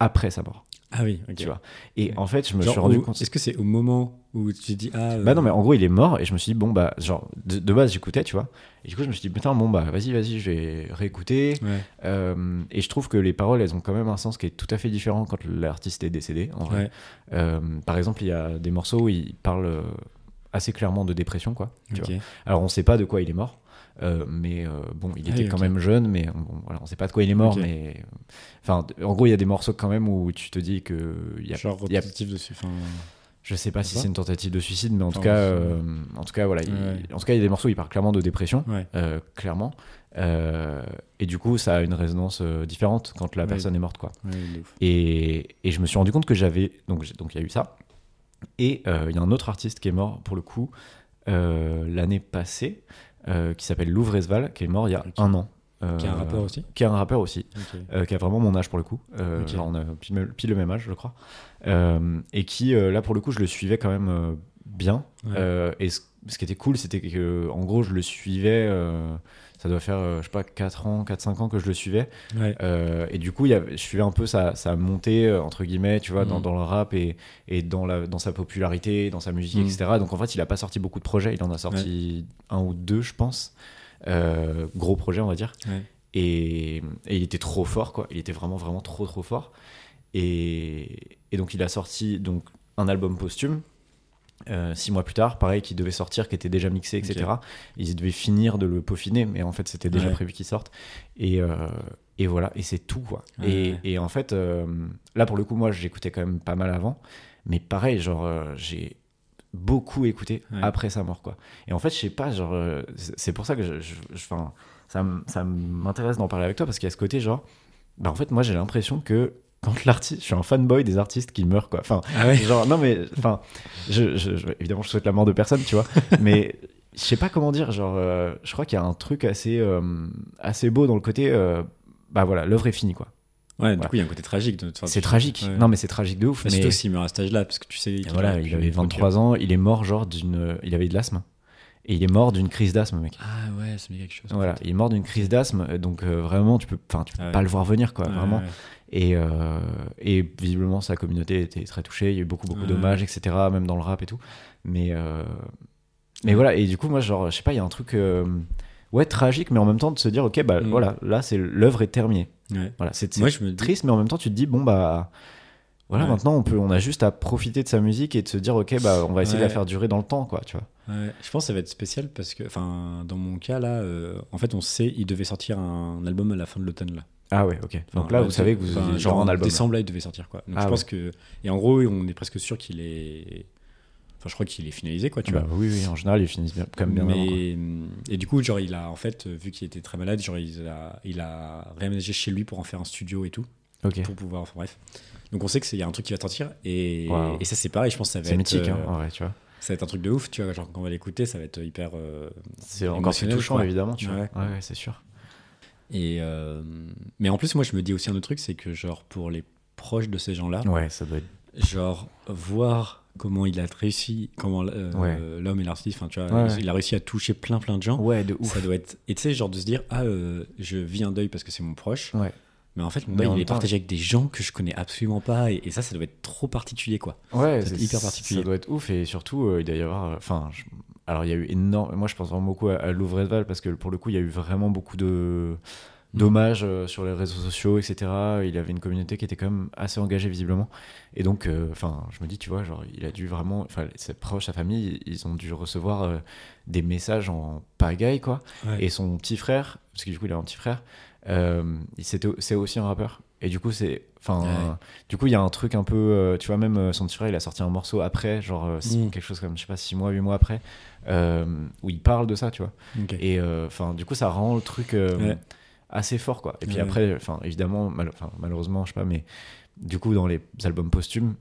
[SPEAKER 1] après sa mort.
[SPEAKER 2] Ah oui, ok.
[SPEAKER 1] Tu vois. Et
[SPEAKER 2] Ouais.
[SPEAKER 1] en fait, je me
[SPEAKER 2] Genre,
[SPEAKER 1] suis rendu
[SPEAKER 2] au-
[SPEAKER 1] compte.
[SPEAKER 2] Est-ce que c'est au moment où tu t'es dit ah euh,
[SPEAKER 1] Bah non, mais en gros, il est mort et je me suis dit bon bah genre de, de base j'écoutais, tu vois. Et du coup, je me suis dit putain bon bah vas-y vas-y, je vais réécouter.
[SPEAKER 2] ouais,
[SPEAKER 1] Euh, et je trouve que les paroles, elles ont quand même un sens qui est tout à fait différent quand l'artiste est décédé. En vrai.
[SPEAKER 2] ouais,
[SPEAKER 1] Euh, par exemple, il y a des morceaux où il parle euh, assez clairement de dépression, quoi. Tu vois.
[SPEAKER 2] ok.
[SPEAKER 1] Alors on sait pas de quoi il est mort, euh, mais euh, bon, il
[SPEAKER 2] Ah
[SPEAKER 1] était
[SPEAKER 2] oui,
[SPEAKER 1] quand
[SPEAKER 2] ok.
[SPEAKER 1] même jeune, mais on, bon, voilà, on sait pas de quoi il est mort,
[SPEAKER 2] Ok.
[SPEAKER 1] mais enfin, d- en gros, il y a des morceaux quand même où tu te dis que il y a,
[SPEAKER 2] genre
[SPEAKER 1] il y a-
[SPEAKER 2] repétitif dessus. Enfin,
[SPEAKER 1] je sais pas si
[SPEAKER 2] pas.
[SPEAKER 1] c'est une tentative de suicide, mais en tout
[SPEAKER 2] Enfin,
[SPEAKER 1] cas,
[SPEAKER 2] c'est-
[SPEAKER 1] euh, en tout cas voilà, il-
[SPEAKER 2] Ouais.
[SPEAKER 1] en tout cas, il y a des morceaux où il parle clairement de dépression,
[SPEAKER 2] ouais,
[SPEAKER 1] euh, clairement, Euh, et du coup, ça a une résonance euh, différente quand la
[SPEAKER 2] Ouais.
[SPEAKER 1] personne est morte, quoi.
[SPEAKER 2] ouais, de ouf.
[SPEAKER 1] Et, et je me suis rendu compte que j'avais. Donc, j'ai- donc il y a eu ça. Et euh, il y a un autre artiste qui est mort, pour le coup, euh, l'année passée, euh, qui s'appelle Louvre Esval, qui est mort il y a
[SPEAKER 2] Ok.
[SPEAKER 1] un an. Euh,
[SPEAKER 2] Qui a un rappeur aussi.
[SPEAKER 1] Qui est un rappeur aussi,
[SPEAKER 2] Ok.
[SPEAKER 1] euh, qui a vraiment mon âge pour le coup. Euh,
[SPEAKER 2] Ok.
[SPEAKER 1] genre, on a pile, même- pile le même âge, je crois. Euh, et qui, euh, là, pour le coup, je le suivais quand même euh, bien.
[SPEAKER 2] Ouais.
[SPEAKER 1] Euh, et ce, ce qui était cool, c'était que, en gros, je le suivais. euh, ça doit faire, euh, je sais pas, 4 ans, 4-5 ans que je le suivais.
[SPEAKER 2] Ouais.
[SPEAKER 1] Euh, et du coup, il y avait- je suivais un peu sa, sa montée, euh, entre guillemets, tu vois, dans,
[SPEAKER 2] Mm.
[SPEAKER 1] dans le rap et, et dans, la, dans sa popularité, dans sa musique,
[SPEAKER 2] Mm.
[SPEAKER 1] etc. Donc en fait, il a pas sorti beaucoup de projets. Il en a sorti un ou deux, je pense. Euh, gros projet, on va dire.
[SPEAKER 2] Ouais.
[SPEAKER 1] Et, et il était trop fort, quoi. Il était vraiment, vraiment trop, trop fort. Et, et donc, il a sorti donc, un album posthume euh, six mois plus tard, pareil, qui devait sortir, qui était déjà mixé, etc. Ils devaient finir de le peaufiner, mais en fait, c'était déjà
[SPEAKER 2] Ouais.
[SPEAKER 1] prévu qu'il sorte. Et, euh, et voilà, et c'est tout, quoi.
[SPEAKER 2] Ouais,
[SPEAKER 1] et,
[SPEAKER 2] ouais.
[SPEAKER 1] et en fait, euh, là, pour le coup, moi, j'écoutais quand même pas mal avant, mais pareil, genre, euh, j'ai beaucoup écouté
[SPEAKER 2] Ouais.
[SPEAKER 1] après sa mort, quoi. Et en fait, je sais pas, genre, euh, c'est c'est pour ça que je. je, je- 'fin, ça m- ça m'intéresse d'en parler avec toi, parce qu'il y a ce côté, genre, bah, en fait, moi, j'ai l'impression que. Quand l'artiste, je suis un fanboy des artistes qui meurent quoi. Enfin,
[SPEAKER 2] Ah ouais
[SPEAKER 1] Genre, non, mais enfin, je, je- je- évidemment, je souhaite la mort de personne, tu vois, mais je sais pas comment dire. Genre, euh, je crois qu'il y a un truc assez, euh, assez beau dans le côté, euh, bah voilà, l'œuvre est finie, quoi.
[SPEAKER 2] Ouais, du
[SPEAKER 1] Voilà.
[SPEAKER 2] coup, il y a un côté tragique. de- enfin,
[SPEAKER 1] c'est
[SPEAKER 2] tu-
[SPEAKER 1] tragique,
[SPEAKER 2] ouais.
[SPEAKER 1] non, mais Bah, c'est tragique de ouf.
[SPEAKER 2] Mais
[SPEAKER 1] Mais
[SPEAKER 2] surtout s'il meurt à cet âge-là, parce que tu sais. qu'il
[SPEAKER 1] voilà,
[SPEAKER 2] aurait
[SPEAKER 1] il
[SPEAKER 2] pu
[SPEAKER 1] avait
[SPEAKER 2] produire.
[SPEAKER 1] 23 ans, il est mort, genre, d'une. Il avait de l'asthme, et il est mort d'une crise d'asthme, mec.
[SPEAKER 2] Ah ouais, ça me dit quelque chose.
[SPEAKER 1] Voilà, il est mort d'une crise d'asthme, donc euh, vraiment, tu peux, enfin, tu peux
[SPEAKER 2] Ah ouais.
[SPEAKER 1] pas le voir venir, quoi,
[SPEAKER 2] Ouais,
[SPEAKER 1] vraiment.
[SPEAKER 2] ouais.
[SPEAKER 1] Et, euh, et visiblement, sa communauté était très touchée. Il y a eu beaucoup, beaucoup
[SPEAKER 2] Ouais.
[SPEAKER 1] d'hommages, etc., même dans le rap et tout. Mais, euh, mais
[SPEAKER 2] Ouais.
[SPEAKER 1] voilà, et du coup, moi, genre, je sais pas, il y a un truc, euh, ouais, tragique, mais en même temps, de se dire, ok, bah
[SPEAKER 2] Mm.
[SPEAKER 1] voilà, là, c'est l'œuvre est terminée.
[SPEAKER 2] Ouais.
[SPEAKER 1] Voilà, c'est c'est
[SPEAKER 2] Moi, je me dis.
[SPEAKER 1] triste, mais en même temps, tu te dis, bon, bah. Voilà,
[SPEAKER 2] Ouais.
[SPEAKER 1] maintenant on peut, on a juste à profiter de sa musique et de se dire ok bah on va essayer de la
[SPEAKER 2] Ouais.
[SPEAKER 1] faire durer dans le temps quoi, tu vois.
[SPEAKER 2] Ouais, je pense que ça va être spécial parce que, enfin, dans mon cas là, euh, en fait, on sait, il devait sortir un album à la fin de l'automne là.
[SPEAKER 1] Ah ouais, ok.
[SPEAKER 2] Enfin,
[SPEAKER 1] Donc là
[SPEAKER 2] ouais,
[SPEAKER 1] vous
[SPEAKER 2] c'est-
[SPEAKER 1] savez que vous
[SPEAKER 2] enfin,
[SPEAKER 1] avez
[SPEAKER 2] genre
[SPEAKER 1] genre un
[SPEAKER 2] en
[SPEAKER 1] album.
[SPEAKER 2] décembre là, il devait sortir quoi. Donc
[SPEAKER 1] Ah
[SPEAKER 2] je pense que, et en gros, on est presque sûr qu'il est, enfin, je crois qu'il est finalisé quoi, tu
[SPEAKER 1] Bah
[SPEAKER 2] vois.
[SPEAKER 1] oui oui, en général ils finissent bien, quand même bien. avant, quoi.
[SPEAKER 2] Mais, et du coup, genre, il a en fait, vu qu'il était très malade, genre, il a, il a réaménagé chez lui pour en faire un studio et tout,
[SPEAKER 1] Ok.
[SPEAKER 2] pour pouvoir, enfin bref. Donc on sait que c'est- il y a un truc qui va sortir et,
[SPEAKER 1] Waouh.
[SPEAKER 2] et ça c'est pareil, je pense que ça va
[SPEAKER 1] C'est
[SPEAKER 2] être
[SPEAKER 1] mythique hein,
[SPEAKER 2] euh,
[SPEAKER 1] en vrai, tu vois.
[SPEAKER 2] ça va être un truc de ouf, tu vois, genre quand on va l'écouter, ça va être hyper euh,
[SPEAKER 1] C'est encore plus
[SPEAKER 2] émotionnel,
[SPEAKER 1] touchant
[SPEAKER 2] quoi.
[SPEAKER 1] évidemment, tu
[SPEAKER 2] Ouais.
[SPEAKER 1] vois. Ouais, ouais c'est sûr.
[SPEAKER 2] Et euh, mais en plus, moi, je me dis aussi un autre truc, c'est que genre pour les proches de ces gens-là,
[SPEAKER 1] Ouais, ça doit être.
[SPEAKER 2] genre voir comment il a réussi, comment euh,
[SPEAKER 1] Ouais.
[SPEAKER 2] l'homme et l'artiste, enfin, tu vois,
[SPEAKER 1] Ouais, ouais.
[SPEAKER 2] il a réussi à toucher plein plein de gens.
[SPEAKER 1] Ouais, de
[SPEAKER 2] Ça doit être, et tu sais, genre de se dire ah, euh, je vis un deuil parce que c'est mon proche.
[SPEAKER 1] Ouais.
[SPEAKER 2] Mais en fait, mon
[SPEAKER 1] Mais
[SPEAKER 2] deuil,
[SPEAKER 1] en
[SPEAKER 2] il
[SPEAKER 1] même
[SPEAKER 2] est
[SPEAKER 1] temps-
[SPEAKER 2] partagé avec des gens que je connais absolument pas, et, et ça, ça doit être trop particulier, quoi.
[SPEAKER 1] Ouais,
[SPEAKER 2] doit être hyper particulier.
[SPEAKER 1] Ça doit être ouf et surtout, euh, il doit y avoir. Enfin, je- alors il y a eu énorme. Moi, je pense vraiment beaucoup à, à Louvreval parce que pour le coup, il y a eu vraiment beaucoup de
[SPEAKER 2] Mm.
[SPEAKER 1] dommages euh, sur les réseaux sociaux, etc. Il avait une communauté qui était quand même assez engagée visiblement. Et donc, euh, enfin, je me dis, tu vois, genre, il a dû vraiment. Enfin, ses proches, sa famille, ils ont dû recevoir euh, des messages en pagaille, quoi.
[SPEAKER 2] Ouais.
[SPEAKER 1] Et son petit frère, parce que du coup il a un petit frère, euh, il- c'était- c'est aussi un rappeur. Et du coup, c'est. Enfin,
[SPEAKER 2] Ouais.
[SPEAKER 1] euh, du coup, il y a un truc un peu. euh, tu vois, même euh, son petit frère, il a sorti un morceau après, genre euh, six-
[SPEAKER 2] Mm.
[SPEAKER 1] quelque chose comme, je sais pas, 6 mois, 8 mois après, euh, où il parle de ça, tu vois.
[SPEAKER 2] Ok.
[SPEAKER 1] Et euh, enfin, du coup, ça rend le truc euh,
[SPEAKER 2] Ouais.
[SPEAKER 1] assez fort, quoi. Et puis
[SPEAKER 2] Ouais.
[SPEAKER 1] après, enfin, évidemment, mal- 'fin, malheureusement, je sais pas, mais du coup, dans les albums posthumes,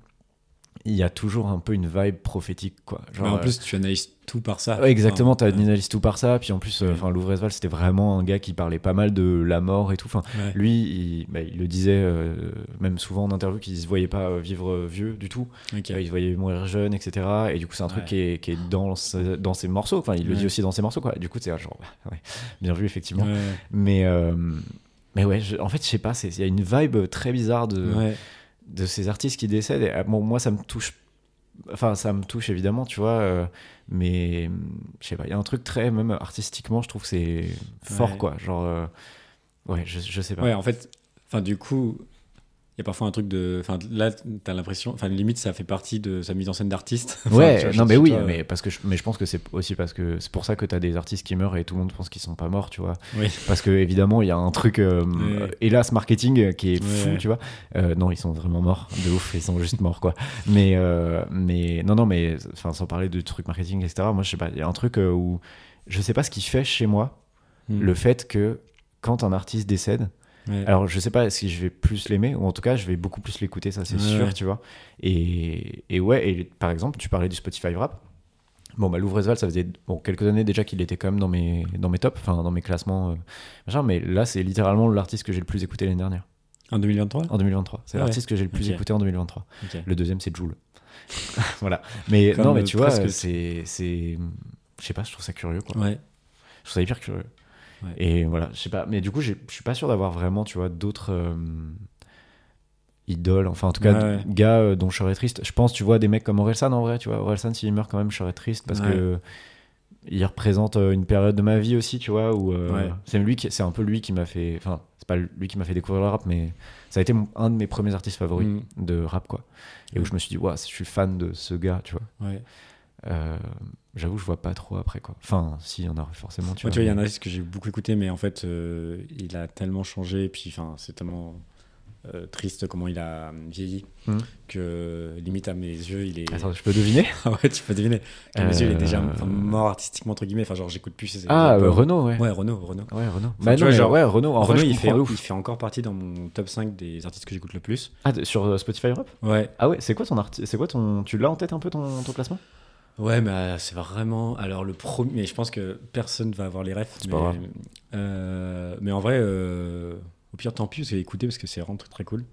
[SPEAKER 1] il y a toujours un peu une vibe prophétique, quoi. Genre,
[SPEAKER 2] Mais en
[SPEAKER 1] euh,
[SPEAKER 2] plus, tu analyses tout par ça.
[SPEAKER 1] Ouais, exactement,
[SPEAKER 2] Enfin,
[SPEAKER 1] t'as analyse tout par ça, puis en plus, euh,
[SPEAKER 2] Ouais.
[SPEAKER 1] enfin, Louvresval, c'était vraiment un gars qui parlait pas mal de la mort et tout. Enfin,
[SPEAKER 2] ouais.
[SPEAKER 1] lui, il, bah, il le disait euh, même souvent en interview qu'il se voyait pas euh, vivre euh, vieux du tout.
[SPEAKER 2] Ok.
[SPEAKER 1] Euh, il se voyait mourir jeune, etc. Et du coup, c'est un truc
[SPEAKER 2] Ouais.
[SPEAKER 1] qui est, qui est dans, ce- dans ses morceaux. Enfin, il le dit
[SPEAKER 2] Ouais.
[SPEAKER 1] aussi dans ses morceaux, quoi. Du coup, c'est un genre, bah, ouais, bien vu, effectivement.
[SPEAKER 2] Ouais.
[SPEAKER 1] Mais, euh, mais ouais, je- en fait, je sais pas, c'est- il y a une vibe très bizarre de,
[SPEAKER 2] Ouais.
[SPEAKER 1] de ces artistes qui décèdent. Et, euh, bon, moi, ça me touche. Enfin, ça me touche évidemment, tu vois, euh, mais hum, je sais pas, il y a un truc très, même artistiquement, je trouve que c'est fort,
[SPEAKER 2] Ouais.
[SPEAKER 1] quoi. Genre, euh, ouais, je, je sais pas.
[SPEAKER 2] Ouais, en fait, enfin du coup, il y a parfois un truc de, enfin là, t'as l'impression, enfin limite ça fait partie de sa mise en scène d'artiste. Enfin,
[SPEAKER 1] Ouais,
[SPEAKER 2] tu vois,
[SPEAKER 1] non,
[SPEAKER 2] je-
[SPEAKER 1] mais
[SPEAKER 2] je-
[SPEAKER 1] oui,
[SPEAKER 2] toi,
[SPEAKER 1] mais, parce que je, mais je pense que c'est aussi parce que c'est pour ça que t'as des artistes qui meurent et tout le monde pense qu'ils sont pas morts, tu vois.
[SPEAKER 2] Oui.
[SPEAKER 1] Parce que évidemment, il y a un truc, euh,
[SPEAKER 2] Ouais.
[SPEAKER 1] hélas, marketing euh, qui est fou,
[SPEAKER 2] Ouais.
[SPEAKER 1] tu vois. Euh, non, ils sont vraiment morts, de ouf, ils sont juste morts, quoi. Mais, euh, mais non, non, mais enfin, sans parler de trucs marketing, etc., moi, je sais pas, il y a un truc euh, où je sais pas ce qui fait chez moi
[SPEAKER 2] Hmm.
[SPEAKER 1] le fait que quand un artiste décède,
[SPEAKER 2] Ouais.
[SPEAKER 1] alors, je sais pas si je vais plus l'aimer, ou en tout cas, je vais beaucoup plus l'écouter, ça c'est
[SPEAKER 2] Ouais,
[SPEAKER 1] sûr,
[SPEAKER 2] ouais.
[SPEAKER 1] tu vois. Et, et ouais, et par exemple, tu parlais du Spotify Rap. Bon, bah, Louvresval, ça faisait bon, quelques années déjà qu'il était quand même dans mes, dans mes tops, enfin, dans mes classements, euh, machin, mais là, c'est littéralement l'artiste que j'ai le plus écouté l'année dernière,
[SPEAKER 2] En 2023.
[SPEAKER 1] en 2023. C'est
[SPEAKER 2] Ah ouais.
[SPEAKER 1] l'artiste que j'ai le plus
[SPEAKER 2] Ok.
[SPEAKER 1] écouté en 2023.
[SPEAKER 2] Ok.
[SPEAKER 1] Le deuxième, c'est Joule. voilà. Mais
[SPEAKER 2] Comme,
[SPEAKER 1] non, mais
[SPEAKER 2] euh,
[SPEAKER 1] tu vois,
[SPEAKER 2] presque-
[SPEAKER 1] c'est. c'est- Je sais pas, je trouve ça curieux, quoi.
[SPEAKER 2] Ouais.
[SPEAKER 1] Je trouve ça hyper curieux.
[SPEAKER 2] Ouais.
[SPEAKER 1] Et voilà, je sais pas. Mais du coup, j'ai- je suis pas sûr d'avoir vraiment, tu vois, d'autres euh, idoles. Enfin, en tout cas,
[SPEAKER 2] Ouais,
[SPEAKER 1] d-
[SPEAKER 2] ouais.
[SPEAKER 1] gars euh, dont je serais triste. Je pense, tu vois, des mecs comme Orelsan en vrai, tu vois. Orelsan, s'il meurt quand même, je serais triste parce que il représente euh, une période de ma vie aussi, tu vois, où euh,
[SPEAKER 2] Ouais.
[SPEAKER 1] c'est lui qui, c'est un peu lui qui m'a fait. Enfin, c'est pas lui qui m'a fait découvrir le rap, mais ça a été mon- un de mes Bah premiers artistes favoris
[SPEAKER 2] Hmm.
[SPEAKER 1] de rap, quoi. Et où
[SPEAKER 2] Ouais.
[SPEAKER 1] je me suis dit, waouh, je suis fan de ce gars, tu vois.
[SPEAKER 2] Ouais.
[SPEAKER 1] Euh, J'avoue, je vois pas trop après quoi. Enfin, si, il y en a forcément. Tu
[SPEAKER 2] Moi,
[SPEAKER 1] vois,
[SPEAKER 2] tu vois, il y a un
[SPEAKER 1] mais-
[SPEAKER 2] artiste que j'ai beaucoup écouté, mais en fait, euh, il a tellement changé, puis enfin, c'est tellement euh, triste comment il a euh, vieilli,
[SPEAKER 1] Hmm.
[SPEAKER 2] que limite à mes yeux, il est.
[SPEAKER 1] Attends, je peux deviner
[SPEAKER 2] Ah ouais, tu peux deviner. À mes yeux, il est déjà
[SPEAKER 1] Euh,
[SPEAKER 2] enfin, mort artistiquement, entre guillemets. Enfin, genre, j'écoute plus ses.
[SPEAKER 1] Ah, Oh,
[SPEAKER 2] albums.
[SPEAKER 1] euh, Renault, ouais.
[SPEAKER 2] Ouais, Renaud, Renaud.
[SPEAKER 1] Ouais, Renault.
[SPEAKER 2] tu vois, genre,
[SPEAKER 1] ouais, Renault, en
[SPEAKER 2] Renaud,
[SPEAKER 1] vrai, je
[SPEAKER 2] il,
[SPEAKER 1] comprends
[SPEAKER 2] fait,
[SPEAKER 1] de ouf.
[SPEAKER 2] il fait encore partie dans mon top 5 des artistes que j'écoute le plus.
[SPEAKER 1] Ah, de- sur euh, Spotify Europe
[SPEAKER 2] Ouais,
[SPEAKER 1] Ah ouais, c'est quoi ton arti- C'est quoi ton. Tu l'as en tête un peu ton, ton classement
[SPEAKER 2] Ouais, mais euh, c'est vraiment. Alors, le premier. Mais je pense que personne va avoir les refs.
[SPEAKER 1] C'est
[SPEAKER 2] mais...
[SPEAKER 1] pas grave.
[SPEAKER 2] euh, mais en vrai, euh, au pire, tant pis, vous allez écouter parce que c'est vraiment très, très cool.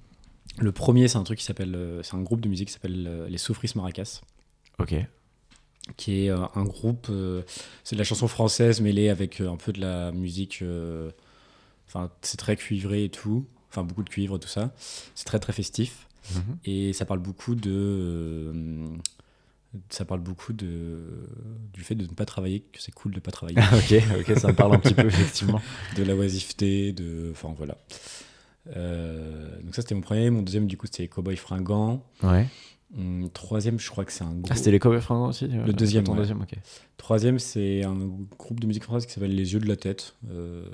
[SPEAKER 2] Le premier, c'est un truc qui s'appelle. euh, C'est un groupe de musique qui s'appelle euh, Les Soufris Maracas,
[SPEAKER 1] Ok.
[SPEAKER 2] qui est euh, un groupe. euh, c'est de la chanson française mêlée avec euh, un peu de la musique. euh, Enfin, c'est très cuivré et tout. Enfin, beaucoup de cuivre, tout ça. C'est très, très festif
[SPEAKER 1] Mhm.
[SPEAKER 2] et ça parle beaucoup de euh, ça parle beaucoup de du fait de ne pas travailler que c'est cool de pas travailler
[SPEAKER 1] ok, ok, ça me parle un petit peu, effectivement.
[SPEAKER 2] de la oisiveté de enfin voilà Euh, donc ça c'était mon premier mon deuxième du coup c'était Cowboy Fringant
[SPEAKER 1] Ouais.
[SPEAKER 2] Hum, troisième je crois que c'est un groupe
[SPEAKER 1] Ah, c'était les covers fringants aussi
[SPEAKER 2] Le deuxième,
[SPEAKER 1] Ton
[SPEAKER 2] ouais.
[SPEAKER 1] deuxième, ok.
[SPEAKER 2] troisième c'est un groupe de musique française qui s'appelle Les Yeux de la Tête euh,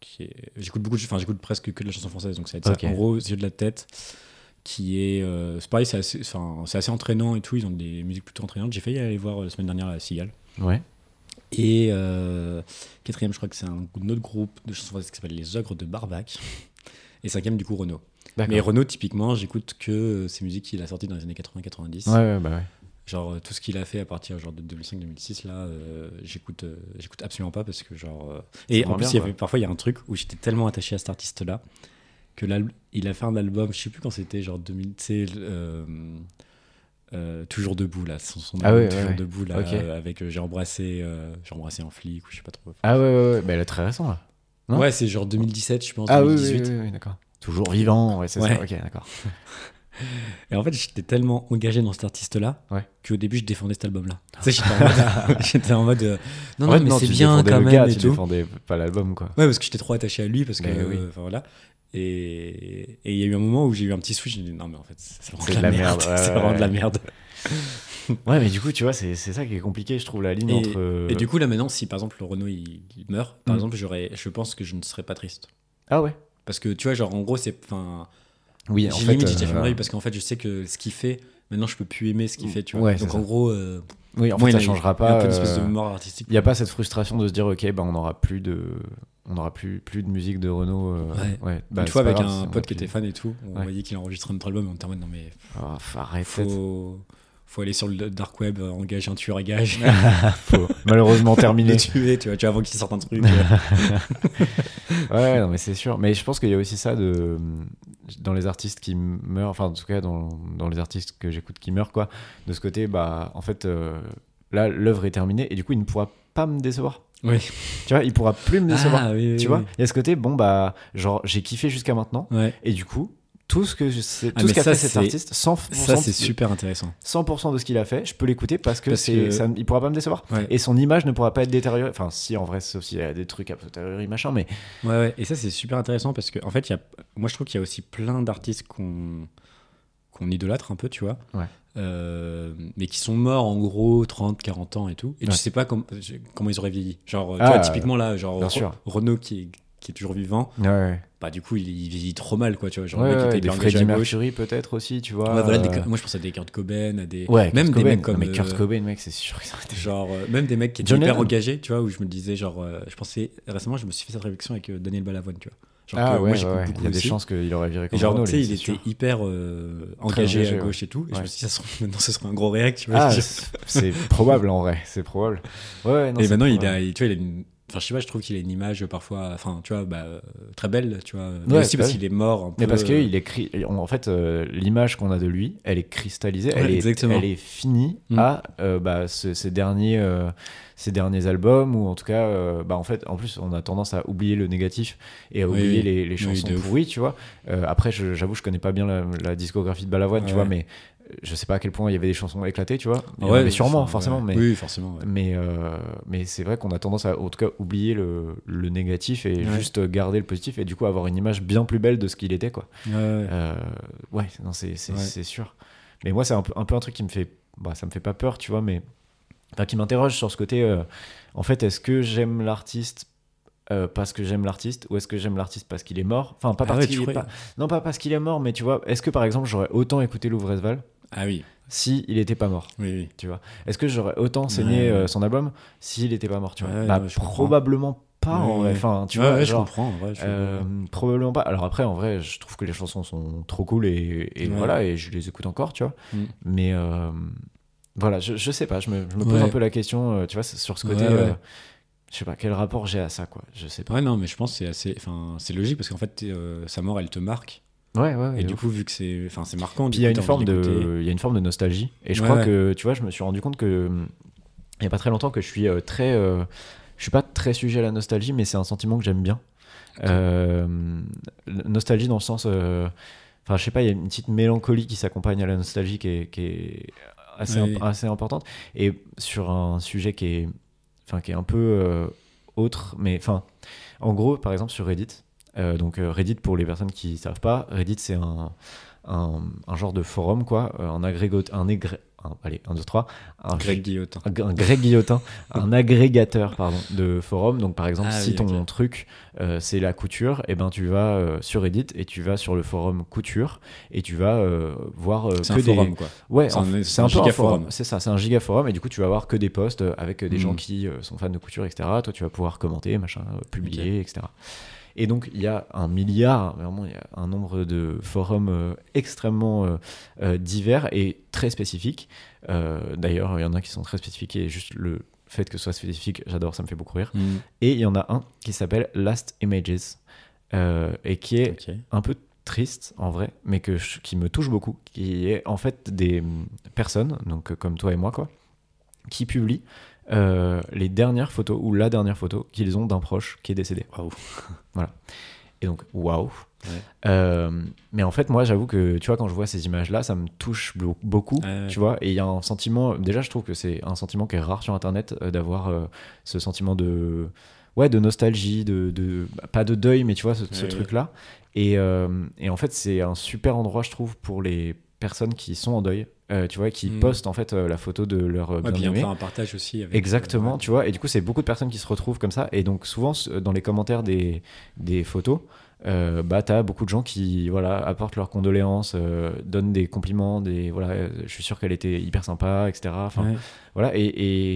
[SPEAKER 2] qui est- j'écoute beaucoup de- enfin j'écoute presque que de la chanson française donc ça va être
[SPEAKER 1] Ok.
[SPEAKER 2] ça en gros Les Yeux de la Tête qui est euh, c'est pareil c'est assez, enfin, c'est assez entraînant et tout ils ont des musiques plutôt entraînantes j'ai failli aller voir euh, la semaine dernière à la Cigale
[SPEAKER 1] Ouais.
[SPEAKER 2] Et euh, quatrième, je crois que c'est un, un autre groupe de chansons françaises qui s'appelle Les Ogres de Barbac. Et cinquième, du coup, Renaud. Mais Renaud, typiquement, j'écoute que euh, ses musiques qu'il a sorties dans les années 80-90.
[SPEAKER 1] Ouais, ouais, bah ouais.
[SPEAKER 2] Genre, euh, tout ce qu'il a fait à partir genre, de 2005-2006, là, euh, j'écoute euh, j'écoute absolument pas parce que, genre. euh, Et
[SPEAKER 1] Ça
[SPEAKER 2] en
[SPEAKER 1] rend
[SPEAKER 2] plus,
[SPEAKER 1] bien,
[SPEAKER 2] il y avait-
[SPEAKER 1] quoi.
[SPEAKER 2] parfois, il y a un truc où j'étais tellement attaché à cet artiste-là que l'al- il a fait un album, je sais plus quand c'était, genre 2000, tu sais, euh, euh, Toujours debout, là. Son, son
[SPEAKER 1] Ah
[SPEAKER 2] album
[SPEAKER 1] ouais, ouais,
[SPEAKER 2] Toujours
[SPEAKER 1] ouais.
[SPEAKER 2] debout, là,
[SPEAKER 1] Ok.
[SPEAKER 2] euh, avec euh, J'ai embrassé, euh, J'ai embrassé un flic, ou je sais pas trop.
[SPEAKER 1] Ah ouais, ouais, ouais, bah elle est très récente là. Non
[SPEAKER 2] ouais, c'est genre 2017, je pense,
[SPEAKER 1] Ah oui,
[SPEAKER 2] 2018.
[SPEAKER 1] oui, oui, oui, d'accord. Toujours vivant, ouais, c'est
[SPEAKER 2] Ouais.
[SPEAKER 1] ça, ok, d'accord.
[SPEAKER 2] Et en fait, j'étais tellement engagé dans cet artiste-là
[SPEAKER 1] Ouais. Ah.
[SPEAKER 2] qu'au début, je défendais cet album-là. Tu sais, j'étais en mode, j'étais en mode, euh, non,
[SPEAKER 1] En fait,
[SPEAKER 2] non, mais c'est
[SPEAKER 1] tu
[SPEAKER 2] bien
[SPEAKER 1] défendais
[SPEAKER 2] quand
[SPEAKER 1] le
[SPEAKER 2] même
[SPEAKER 1] gars,
[SPEAKER 2] et
[SPEAKER 1] tu
[SPEAKER 2] tout.
[SPEAKER 1] défendais pas l'album, quoi.
[SPEAKER 2] Ouais, parce que j'étais trop attaché à lui, parce que
[SPEAKER 1] Mais oui.
[SPEAKER 2] euh, enfin, voilà. Et et il y a eu un moment où j'ai eu un petit switch, j'ai dit non, mais en fait, c'est vraiment
[SPEAKER 1] C'est
[SPEAKER 2] de la merde.
[SPEAKER 1] ouais,
[SPEAKER 2] C'est
[SPEAKER 1] ouais,
[SPEAKER 2] vraiment de
[SPEAKER 1] ouais.
[SPEAKER 2] la merde.
[SPEAKER 1] Ouais, mais du coup, tu vois, c'est c'est ça qui est compliqué, je trouve, la ligne
[SPEAKER 2] Et-
[SPEAKER 1] entre. euh,
[SPEAKER 2] Et du coup, là maintenant, si par exemple le Renault il, il meurt, par
[SPEAKER 1] Mm.
[SPEAKER 2] exemple, j'aurais, je pense que je ne serais pas triste.
[SPEAKER 1] Ah ouais
[SPEAKER 2] Parce que tu vois, genre en gros, c'est. Enfin,
[SPEAKER 1] Oui,
[SPEAKER 2] j'ai
[SPEAKER 1] en
[SPEAKER 2] limite
[SPEAKER 1] fait.
[SPEAKER 2] j'étais
[SPEAKER 1] euh,
[SPEAKER 2] éphémère parce qu'en fait, je sais que ce qu'il fait, maintenant, je peux plus aimer ce qu'il fait, tu vois.
[SPEAKER 1] Ouais, c'est
[SPEAKER 2] Donc
[SPEAKER 1] ça.
[SPEAKER 2] en gros, euh,
[SPEAKER 1] Oui, en
[SPEAKER 2] moi,
[SPEAKER 1] fait, ça
[SPEAKER 2] il y a-
[SPEAKER 1] changera
[SPEAKER 2] il y a un
[SPEAKER 1] pas.
[SPEAKER 2] peu une espèce de
[SPEAKER 1] euh,
[SPEAKER 2] mort artistique.
[SPEAKER 1] Il n'y a pas cette frustration de se dire, ok, bah, on n'aura plus de. On n'aura plus, plus de musique de Renault. euh,
[SPEAKER 2] Ouais.
[SPEAKER 1] bah,
[SPEAKER 2] une fois
[SPEAKER 1] c'est
[SPEAKER 2] avec
[SPEAKER 1] pas grave,
[SPEAKER 2] un
[SPEAKER 1] on a
[SPEAKER 2] pote qui
[SPEAKER 1] plus-
[SPEAKER 2] était fan et tout, on
[SPEAKER 1] Ouais.
[SPEAKER 2] voyait qu'il enregistrait notre album et on était en mode non mais
[SPEAKER 1] Oh, faut arrêter.
[SPEAKER 2] faut, faut aller sur le dark web, euh, engager un tueur à gage,
[SPEAKER 1] Faut malheureusement terminer.
[SPEAKER 2] le tuer, tu vois, tu vois, avant qu'il sorte un truc. euh.
[SPEAKER 1] Ouais, non, mais c'est sûr. Mais je pense qu'il y a aussi ça de dans les artistes qui meurent, enfin en tout cas dans, dans les artistes que j'écoute qui meurent, quoi. De ce côté, bah en fait, euh, là l'œuvre est terminée et du coup il ne pourra pas me décevoir.
[SPEAKER 2] Oui.
[SPEAKER 1] Tu vois, il pourra plus me décevoir.
[SPEAKER 2] Ah, oui, oui,
[SPEAKER 1] tu vois,
[SPEAKER 2] oui.
[SPEAKER 1] il y a ce côté, bon bah genre j'ai kiffé jusqu'à maintenant
[SPEAKER 2] Ouais.
[SPEAKER 1] et du coup tout ce que je sais-
[SPEAKER 2] Ah,
[SPEAKER 1] tout
[SPEAKER 2] mais
[SPEAKER 1] ce qu'a
[SPEAKER 2] ça,
[SPEAKER 1] fait cet
[SPEAKER 2] c'est-
[SPEAKER 1] artiste, 100%,
[SPEAKER 2] Ça c'est super intéressant.
[SPEAKER 1] 100% de ce qu'il a fait, je peux l'écouter parce que
[SPEAKER 2] Parce
[SPEAKER 1] c'est
[SPEAKER 2] que-
[SPEAKER 1] ça- il pourra pas me décevoir.
[SPEAKER 2] Ouais.
[SPEAKER 1] Et son image ne pourra pas être détériorée. Enfin, si en vrai, sauf s'il y a des trucs à posteriori, machin, mais
[SPEAKER 2] Ouais, ouais. Et ça c'est super intéressant parce que en fait, il y a, moi je trouve qu'il y a aussi plein d'artistes qu'on qu'on idolâtre un peu, tu vois.
[SPEAKER 1] Ouais.
[SPEAKER 2] Euh, mais qui sont morts en gros 30, 40 ans et tout. Et
[SPEAKER 1] Ouais.
[SPEAKER 2] tu sais pas com- comment ils auraient vieilli. Genre, tu
[SPEAKER 1] Ah,
[SPEAKER 2] vois, typiquement là, genre
[SPEAKER 1] bien
[SPEAKER 2] Re-
[SPEAKER 1] sûr.
[SPEAKER 2] Renaud qui est, qui est toujours vivant, bah du coup il, il vieillit trop mal quoi tu vois genre le
[SPEAKER 1] Ouais,
[SPEAKER 2] mec
[SPEAKER 1] ouais,
[SPEAKER 2] était
[SPEAKER 1] des
[SPEAKER 2] hyper engagé
[SPEAKER 1] Freddie
[SPEAKER 2] à gauche.
[SPEAKER 1] Mercury peut-être aussi, tu vois.
[SPEAKER 2] Ouais, voilà, des-
[SPEAKER 1] euh,
[SPEAKER 2] moi je pense à des Kurt Cobain à des
[SPEAKER 1] ouais, Kurt
[SPEAKER 2] même des
[SPEAKER 1] Cobain.
[SPEAKER 2] mecs comme
[SPEAKER 1] Non, mais Kurt
[SPEAKER 2] euh,
[SPEAKER 1] Cobain, mec, c'est sûr que ça aurait été-
[SPEAKER 2] genre euh, même des mecs qui étaient
[SPEAKER 1] John
[SPEAKER 2] hyper
[SPEAKER 1] Lennon.
[SPEAKER 2] engagés tu vois où je me disais genre euh, je pensais récemment je me suis fait cette réflexion avec euh, Daniel Balavoine tu vois genre
[SPEAKER 1] Ah
[SPEAKER 2] que
[SPEAKER 1] ouais,
[SPEAKER 2] moi
[SPEAKER 1] ouais,
[SPEAKER 2] j'écoute
[SPEAKER 1] ouais.
[SPEAKER 2] beaucoup
[SPEAKER 1] il y a des
[SPEAKER 2] aussi.
[SPEAKER 1] chances qu'il aurait viré
[SPEAKER 2] Et
[SPEAKER 1] comme
[SPEAKER 2] genre
[SPEAKER 1] Renault,
[SPEAKER 2] tu sais
[SPEAKER 1] lui,
[SPEAKER 2] il
[SPEAKER 1] c'est
[SPEAKER 2] était
[SPEAKER 1] sûr.
[SPEAKER 2] hyper euh,
[SPEAKER 1] Très
[SPEAKER 2] engagé,
[SPEAKER 1] engagé,
[SPEAKER 2] à gauche et tout et je me
[SPEAKER 1] Ouais.
[SPEAKER 2] suis dit ça se trouve maintenant ce serait un gros réac tu vois
[SPEAKER 1] Ah,
[SPEAKER 2] Je-
[SPEAKER 1] c'est c'est probable en vrai, c'est probable. Ouais, ouais, non,
[SPEAKER 2] et
[SPEAKER 1] c'est
[SPEAKER 2] maintenant il a
[SPEAKER 1] probable.
[SPEAKER 2] il- tu vois il a une- Enfin, je sais pas, je trouve qu'il a une image parfois, enfin, tu vois, bah, euh, très belle, tu vois. Mais
[SPEAKER 1] Ouais,
[SPEAKER 2] aussi parce
[SPEAKER 1] bah oui.
[SPEAKER 2] qu'il est mort un peu.
[SPEAKER 1] Mais parce
[SPEAKER 2] euh,
[SPEAKER 1] qu'il écrit. En fait, euh, l'image qu'on a de lui, elle est cristallisée, elle,
[SPEAKER 2] Ouais,
[SPEAKER 1] est,
[SPEAKER 2] exactement.
[SPEAKER 1] elle est finie
[SPEAKER 2] Mm.
[SPEAKER 1] à euh, bah, ce- ces, derniers, euh, ces derniers albums, ou en tout cas, euh, bah, en fait, en plus, on a tendance à oublier le négatif et à
[SPEAKER 2] Oui,
[SPEAKER 1] oublier
[SPEAKER 2] oui.
[SPEAKER 1] les, les chansons
[SPEAKER 2] de ouf.
[SPEAKER 1] pourries, tu vois. Euh, après, je- j'avoue, je connais pas bien la, la discographie de Balavoine, tu
[SPEAKER 2] Ouais.
[SPEAKER 1] vois, mais je sais pas à quel point il y avait des chansons éclatées, tu vois. Il y en
[SPEAKER 2] ouais,
[SPEAKER 1] avait sûrement,
[SPEAKER 2] enfin,
[SPEAKER 1] forcément,
[SPEAKER 2] ouais.
[SPEAKER 1] mais.
[SPEAKER 2] Oui, forcément. ouais.
[SPEAKER 1] Mais, euh, mais c'est vrai qu'on a tendance à, en tout cas, oublier le, le négatif et
[SPEAKER 2] Ouais.
[SPEAKER 1] juste garder le positif et du coup avoir une image bien plus belle de ce qu'il était, quoi.
[SPEAKER 2] Ouais, ouais.
[SPEAKER 1] Euh, ouais, non, c'est c'est-
[SPEAKER 2] Ouais.
[SPEAKER 1] c'est sûr. Mais moi, c'est un, peu- un peu un truc qui me fait. Bah, ça me fait pas peur, tu vois, mais enfin, qui m'interroge sur ce côté, euh, en fait, est-ce que j'aime l'artiste euh, parce que j'aime l'artiste ou est-ce que j'aime l'artiste parce qu'il est mort Enfin, pas
[SPEAKER 2] Ah
[SPEAKER 1] parce
[SPEAKER 2] ouais,
[SPEAKER 1] qu'il
[SPEAKER 2] tu
[SPEAKER 1] est
[SPEAKER 2] croyais-
[SPEAKER 1] pas- Non, pas parce qu'il est mort, mais tu vois, est-ce que par exemple j'aurais autant écouté Louvrezval
[SPEAKER 2] Ah oui,
[SPEAKER 1] si il était pas mort
[SPEAKER 2] oui, oui.
[SPEAKER 1] tu vois Est-ce que j'aurais autant saigné
[SPEAKER 2] Ouais, ouais.
[SPEAKER 1] euh, son album s'il était pas mort tu vois
[SPEAKER 2] Ouais,
[SPEAKER 1] Bah,
[SPEAKER 2] ouais, je comprends.
[SPEAKER 1] probablement pas en
[SPEAKER 2] Ouais,
[SPEAKER 1] vrai.
[SPEAKER 2] ouais.
[SPEAKER 1] Enfin, tu
[SPEAKER 2] Ouais,
[SPEAKER 1] vois,
[SPEAKER 2] ouais,
[SPEAKER 1] genre,
[SPEAKER 2] je comprends. en vrai, je-
[SPEAKER 1] euh, probablement pas. Alors après, en vrai, je trouve que les chansons sont trop cool et, et
[SPEAKER 2] Ouais.
[SPEAKER 1] voilà, et je les écoute encore, tu vois.
[SPEAKER 2] Mm.
[SPEAKER 1] Mais euh, voilà, je, je sais pas, je me, je me pose
[SPEAKER 2] Ouais.
[SPEAKER 1] un peu la question, euh, tu vois, sur ce côté,
[SPEAKER 2] Ouais, ouais.
[SPEAKER 1] euh, je sais pas, quel rapport j'ai à ça, quoi. Je sais pas.
[SPEAKER 2] Ouais, non, mais je pense que c'est assez. Enfin, c'est logique parce qu'en fait, t'es, euh, sa mort, elle te marque.
[SPEAKER 1] Ouais, ouais.
[SPEAKER 2] Et,
[SPEAKER 1] ouais,
[SPEAKER 2] du
[SPEAKER 1] ouf.
[SPEAKER 2] coup, vu que c'est, enfin, c'est marquant.
[SPEAKER 1] Puis
[SPEAKER 2] du
[SPEAKER 1] il y a
[SPEAKER 2] coup,
[SPEAKER 1] une
[SPEAKER 2] t'as
[SPEAKER 1] forme
[SPEAKER 2] envie d'écouter.
[SPEAKER 1] de, il y a une forme de nostalgie. Et je
[SPEAKER 2] Ouais,
[SPEAKER 1] crois
[SPEAKER 2] ouais.
[SPEAKER 1] que, tu vois, je me suis rendu compte que hum, il y a pas très longtemps que je suis euh, très, euh, je suis pas très sujet à la nostalgie, mais c'est un sentiment que j'aime bien. Euh, nostalgie dans le sens, euh, enfin, je sais pas, il y a une petite mélancolie qui s'accompagne à la nostalgie qui est, qui est assez,
[SPEAKER 2] Oui.
[SPEAKER 1] imp- assez importante. Et sur un sujet qui est, enfin, qui est un peu euh, autre, mais enfin, en gros, par exemple sur Reddit. euh, donc euh, Reddit pour les personnes qui savent pas, Reddit c'est un, un, un genre de forum quoi, euh, un agrégot, un, égré- un- allez, un, deux, trois, un,
[SPEAKER 2] Greg Guillotin.
[SPEAKER 1] un Greg Guillotin, un agrégateur pardon, de forum. Donc par exemple,
[SPEAKER 2] Ah
[SPEAKER 1] si
[SPEAKER 2] oui,
[SPEAKER 1] ton
[SPEAKER 2] ok.
[SPEAKER 1] truc euh, c'est la couture, et ben tu vas euh, sur Reddit et tu vas sur le forum couture et tu vas euh, voir euh,
[SPEAKER 2] C'est
[SPEAKER 1] que
[SPEAKER 2] un forum,
[SPEAKER 1] des
[SPEAKER 2] quoi.
[SPEAKER 1] ouais,
[SPEAKER 2] C'est
[SPEAKER 1] en-
[SPEAKER 2] un-
[SPEAKER 1] c'est un,
[SPEAKER 2] c'est un
[SPEAKER 1] peu un
[SPEAKER 2] gigaforum.
[SPEAKER 1] forum. C'est ça, c'est un gigaforum et du coup tu vas voir que des posts euh, avec euh, des
[SPEAKER 2] Mm.
[SPEAKER 1] gens qui euh, sont fans de couture, etc. Toi tu vas pouvoir commenter, machin, euh, publier, etc. Et donc il y a un milliard, vraiment il y a un nombre de forums euh, extrêmement euh, euh, divers et très spécifiques. Euh, D'ailleurs il y en a qui sont très spécifiques et juste le fait que ce soit spécifique, j'adore, ça me fait beaucoup rire.
[SPEAKER 2] Mm.
[SPEAKER 1] Et il y en a un qui s'appelle Last Images euh, et qui est
[SPEAKER 2] Ok.
[SPEAKER 1] un peu triste en vrai, mais que je- qui me touche beaucoup, qui est en fait des mm, personnes, donc euh, comme toi et moi, quoi, qui publient euh, les dernières photos ou la dernière photo qu'ils ont d'un proche qui est décédé.
[SPEAKER 2] Waouh.
[SPEAKER 1] Et donc, waouh!
[SPEAKER 2] Ouais.
[SPEAKER 1] Euh, mais en fait, moi, j'avoue que tu vois, quand je vois ces images-là, ça me touche blo- beaucoup.
[SPEAKER 2] Ouais, ouais.
[SPEAKER 1] Euh, Tu vois, et il y a un sentiment. Déjà, je trouve que c'est un sentiment qui est rare sur Internet euh, d'avoir euh, ce sentiment de, ouais, de nostalgie, de, de- bah, pas de deuil, mais tu vois, ce, ce
[SPEAKER 2] Ouais,
[SPEAKER 1] truc-là. Et, euh, et en fait, c'est un super endroit, je trouve, pour les personnes qui sont en deuil. euh, tu vois, qui
[SPEAKER 2] Mm.
[SPEAKER 1] postent en fait euh, la photo de leur euh,
[SPEAKER 2] Ouais, puis il y a
[SPEAKER 1] bien-aimé.
[SPEAKER 2] un un partage aussi. Avec,
[SPEAKER 1] Exactement,
[SPEAKER 2] euh,
[SPEAKER 1] tu vois. Et du coup, c'est beaucoup de personnes qui se retrouvent comme ça. Et donc, souvent, ce- euh, dans les commentaires des, des photos, euh, bah, t'as beaucoup de gens qui voilà, apportent leurs condoléances, euh, donnent des compliments, des voilà, euh, je suis sûr qu'elle était hyper sympa, etc. Enfin,
[SPEAKER 2] ouais.
[SPEAKER 1] voilà. Et,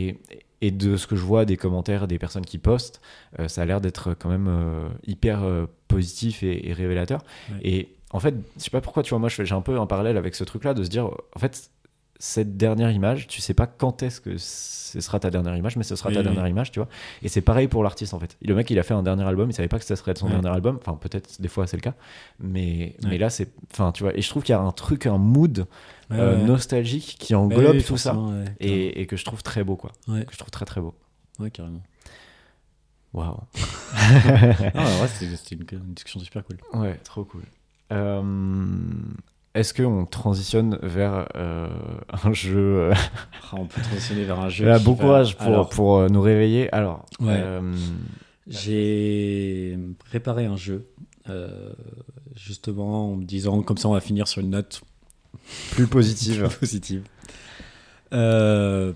[SPEAKER 1] et, et de ce que je vois des commentaires des personnes qui postent, euh, ça a l'air d'être quand même euh, hyper euh, positif et, et révélateur.
[SPEAKER 2] Ouais.
[SPEAKER 1] Et en fait, je sais pas pourquoi, tu vois, moi, je fais- j'ai un peu un parallèle avec ce truc-là de se dire, en fait, cette dernière image, tu sais pas quand est-ce que ce sera ta dernière image, mais ce sera
[SPEAKER 2] Oui,
[SPEAKER 1] ta
[SPEAKER 2] oui.
[SPEAKER 1] dernière image, tu vois. Et c'est pareil pour l'artiste, en fait. Le mec, il a fait un dernier album, il savait pas que ça serait son
[SPEAKER 2] Ouais.
[SPEAKER 1] dernier album. Enfin, peut-être, des fois, c'est le cas. Mais, mais
[SPEAKER 2] Ouais.
[SPEAKER 1] là, c'est. Enfin, tu vois. Et je trouve qu'il y a un truc, un mood
[SPEAKER 2] Ouais,
[SPEAKER 1] euh,
[SPEAKER 2] ouais. Bah
[SPEAKER 1] nostalgique qui
[SPEAKER 2] Ouais,
[SPEAKER 1] englobe
[SPEAKER 2] ouais,
[SPEAKER 1] tout ça
[SPEAKER 2] forcément, ouais.
[SPEAKER 1] et, et que je trouve très beau quoi.
[SPEAKER 2] Ouais.
[SPEAKER 1] Que je trouve très très beau.
[SPEAKER 2] Ouais, carrément.
[SPEAKER 1] Waouh.
[SPEAKER 2] Ah, ouais, c'était c'était une, une discussion super cool.
[SPEAKER 1] Ouais, trop cool. Euh, Est-ce qu'on transitionne vers euh, un jeu euh,
[SPEAKER 2] Ah, on peut transitionner vers un jeu.
[SPEAKER 1] là, Bah,
[SPEAKER 2] qui
[SPEAKER 1] Bon
[SPEAKER 2] va-
[SPEAKER 1] courage pour,
[SPEAKER 2] Alors,
[SPEAKER 1] pour euh, nous réveiller. Alors,
[SPEAKER 2] Ouais.
[SPEAKER 1] euh,
[SPEAKER 2] J'ai préparé un jeu, euh, justement en me disant comme ça on va finir sur une note
[SPEAKER 1] plus positive.
[SPEAKER 2] positive. Euh,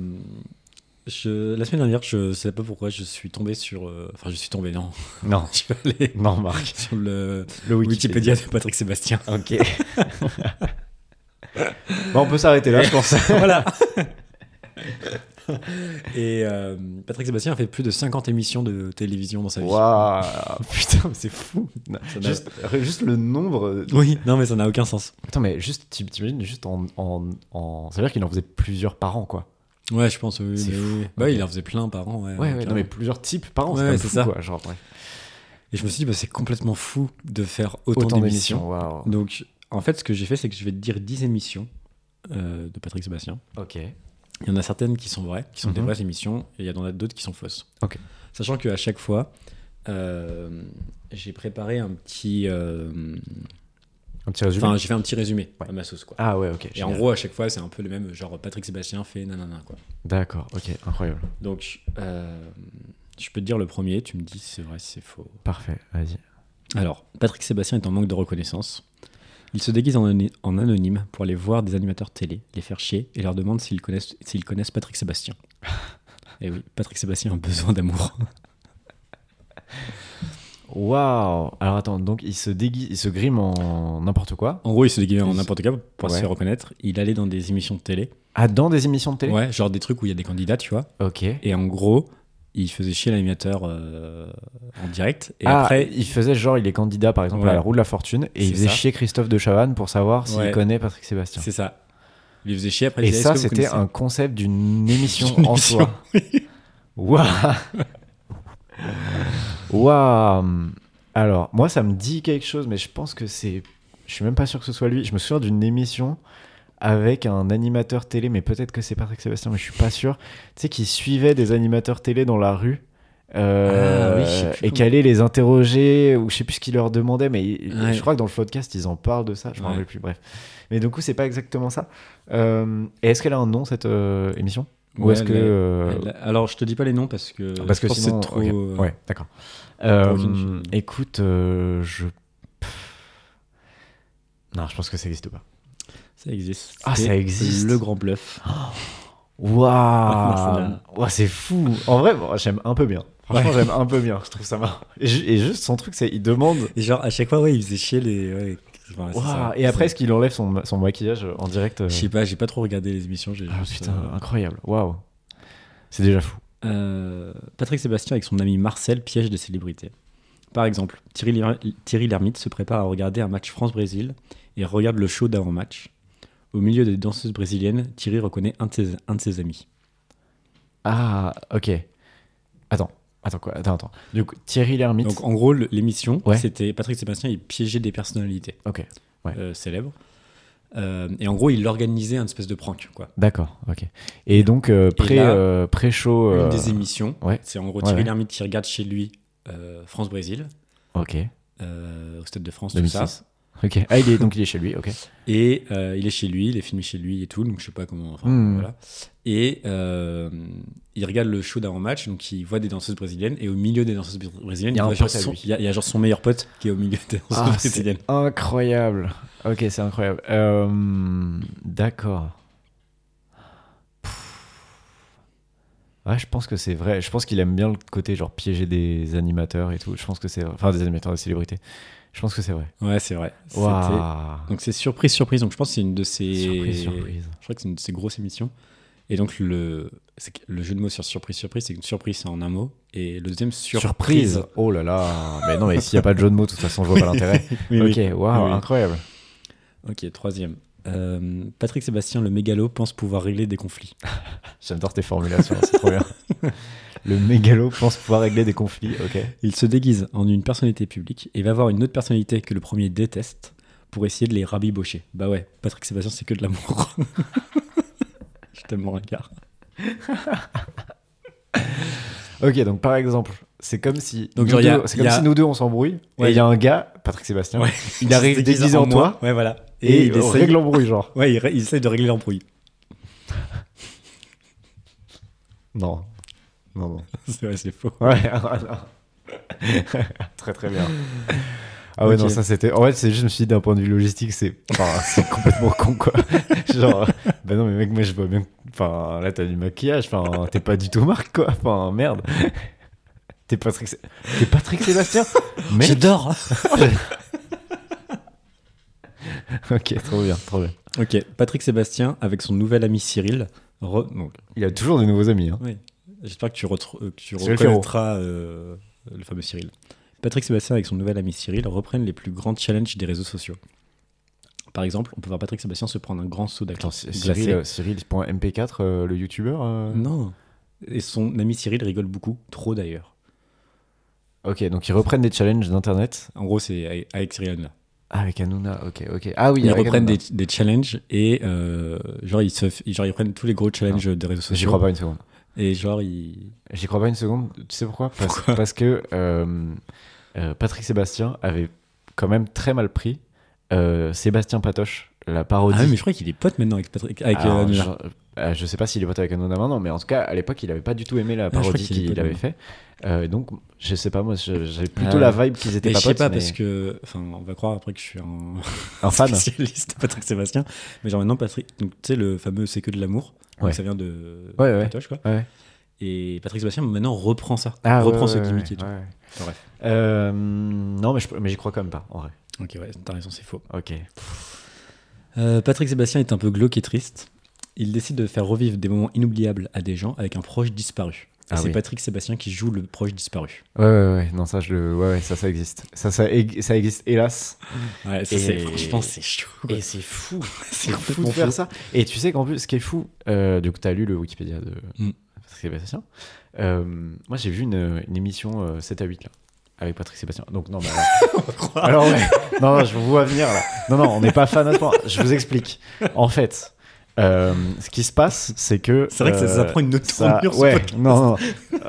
[SPEAKER 2] je, la semaine dernière, je sais pas pourquoi, je suis tombé sur. euh, Enfin, je suis tombé, non.
[SPEAKER 1] non,
[SPEAKER 2] Je suis allé
[SPEAKER 1] non, Marc.
[SPEAKER 2] sur le
[SPEAKER 1] Le Wikipédia.
[SPEAKER 2] Wikipédia de Patrick Sébastien.
[SPEAKER 1] Ok. Bon, on peut s'arrêter là, je pense.
[SPEAKER 2] voilà. Et euh, Patrick Sébastien a fait plus de 50 émissions de télévision dans sa vie.
[SPEAKER 1] Waouh, putain, mais c'est fou.
[SPEAKER 2] Ça n'a-
[SPEAKER 1] Juste, euh, juste le nombre.
[SPEAKER 2] Oui, non, mais ça n'a aucun sens.
[SPEAKER 1] Attends, mais juste, t'im- t'imagines, juste en, en, en- Ça veut dire qu'il en faisait plusieurs par an, quoi.
[SPEAKER 2] Ouais, je pense. Oui,
[SPEAKER 1] C'est
[SPEAKER 2] mais
[SPEAKER 1] fou.
[SPEAKER 2] oui. Bah,
[SPEAKER 1] Ok.
[SPEAKER 2] Il en faisait plein par an. Ouais,
[SPEAKER 1] Ouais, ouais,
[SPEAKER 2] carrément.
[SPEAKER 1] Euh, non, mais plusieurs types par an, c'est
[SPEAKER 2] Ouais,
[SPEAKER 1] quand même
[SPEAKER 2] c'est
[SPEAKER 1] fou,
[SPEAKER 2] ça.
[SPEAKER 1] quoi. Genre, ouais.
[SPEAKER 2] Et je me suis dit, bah, c'est complètement fou de faire autant, d'émissions.
[SPEAKER 1] waouh.
[SPEAKER 2] Donc, en fait, ce que j'ai fait, c'est que je vais te dire 10 émissions euh, de Patrick Sébastien.
[SPEAKER 1] Ok.
[SPEAKER 2] Il y en a certaines qui sont vraies, qui sont des
[SPEAKER 1] Mhm.
[SPEAKER 2] vraies émissions, et il y en a d'autres qui sont fausses.
[SPEAKER 1] Ok.
[SPEAKER 2] Sachant qu'à chaque fois, euh, j'ai préparé un petit. euh,
[SPEAKER 1] Un petit résumé.
[SPEAKER 2] Enfin, j'ai fait un petit résumé
[SPEAKER 1] Ouais.
[SPEAKER 2] à ma sauce, quoi.
[SPEAKER 1] ah ouais, ok.
[SPEAKER 2] et en
[SPEAKER 1] génial.
[SPEAKER 2] gros, à chaque fois, c'est un peu le même, genre Patrick Sébastien fait nanana, quoi.
[SPEAKER 1] D'accord, ok, incroyable.
[SPEAKER 2] Donc, euh, je peux te dire le premier, tu me dis si c'est vrai, si c'est faux.
[SPEAKER 1] Parfait, vas-y.
[SPEAKER 2] Alors, Patrick Sébastien est en manque de reconnaissance. Il se déguise en, anony- en anonyme pour aller voir des animateurs télé, les faire chier et leur demande s'ils connaissent, s'ils connaissent Patrick Sébastien. Et oui, Patrick Sébastien a un besoin d'amour.
[SPEAKER 1] Waouh Alors attends, donc il se déguise, il se grime en n'importe quoi.
[SPEAKER 2] En gros, il se déguisait en
[SPEAKER 1] Il-
[SPEAKER 2] n'importe quoi pour se
[SPEAKER 1] Ouais.
[SPEAKER 2] faire reconnaître. Il allait dans des émissions de télé.
[SPEAKER 1] Ah, dans des émissions de télé
[SPEAKER 2] Ouais, genre des trucs où il y a des candidats, tu vois.
[SPEAKER 1] Ok.
[SPEAKER 2] Et en gros, il faisait chier l'animateur euh, en direct. Et
[SPEAKER 1] ah,
[SPEAKER 2] après,
[SPEAKER 1] il faisait genre, il est candidat par exemple
[SPEAKER 2] Ouais.
[SPEAKER 1] à la roue de la fortune et
[SPEAKER 2] C'est
[SPEAKER 1] il faisait
[SPEAKER 2] ça.
[SPEAKER 1] chier Christophe de Chavannes pour savoir s'il
[SPEAKER 2] Ouais.
[SPEAKER 1] connaît Patrick Sébastien.
[SPEAKER 2] c'est ça. Il les faisait chier après. il
[SPEAKER 1] Et
[SPEAKER 2] disait,
[SPEAKER 1] ça,
[SPEAKER 2] Est-ce que vous
[SPEAKER 1] c'était
[SPEAKER 2] connaissez
[SPEAKER 1] un concept d'une émission
[SPEAKER 2] Une
[SPEAKER 1] en
[SPEAKER 2] émission.
[SPEAKER 1] soi. Waouh Waouh Alors, moi, ça me dit quelque chose, mais je pense que c'est. Je suis même pas sûr que ce soit lui. Je me souviens d'une émission avec un animateur télé, mais peut-être que c'est Patrick Sébastien, mais je suis pas sûr. Tu sais, qui suivait des animateurs télé dans la rue. euh,
[SPEAKER 2] Ah oui, je sais plus
[SPEAKER 1] et
[SPEAKER 2] comment.
[SPEAKER 1] qui allait les interroger, ou je sais plus ce qu'il leur demandait, mais il-
[SPEAKER 2] Ouais.
[SPEAKER 1] je crois que dans le podcast ils en parlent de ça, je m'en
[SPEAKER 2] Ouais.
[SPEAKER 1] rappelle plus, bref. Mais du coup, c'est pas exactement ça. Euh, et est-ce qu'elle a un nom cette euh, émission Ou
[SPEAKER 2] Ouais,
[SPEAKER 1] est-ce que.
[SPEAKER 2] elle-
[SPEAKER 1] euh,
[SPEAKER 2] elle- Alors, je te dis pas les noms parce que.
[SPEAKER 1] Parce que
[SPEAKER 2] je pense
[SPEAKER 1] sinon,
[SPEAKER 2] c'est trop.
[SPEAKER 1] ok.
[SPEAKER 2] euh,
[SPEAKER 1] Ouais, d'accord. Euh,
[SPEAKER 2] aucune-
[SPEAKER 1] écoute, euh, je. Non, je pense que ça n'existe pas.
[SPEAKER 2] Ça existe.
[SPEAKER 1] Ah, ça
[SPEAKER 2] C'était
[SPEAKER 1] existe.
[SPEAKER 2] Le grand bluff. Ah,
[SPEAKER 1] Waouh
[SPEAKER 2] non,
[SPEAKER 1] Ouah, C'est fou En vrai, bon, j'aime un peu bien. Franchement,
[SPEAKER 2] Ouais.
[SPEAKER 1] j'aime un peu bien. Je trouve ça marrant. Et, ju- et juste son truc, c'est il demande.
[SPEAKER 2] Et genre, à chaque fois, ouais, il faisait chier les. ouais, voilà, c'est
[SPEAKER 1] Waouh.
[SPEAKER 2] ça.
[SPEAKER 1] et après, est-ce
[SPEAKER 2] C'est-
[SPEAKER 1] qu'il enlève son, son maquillage en direct euh,
[SPEAKER 2] Je sais pas, j'ai pas trop regardé les émissions. j'ai
[SPEAKER 1] Ah,
[SPEAKER 2] juste,
[SPEAKER 1] putain,
[SPEAKER 2] euh,
[SPEAKER 1] incroyable. Waouh C'est déjà fou.
[SPEAKER 2] Euh, Patrick Sébastien avec son ami Marcel piège des célébrités. Par exemple, Thierry Ler- Thierry Lhermitte se prépare à regarder un match France-Brésil et regarde le show d'avant-match. Au milieu des danseuses brésiliennes, Thierry reconnaît un de ses, un de ses amis.
[SPEAKER 1] Ah, ok. Attends, attends quoi Attends, attends. Du coup, Thierry Lhermitte.
[SPEAKER 2] Donc en gros, le- l'émission,
[SPEAKER 1] Ouais.
[SPEAKER 2] c'était Patrick Sébastien, il piégeait des personnalités
[SPEAKER 1] Ok. Ouais.
[SPEAKER 2] euh, célèbres. Euh, et en gros, il organisait un espèce de prank. Quoi.
[SPEAKER 1] D'accord, ok. Et donc, euh, pré,
[SPEAKER 2] là,
[SPEAKER 1] euh, pré-show. euh,
[SPEAKER 2] Une des émissions,
[SPEAKER 1] ouais.
[SPEAKER 2] c'est en gros
[SPEAKER 1] Ouais,
[SPEAKER 2] Thierry
[SPEAKER 1] ouais.
[SPEAKER 2] Lhermitte qui regarde chez lui euh, France-Brésil,
[SPEAKER 1] Ok,
[SPEAKER 2] euh, au Stade de France, tout ça.
[SPEAKER 1] 2006. Ok. Ah, il est, donc il est chez lui, ok.
[SPEAKER 2] Et euh, il est chez lui, il est filmé chez lui et tout, donc je sais pas comment. Enfin,
[SPEAKER 1] Hmm.
[SPEAKER 2] voilà. Et euh, il regarde le show d'avant-match, donc il voit des danseuses brésiliennes, et au milieu des danseuses br- brésiliennes,
[SPEAKER 1] Il y a
[SPEAKER 2] voit
[SPEAKER 1] un
[SPEAKER 2] genre
[SPEAKER 1] pote à
[SPEAKER 2] son-
[SPEAKER 1] lui.
[SPEAKER 2] il y a- il y a genre son meilleur pote qui est au milieu des danseuses
[SPEAKER 1] Ah, c'est
[SPEAKER 2] brésiliennes.
[SPEAKER 1] incroyable. Ok, c'est incroyable. Euh, D'accord. Pff. Ouais, je pense que c'est vrai. Je pense qu'il aime bien le côté genre piéger des animateurs et tout. Je pense que c'est enfin des animateurs des célébrités. Je pense que c'est vrai.
[SPEAKER 2] Ouais, c'est vrai. C'était-
[SPEAKER 1] Waouh.
[SPEAKER 2] Donc c'est surprise, surprise. Donc je pense que c'est une de ces.
[SPEAKER 1] Surprise, surprise.
[SPEAKER 2] Je crois que c'est une de ces grosses émissions. Et donc le, c'est que le jeu de mots sur surprise, surprise, c'est une surprise c'est en un mot. Et le deuxième, surprise.
[SPEAKER 1] Surprise. Oh là là. Mais non, mais s'il n'y a pas de jeu de mots, de toute façon, je vois pas l'intérêt.
[SPEAKER 2] Oui, oui.
[SPEAKER 1] ok, waouh,
[SPEAKER 2] Oui, oui.
[SPEAKER 1] incroyable.
[SPEAKER 2] Ok, troisième. Euh, Patrick Sébastien, le mégalo, pense pouvoir régler des conflits.
[SPEAKER 1] J'adore tes formulations, c'est trop bien. Le mégalo pense pouvoir régler des conflits, ok.
[SPEAKER 2] Il se déguise en une personnalité publique et va voir une autre personnalité que le premier déteste pour essayer de les rabibocher. Bah ouais, Patrick Sébastien, c'est que de l'amour. Je t'aime mon regard.
[SPEAKER 1] Ok, donc par exemple, c'est comme si,
[SPEAKER 2] Donc,
[SPEAKER 1] nous,
[SPEAKER 2] genre,
[SPEAKER 1] deux,
[SPEAKER 2] y a-
[SPEAKER 1] c'est comme
[SPEAKER 2] y a-
[SPEAKER 1] si nous deux on s'embrouille,
[SPEAKER 2] Ouais.
[SPEAKER 1] et il y a un gars, Patrick Sébastien,
[SPEAKER 2] Ouais.
[SPEAKER 1] il arrive déguisé en
[SPEAKER 2] moi.
[SPEAKER 1] toi,
[SPEAKER 2] Ouais, voilà.
[SPEAKER 1] et, il
[SPEAKER 2] essaye...
[SPEAKER 1] règle l'embrouille, genre.
[SPEAKER 2] Ouais, il, ré- il essaye de régler l'embrouille.
[SPEAKER 1] Non. Non, non.
[SPEAKER 2] c'est vrai, c'est faux.
[SPEAKER 1] Ouais, voilà. très très bien. Ah ouais,
[SPEAKER 2] Ok.
[SPEAKER 1] non, ça c'était. En fait, c'est juste, je me suis dit, d'un point de vue logistique, c'est enfin, c'est complètement con, quoi. Genre, bah non, mais mec, moi je vois bien. que- Enfin, là, t'as du maquillage, enfin, t'es pas du tout Marc, quoi. Enfin, merde. T'es Patrick, Sé- t'es Patrick Sébastien Mec.
[SPEAKER 2] J'adore
[SPEAKER 1] Ok, trop bien, trop bien.
[SPEAKER 2] Ok, Patrick Sébastien, avec son nouvel ami Cyril, re- donc,
[SPEAKER 1] Il a toujours des nouveaux amis, hein.
[SPEAKER 2] J'espère que tu, retrou- euh, que tu
[SPEAKER 1] C'est le Figaro.
[SPEAKER 2] reconnaîtras euh, le fameux Cyril. Patrick Sébastien avec son nouvel ami Cyril reprennent les plus grands challenges des réseaux sociaux. Par exemple, on peut voir Patrick Sébastien se prendre un grand saut
[SPEAKER 1] Attends,
[SPEAKER 2] d'actrice.
[SPEAKER 1] Cy- Cyril, euh, Cyril.mp4, euh, le youtubeur euh,
[SPEAKER 2] Non. Et son ami Cyril rigole beaucoup, trop d'ailleurs.
[SPEAKER 1] Ok, donc ils reprennent des challenges d'internet.
[SPEAKER 2] En gros, c'est avec- avec Cyril Hanouna.
[SPEAKER 1] Ah, avec Hanouna, ok, ok. Ah oui,
[SPEAKER 2] Ils
[SPEAKER 1] avec
[SPEAKER 2] reprennent
[SPEAKER 1] Hanouna.
[SPEAKER 2] des, des challenges et euh, genre, ils se, f- genre ils prennent tous les gros challenges des réseaux sociaux.
[SPEAKER 1] J'y Ah. crois pas une seconde.
[SPEAKER 2] Et genre ils.
[SPEAKER 1] J'y crois pas une seconde. Tu sais pourquoi parce,
[SPEAKER 2] Pourquoi
[SPEAKER 1] parce que euh, euh, Patrick Sébastien avait quand même très mal pris euh, Sébastien Patoche, la parodie.
[SPEAKER 2] Ah ouais, mais je crois qu'il est pote maintenant avec Patrick. Avec
[SPEAKER 1] Alors,
[SPEAKER 2] euh, Hanouna.
[SPEAKER 1] Ah, je, euh, je sais pas s'il est voté avec Hanouna maintenant, mais en tout cas, à l'époque, il avait pas du tout aimé la
[SPEAKER 2] Ah, crois
[SPEAKER 1] parodie
[SPEAKER 2] qu'il est
[SPEAKER 1] qu'il
[SPEAKER 2] pote
[SPEAKER 1] avait
[SPEAKER 2] maintenant.
[SPEAKER 1] fait. Euh, et donc, je sais pas, moi, je- j'avais plutôt
[SPEAKER 2] Ah.
[SPEAKER 1] la vibe qu'ils étaient
[SPEAKER 2] Mais
[SPEAKER 1] pas
[SPEAKER 2] je sais
[SPEAKER 1] potes.
[SPEAKER 2] pas
[SPEAKER 1] mais
[SPEAKER 2] parce que. Enfin, on va croire après que je suis un.
[SPEAKER 1] Un fan.
[SPEAKER 2] spécialiste de Patrick Sébastien. Mais genre maintenant, Patrick, donc, tu sais, le fameux C'est que de l'amour, donc
[SPEAKER 1] Ouais.
[SPEAKER 2] ça vient de
[SPEAKER 1] Ouais, ouais.
[SPEAKER 2] Patoche, quoi.
[SPEAKER 1] Ouais.
[SPEAKER 2] Et Patrick Sébastien maintenant reprend ça,
[SPEAKER 1] Ah, ouais,
[SPEAKER 2] reprend
[SPEAKER 1] ouais,
[SPEAKER 2] ce
[SPEAKER 1] ouais,
[SPEAKER 2] gimmick et
[SPEAKER 1] ouais,
[SPEAKER 2] tout.
[SPEAKER 1] ouais.
[SPEAKER 2] Enfin, bref.
[SPEAKER 1] Euh, non, mais je- mais j'y crois quand même pas, en vrai.
[SPEAKER 2] Ok, ouais, t'as raison, c'est faux.
[SPEAKER 1] Ok.
[SPEAKER 2] Euh, Patrick Sébastien est un peu glauque et triste. Il décide de faire revivre des moments inoubliables à des gens avec un proche disparu. Et
[SPEAKER 1] Ah
[SPEAKER 2] c'est
[SPEAKER 1] oui.
[SPEAKER 2] Patrick Sébastien qui joue le proche disparu.
[SPEAKER 1] Ouais, ouais, ouais. Non, ça, je le. Ouais, ouais, ça, ça existe. Ça, ça, ég- ça existe, hélas.
[SPEAKER 2] Ouais,
[SPEAKER 1] ça, c'est- franchement, c'est
[SPEAKER 2] chaud.
[SPEAKER 1] Et c'est fou.
[SPEAKER 2] C'est
[SPEAKER 1] fou de faire ça. Et tu sais qu'en plus, ce qui est fou, euh, du coup, t'as lu le Wikipédia de
[SPEAKER 2] Mm.
[SPEAKER 1] Patrick Sébastien. Euh, moi, j'ai vu une, une émission euh, 7 à 8, là, avec Patrick Sébastien. Donc, non, mais alors- Alors ouais. non, non, je vous vois venir là. Non, non, on n'est pas fan à ce point. Je vous explique. En fait, euh, ce qui se passe, c'est que
[SPEAKER 2] C'est vrai que ça, ça
[SPEAKER 1] euh,
[SPEAKER 2] prend une autre
[SPEAKER 1] ça-
[SPEAKER 2] tournure. ce
[SPEAKER 1] ouais,
[SPEAKER 2] podcast.
[SPEAKER 1] non, non.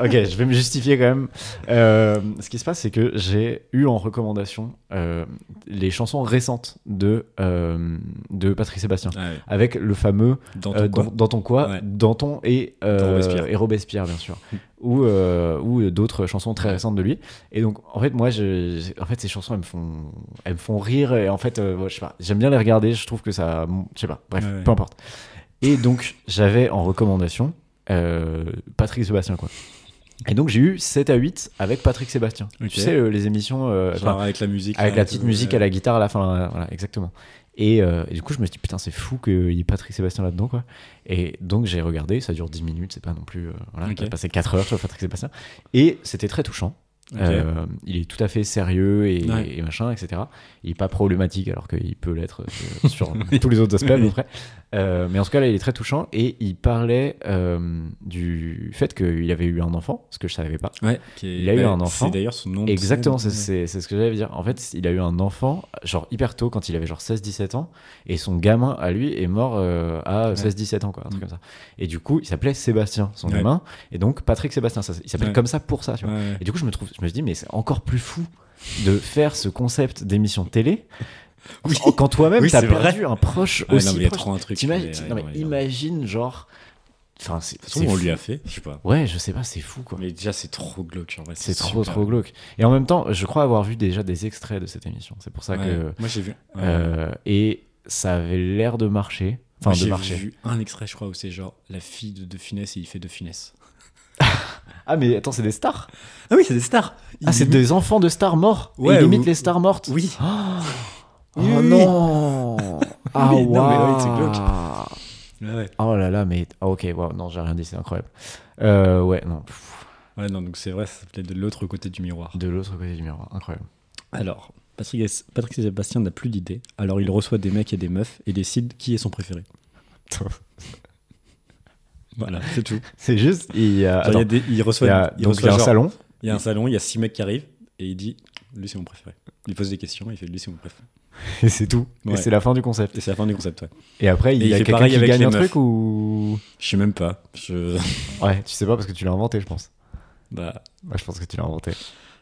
[SPEAKER 1] Ok, je vais me justifier quand même. Euh, ce qui se passe, c'est que j'ai eu en recommandation euh, les chansons récentes de euh, de Patrick Sébastien.
[SPEAKER 2] Ah ouais,
[SPEAKER 1] Avec le fameux
[SPEAKER 2] dans ton
[SPEAKER 1] euh,
[SPEAKER 2] coin.
[SPEAKER 1] dans, dans ton quoi,
[SPEAKER 2] Ouais.
[SPEAKER 1] Danton et, euh,
[SPEAKER 2] Dans Robespierre. Hum.
[SPEAKER 1] et Robespierre, bien sûr, ou, euh, ou d'autres chansons très récentes de lui. Et donc, en fait, moi, je, je- en fait, ces chansons, elles me font, elles me font rire. Et en fait, euh, moi, je sais pas, j'aime bien les regarder. Je trouve que ça, je sais pas, bref,
[SPEAKER 2] Ouais, ouais.
[SPEAKER 1] peu importe. Et donc, j'avais en recommandation euh, Patrick Sébastien, quoi. Et donc, j'ai eu 7 à 8 avec Patrick Sébastien.
[SPEAKER 2] Ok.
[SPEAKER 1] Tu sais, euh, les émissions. euh,
[SPEAKER 2] Genre
[SPEAKER 1] enfin,
[SPEAKER 2] avec la musique.
[SPEAKER 1] avec
[SPEAKER 2] là,
[SPEAKER 1] la
[SPEAKER 2] un
[SPEAKER 1] petite
[SPEAKER 2] peu, euh,
[SPEAKER 1] musique
[SPEAKER 2] ouais.
[SPEAKER 1] à la guitare à la fin, là, voilà, exactement. Et, euh, et du coup, je me suis dit, putain, c'est fou qu'il y ait Patrick Sébastien là-dedans, quoi. Et donc, j'ai regardé, ça dure 10 minutes, c'est pas non plus. euh, voilà,
[SPEAKER 2] Ok.
[SPEAKER 1] j'ai passé 4 heures sur Patrick Sébastien. Et c'était très touchant.
[SPEAKER 2] Ok.
[SPEAKER 1] Euh, il est tout à fait sérieux et,
[SPEAKER 2] Ouais.
[SPEAKER 1] et machin, etc. Il est pas problématique alors qu'il peut l'être euh, sur tous les autres aspects à peu près. Euh, mais en tout cas là, il est très touchant et il parlait euh, du fait qu'il avait eu un enfant, ce que je savais pas.
[SPEAKER 2] Ouais, qui est-
[SPEAKER 1] Il a eu
[SPEAKER 2] bah,
[SPEAKER 1] un enfant.
[SPEAKER 2] C'est d'ailleurs son nom. de
[SPEAKER 1] Exactement,
[SPEAKER 2] scène.
[SPEAKER 1] c'est c'est- c'est ce que j'allais dire. En fait, il a eu un enfant, genre hyper tôt, quand il avait genre 16-17 ans, et son gamin à lui est mort euh, à
[SPEAKER 2] Ouais.
[SPEAKER 1] 16-17 ans, quoi, un truc
[SPEAKER 2] Mm.
[SPEAKER 1] comme ça. Et du coup, il s'appelait Sébastien, son
[SPEAKER 2] Ouais.
[SPEAKER 1] gamin, et donc Patrick Sébastien, ça- il s'appelle
[SPEAKER 2] Ouais.
[SPEAKER 1] comme ça pour ça, tu vois.
[SPEAKER 2] Ouais, ouais.
[SPEAKER 1] Et du coup, je me trouve, je me dis, mais c'est encore plus fou de faire ce concept d'émission de télé
[SPEAKER 2] Oui.
[SPEAKER 1] en- quand toi-même
[SPEAKER 2] Oui,
[SPEAKER 1] t'as
[SPEAKER 2] c'est vrai.
[SPEAKER 1] perdu un proche
[SPEAKER 2] Ah,
[SPEAKER 1] aussi
[SPEAKER 2] non, mais il y a
[SPEAKER 1] proche.
[SPEAKER 2] trop un truc.
[SPEAKER 1] T'imagines-
[SPEAKER 2] mais, ouais,
[SPEAKER 1] non, mais
[SPEAKER 2] ouais, ouais.
[SPEAKER 1] imagine genre, enfin, c'est,
[SPEAKER 2] De toute façon,
[SPEAKER 1] c'est
[SPEAKER 2] on
[SPEAKER 1] fou.
[SPEAKER 2] lui a fait, je sais pas.
[SPEAKER 1] ouais, je sais pas, c'est fou quoi.
[SPEAKER 2] Mais déjà, c'est trop glauque. en vrai,
[SPEAKER 1] C'est trop
[SPEAKER 2] super.
[SPEAKER 1] trop glauque. Et en même temps, je crois avoir vu déjà des extraits de cette émission. C'est pour ça
[SPEAKER 2] Ouais.
[SPEAKER 1] que
[SPEAKER 2] Moi, j'ai vu. ouais.
[SPEAKER 1] euh, et ça avait l'air de marcher. Enfin,
[SPEAKER 2] Moi,
[SPEAKER 1] de
[SPEAKER 2] j'ai
[SPEAKER 1] marcher.
[SPEAKER 2] vu un extrait, je crois, où c'est genre la fille de De Funès et il fait De Funès.
[SPEAKER 1] Ah mais attends, c'est des stars.
[SPEAKER 2] Ah oui, c'est des stars.
[SPEAKER 1] Ah, c'est des enfants de stars morts. Et
[SPEAKER 2] Ouais,
[SPEAKER 1] ils imitent
[SPEAKER 2] ou-
[SPEAKER 1] les stars mortes.
[SPEAKER 2] Oui.
[SPEAKER 1] Oh, Oh
[SPEAKER 2] Oui, oui, oui.
[SPEAKER 1] non. ah
[SPEAKER 2] Oui, non, mais ouais, c'est
[SPEAKER 1] waouh.
[SPEAKER 2] glauque. Ouais, ouais.
[SPEAKER 1] Oh là là, mais ah, ok, waouh, non, j'ai rien dit, c'est incroyable. Euh, ouais, non, pff,
[SPEAKER 2] Ouais, non, donc c'est vrai, ça s'appelait de l'autre côté du miroir.
[SPEAKER 1] de l'autre côté du miroir, incroyable.
[SPEAKER 2] Alors, Patrick, Patrick Sébastien n'a plus d'idée, alors il reçoit des mecs et des meufs et décide qui est son préféré. Voilà, c'est tout.
[SPEAKER 1] C'est juste, il y a,
[SPEAKER 2] Genre, il, y
[SPEAKER 1] attends,
[SPEAKER 2] a des- il reçoit,
[SPEAKER 1] il y a-
[SPEAKER 2] il
[SPEAKER 1] donc il y
[SPEAKER 2] reçoit
[SPEAKER 1] a un
[SPEAKER 2] genre-
[SPEAKER 1] salon.
[SPEAKER 2] Il y a un salon, il y a six mecs qui arrivent et il dit lui c'est mon préféré. Il pose des questions, il fait lui c'est mon préféré.
[SPEAKER 1] Et c'est tout.
[SPEAKER 2] Ouais.
[SPEAKER 1] Et c'est la fin du concept.
[SPEAKER 2] Et c'est la fin du concept, ouais.
[SPEAKER 1] Et après, il
[SPEAKER 2] Et il
[SPEAKER 1] y a
[SPEAKER 2] fait
[SPEAKER 1] quelqu'un
[SPEAKER 2] pareil
[SPEAKER 1] qui
[SPEAKER 2] avec
[SPEAKER 1] gagne
[SPEAKER 2] les
[SPEAKER 1] un
[SPEAKER 2] meufs.
[SPEAKER 1] truc ou.
[SPEAKER 2] Je sais même pas. Je...
[SPEAKER 1] Ouais, tu sais pas parce que tu l'as inventé, je pense.
[SPEAKER 2] Bah,
[SPEAKER 1] Moi, je pense que tu l'as inventé.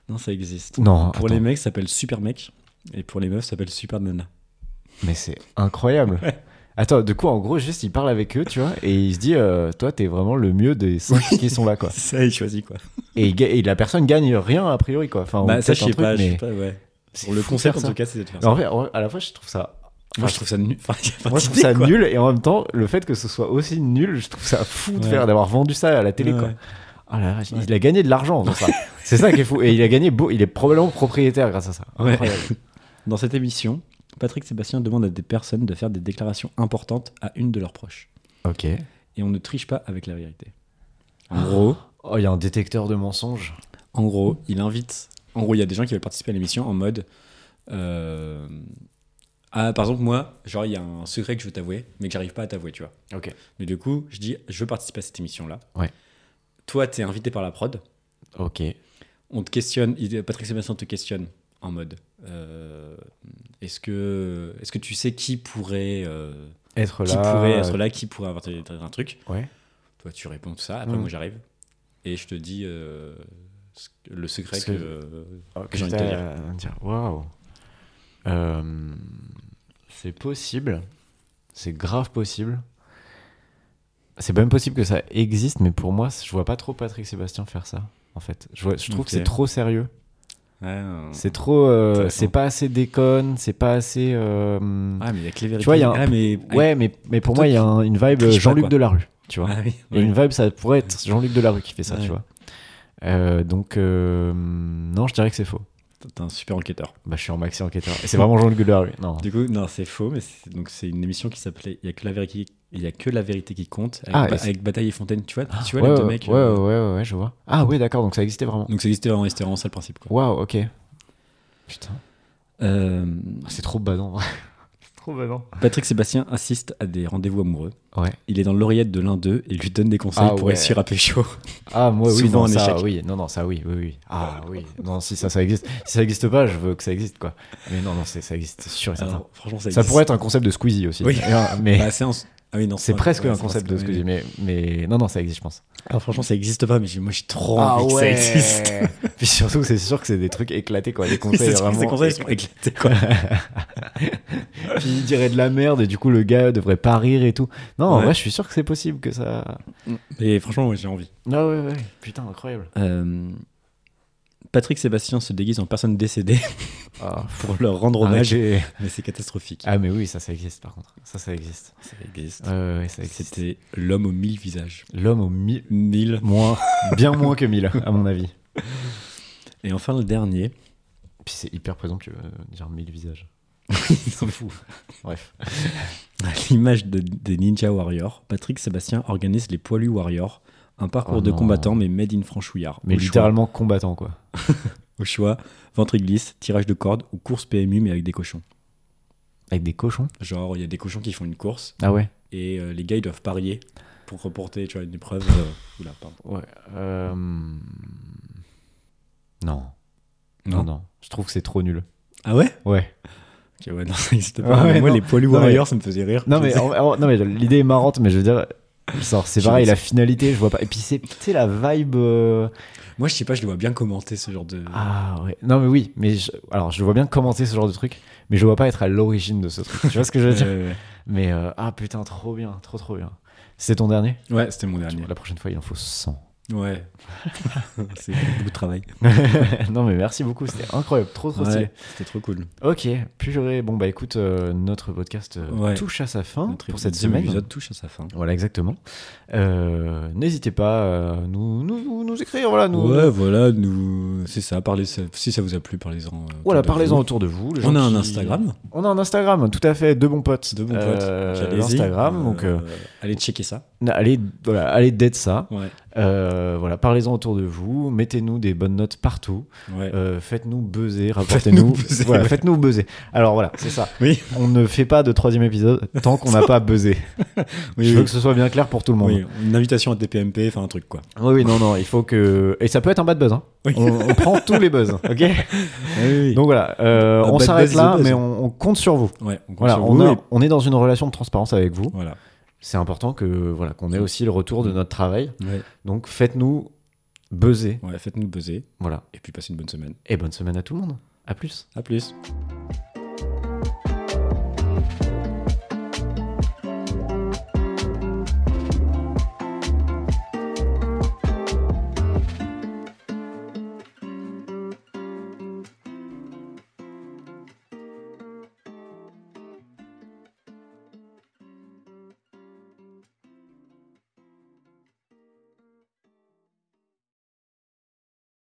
[SPEAKER 2] non, ça existe.
[SPEAKER 1] Non,
[SPEAKER 2] Pour
[SPEAKER 1] attends.
[SPEAKER 2] les mecs, ça s'appelle Super Mec. Et pour les meufs, ça s'appelle Super Nana.
[SPEAKER 1] Mais c'est incroyable. Attends, de quoi, en gros, juste, il parle avec eux, tu vois, et il se dit, euh, toi, t'es vraiment le mieux des cinq qui sont là, quoi.
[SPEAKER 2] C'est ça, il choisit quoi.
[SPEAKER 1] Et, il ga- et la personne gagne rien, a priori, quoi. Enfin,
[SPEAKER 2] bah,
[SPEAKER 1] ou
[SPEAKER 2] ça,
[SPEAKER 1] peut-être
[SPEAKER 2] je
[SPEAKER 1] un
[SPEAKER 2] sais
[SPEAKER 1] truc,
[SPEAKER 2] pas, je sais
[SPEAKER 1] mais
[SPEAKER 2] pas, ouais.
[SPEAKER 1] c'est
[SPEAKER 2] Pour le
[SPEAKER 1] fou de faire
[SPEAKER 2] concept, en
[SPEAKER 1] ça.
[SPEAKER 2] tout cas, c'est de faire
[SPEAKER 1] Mais
[SPEAKER 2] ça.
[SPEAKER 1] en fait, en- à la fois, je trouve ça.
[SPEAKER 2] Moi, je trouve ça nul. Enfin, il y a pas
[SPEAKER 1] Moi, je trouve
[SPEAKER 2] d'idée,
[SPEAKER 1] ça
[SPEAKER 2] quoi.
[SPEAKER 1] nul et en même temps, le fait que ce soit aussi nul, je trouve ça fou de
[SPEAKER 2] Ouais.
[SPEAKER 1] faire d'avoir vendu ça à la télé.
[SPEAKER 2] Ouais,
[SPEAKER 1] quoi.
[SPEAKER 2] ouais.
[SPEAKER 1] Ah la vache, Il a gagné de l'argent. dans ça. C'est ça qui est fou. Et il a gagné beau. Il est probablement propriétaire grâce à ça.
[SPEAKER 2] Ouais.
[SPEAKER 1] Incroyable.
[SPEAKER 2] Dans cette émission, Patrick Sébastien demande à des personnes de faire des déclarations importantes à une de leurs proches.
[SPEAKER 1] Ok.
[SPEAKER 2] Et on ne triche pas avec la vérité. En
[SPEAKER 1] Ah.
[SPEAKER 2] gros,
[SPEAKER 1] Oh, il y a un détecteur de mensonges.
[SPEAKER 2] En gros, il invite. En gros, il y a des gens qui veulent participer à l'émission en mode. euh, ah, par exemple, moi, genre, il y a un secret que je veux t'avouer, mais que j'arrive pas à t'avouer, tu vois.
[SPEAKER 1] Ok.
[SPEAKER 2] Mais du coup, je dis, je veux participer à cette émission-là.
[SPEAKER 1] Ouais.
[SPEAKER 2] Toi, t'es invité par la prod.
[SPEAKER 1] Ok.
[SPEAKER 2] On te questionne. il- Patrick Sébastien te questionne en mode. euh, est-ce que, est-ce que tu sais qui pourrait, euh,
[SPEAKER 1] Être là. euh,
[SPEAKER 2] qui pourrait être là, qui pourrait avoir tel- tel- tel- un truc
[SPEAKER 1] Ouais.
[SPEAKER 2] Toi, tu réponds ça. Après,
[SPEAKER 1] Mm.
[SPEAKER 2] moi, j'arrive et je te dis euh, ce- le secret
[SPEAKER 1] Ce que-
[SPEAKER 2] que. euh,
[SPEAKER 1] Oh,
[SPEAKER 2] J'ai envie de te
[SPEAKER 1] putain, euh, dire, Waouh. Euh, C'est possible. C'est grave possible. C'est même possible que ça existe, mais pour moi, je vois pas trop Patrick Sébastien faire ça. En fait, je, vois- je trouve
[SPEAKER 2] Ok.
[SPEAKER 1] que c'est trop sérieux.
[SPEAKER 2] Ah.
[SPEAKER 1] C'est trop. euh,
[SPEAKER 2] Intéressant.
[SPEAKER 1] c'est pas assez déconne, c'est pas assez. euh,
[SPEAKER 2] Ah, mais avec les vérités.
[SPEAKER 1] Tu vois, il y a un-
[SPEAKER 2] Ah, mais...
[SPEAKER 1] ouais, mais, mais pour
[SPEAKER 2] plutôt
[SPEAKER 1] moi, il y a un- une vibe
[SPEAKER 2] triche pas,
[SPEAKER 1] Jean-Luc
[SPEAKER 2] quoi.
[SPEAKER 1] Delarue. Tu tu vois.
[SPEAKER 2] Ah oui,
[SPEAKER 1] Et
[SPEAKER 2] oui.
[SPEAKER 1] une vibe, ça pourrait être Jean-Luc Delarue qui fait ça,
[SPEAKER 2] Ouais.
[SPEAKER 1] tu vois. Euh, donc, euh, non, je dirais que c'est faux.
[SPEAKER 2] T'es un super enquêteur.
[SPEAKER 1] Bah, je suis en maxi enquêteur. Et c'est vraiment Jean-Luc Delarue. Non.
[SPEAKER 2] Du coup, non, c'est faux, mais c'est, donc c'est une émission qui s'appelait Il y a que la vérité, il y a que la vérité qui compte avec,
[SPEAKER 1] Ah, et
[SPEAKER 2] Ba-
[SPEAKER 1] c'est-
[SPEAKER 2] avec Bataille et Fontaine. Tu vois, tu vois
[SPEAKER 1] ouais,
[SPEAKER 2] les deux
[SPEAKER 1] ouais,
[SPEAKER 2] mecs.
[SPEAKER 1] ouais,
[SPEAKER 2] euh,
[SPEAKER 1] ouais, ouais, ouais, je vois. Ah, oui, d'accord, donc ça existait vraiment.
[SPEAKER 2] Donc ça existait en restaurant, c'est le principe. Quoi.
[SPEAKER 1] Waouh, ok. Putain, Ah,
[SPEAKER 2] Euh,
[SPEAKER 1] c'est trop badant. c'est trop badant.
[SPEAKER 2] Patrick Sébastien assiste à des rendez-vous amoureux.
[SPEAKER 1] Ouais.
[SPEAKER 2] Il est dans l'oreillette de l'un d'eux et lui donne des conseils
[SPEAKER 1] Ah
[SPEAKER 2] pour
[SPEAKER 1] ouais.
[SPEAKER 2] réussir à pécho.
[SPEAKER 1] Ah, moi, oui,
[SPEAKER 2] Souvent
[SPEAKER 1] non,
[SPEAKER 2] un
[SPEAKER 1] ça,
[SPEAKER 2] échec.
[SPEAKER 1] oui. Non, non, ça, oui, oui, oui. Ah, oui. Non, si ça, ça existe. Si ça existe pas, je veux que ça existe, quoi. Mais non, non, c'est- ça existe, c'est sûr et certain.
[SPEAKER 2] Alors, franchement, ça,
[SPEAKER 1] Ah. ça
[SPEAKER 2] existe.
[SPEAKER 1] pourrait être un concept de Squeezie aussi.
[SPEAKER 2] Oui.
[SPEAKER 1] Et un- Mais
[SPEAKER 2] Bah, c'est un- Ah oui, non,
[SPEAKER 1] c'est
[SPEAKER 2] pas-
[SPEAKER 1] presque
[SPEAKER 2] ouais,
[SPEAKER 1] un
[SPEAKER 2] c'est
[SPEAKER 1] concept de
[SPEAKER 2] presque-
[SPEAKER 1] Squeezie. Mais, mais non, non, ça existe, je pense. Ah
[SPEAKER 2] Alors, franchement, ça existe pas, mais j'ai- moi j'ai trop envie que ça existe.
[SPEAKER 1] Puis surtout, c'est sûr que c'est des trucs éclatés, quoi. Des
[SPEAKER 2] Oui,
[SPEAKER 1] conseils
[SPEAKER 2] c'est sûr que
[SPEAKER 1] vraiment.
[SPEAKER 2] Ces conseils sont éclatés, quoi.
[SPEAKER 1] Puis il dirait de la merde et du coup, le gars devrait pas rire et tout. Non, en
[SPEAKER 2] Ouais.
[SPEAKER 1] vrai, je suis sûr que c'est possible que ça.
[SPEAKER 2] Et franchement, moi j'ai envie.
[SPEAKER 1] Ah ouais, ouais. Putain, incroyable.
[SPEAKER 2] Euh, Patrick Sébastien se déguise en personne décédée
[SPEAKER 1] Ah,
[SPEAKER 2] pour leur rendre hommage,
[SPEAKER 1] Arrêtez.
[SPEAKER 2] mais c'est catastrophique.
[SPEAKER 1] Ah, mais oui, ça, ça existe par contre. Ça, ça existe.
[SPEAKER 2] Ah, Ça existe.
[SPEAKER 1] Ouais, ouais, ouais, ça existe.
[SPEAKER 2] C'était l'homme aux mille visages.
[SPEAKER 1] L'homme au mille.
[SPEAKER 2] Mille.
[SPEAKER 1] Moins. Bien moins que mille, à mon avis.
[SPEAKER 2] Et enfin, le dernier.
[SPEAKER 1] Puis c'est hyper présomptueux, euh, dire mille visages.
[SPEAKER 2] s'en fout.
[SPEAKER 1] Bref.
[SPEAKER 2] À l'image de- des Ninja Warriors, Patrick Sébastien organise les Poilus Warriors, un parcours
[SPEAKER 1] Oh
[SPEAKER 2] de
[SPEAKER 1] non.
[SPEAKER 2] combattants mais made in Franchouillard.
[SPEAKER 1] Mais
[SPEAKER 2] au
[SPEAKER 1] littéralement combattant, quoi.
[SPEAKER 2] Choix, au choix, ventre et glisse, tirage de corde ou course PMU mais avec des cochons.
[SPEAKER 1] Avec des cochons.
[SPEAKER 2] Genre, il y a des cochons qui font une course
[SPEAKER 1] Ah ouais.
[SPEAKER 2] et euh, les gars ils doivent parier pour reporter tu vois, une épreuve. euh, oula, pardon.
[SPEAKER 1] Ouais. euh, Non.
[SPEAKER 2] Non.
[SPEAKER 1] Non, non. Je trouve que c'est trop nul.
[SPEAKER 2] Ah ouais
[SPEAKER 1] Ouais.
[SPEAKER 2] Ok, ouais, non, ça n'existe
[SPEAKER 1] Ah
[SPEAKER 2] pas.
[SPEAKER 1] ouais,
[SPEAKER 2] Moi,
[SPEAKER 1] non.
[SPEAKER 2] les Poilus
[SPEAKER 1] Non, mais-
[SPEAKER 2] Warriors, ça me faisait rire.
[SPEAKER 1] Non, mais, en- en- non, mais l'idée est marrante, mais je veux dire, genre, c'est
[SPEAKER 2] Je
[SPEAKER 1] pareil,
[SPEAKER 2] sais.
[SPEAKER 1] la finalité, je vois pas. Et puis, c'est tu sais, la vibe. euh,
[SPEAKER 2] Moi, je sais pas, je les vois bien commenter ce genre de.
[SPEAKER 1] Ah ouais. Non, mais oui. Mais je- alors, je vois bien commenter ce genre de truc, mais je vois pas être à l'origine de ce truc. Tu vois ce que je veux dire
[SPEAKER 2] Euh,
[SPEAKER 1] Mais euh, ah putain, trop bien, trop trop bien. C'est ton dernier
[SPEAKER 2] ouais, c'était mon dernier.
[SPEAKER 1] La prochaine fois, il en faut 100.
[SPEAKER 2] Ouais. C'est beaucoup de travail.
[SPEAKER 1] non, mais merci beaucoup, c'était incroyable, trop trop stylé.
[SPEAKER 2] Ouais, c'était trop cool.
[SPEAKER 1] Ok, purée. Bon, bah écoute, euh, notre podcast euh,
[SPEAKER 2] Ouais.
[SPEAKER 1] touche à sa fin
[SPEAKER 2] Notre
[SPEAKER 1] pour cette
[SPEAKER 2] deuxième
[SPEAKER 1] semaine.
[SPEAKER 2] épisode touche à sa fin.
[SPEAKER 1] Voilà, exactement. Euh, N'hésitez pas à nous, nous, nous écrire, voilà, nous. euh,
[SPEAKER 2] Ouais, voilà, nous, c'est ça. Parlez, si ça vous a plu, parlez-en. euh, autour
[SPEAKER 1] Voilà,
[SPEAKER 2] de
[SPEAKER 1] parlez-en
[SPEAKER 2] vous.
[SPEAKER 1] autour de vous. les gens
[SPEAKER 2] On a un
[SPEAKER 1] qui-
[SPEAKER 2] Instagram,
[SPEAKER 1] On a un Instagram, tout à fait, de bons potes.
[SPEAKER 2] de mon
[SPEAKER 1] Euh,
[SPEAKER 2] pote.
[SPEAKER 1] Instagram, donc euh,
[SPEAKER 2] allez checker ça.
[SPEAKER 1] allez, voilà, allez d'être ça.
[SPEAKER 2] Ouais,
[SPEAKER 1] Euh, voilà, parlez-en autour de vous, mettez-nous des bonnes notes partout,
[SPEAKER 2] ouais.
[SPEAKER 1] Euh, faites-nous buzzer, rapportez-nous.
[SPEAKER 2] Faites-nous buzzer,
[SPEAKER 1] Voilà,
[SPEAKER 2] ouais.
[SPEAKER 1] faites-nous buzzer. Alors voilà, c'est ça.
[SPEAKER 2] Oui,
[SPEAKER 1] On ne fait pas de troisième épisode tant qu'on n'a pas buzzé.
[SPEAKER 2] oui,
[SPEAKER 1] Je
[SPEAKER 2] oui.
[SPEAKER 1] veux que ce soit bien clair pour tout le monde.
[SPEAKER 2] Oui, une invitation à TPMP, enfin un truc quoi.
[SPEAKER 1] Oui, oui, non, non, il faut que. Et ça peut être un bad buzz, hein.
[SPEAKER 2] Oui.
[SPEAKER 1] On, on prend tous les buzz, ok
[SPEAKER 2] Donc,
[SPEAKER 1] Donc voilà, euh,
[SPEAKER 2] Un
[SPEAKER 1] on
[SPEAKER 2] bad
[SPEAKER 1] s'arrête
[SPEAKER 2] buzz is a
[SPEAKER 1] là,
[SPEAKER 2] buzz.
[SPEAKER 1] mais on, on compte sur vous.
[SPEAKER 2] ouais, on compte
[SPEAKER 1] Voilà,
[SPEAKER 2] sur
[SPEAKER 1] on,
[SPEAKER 2] vous
[SPEAKER 1] a-
[SPEAKER 2] et-
[SPEAKER 1] on est dans une relation de transparence avec vous.
[SPEAKER 2] Voilà.
[SPEAKER 1] C'est important que voilà qu'on ait aussi le retour de notre travail.
[SPEAKER 2] Ouais,
[SPEAKER 1] Donc faites-nous buzzer.
[SPEAKER 2] ouais, faites-nous buzzer
[SPEAKER 1] Voilà.
[SPEAKER 2] et puis passez une bonne semaine.
[SPEAKER 1] Et bonne semaine à tout le monde. À plus.
[SPEAKER 2] À plus.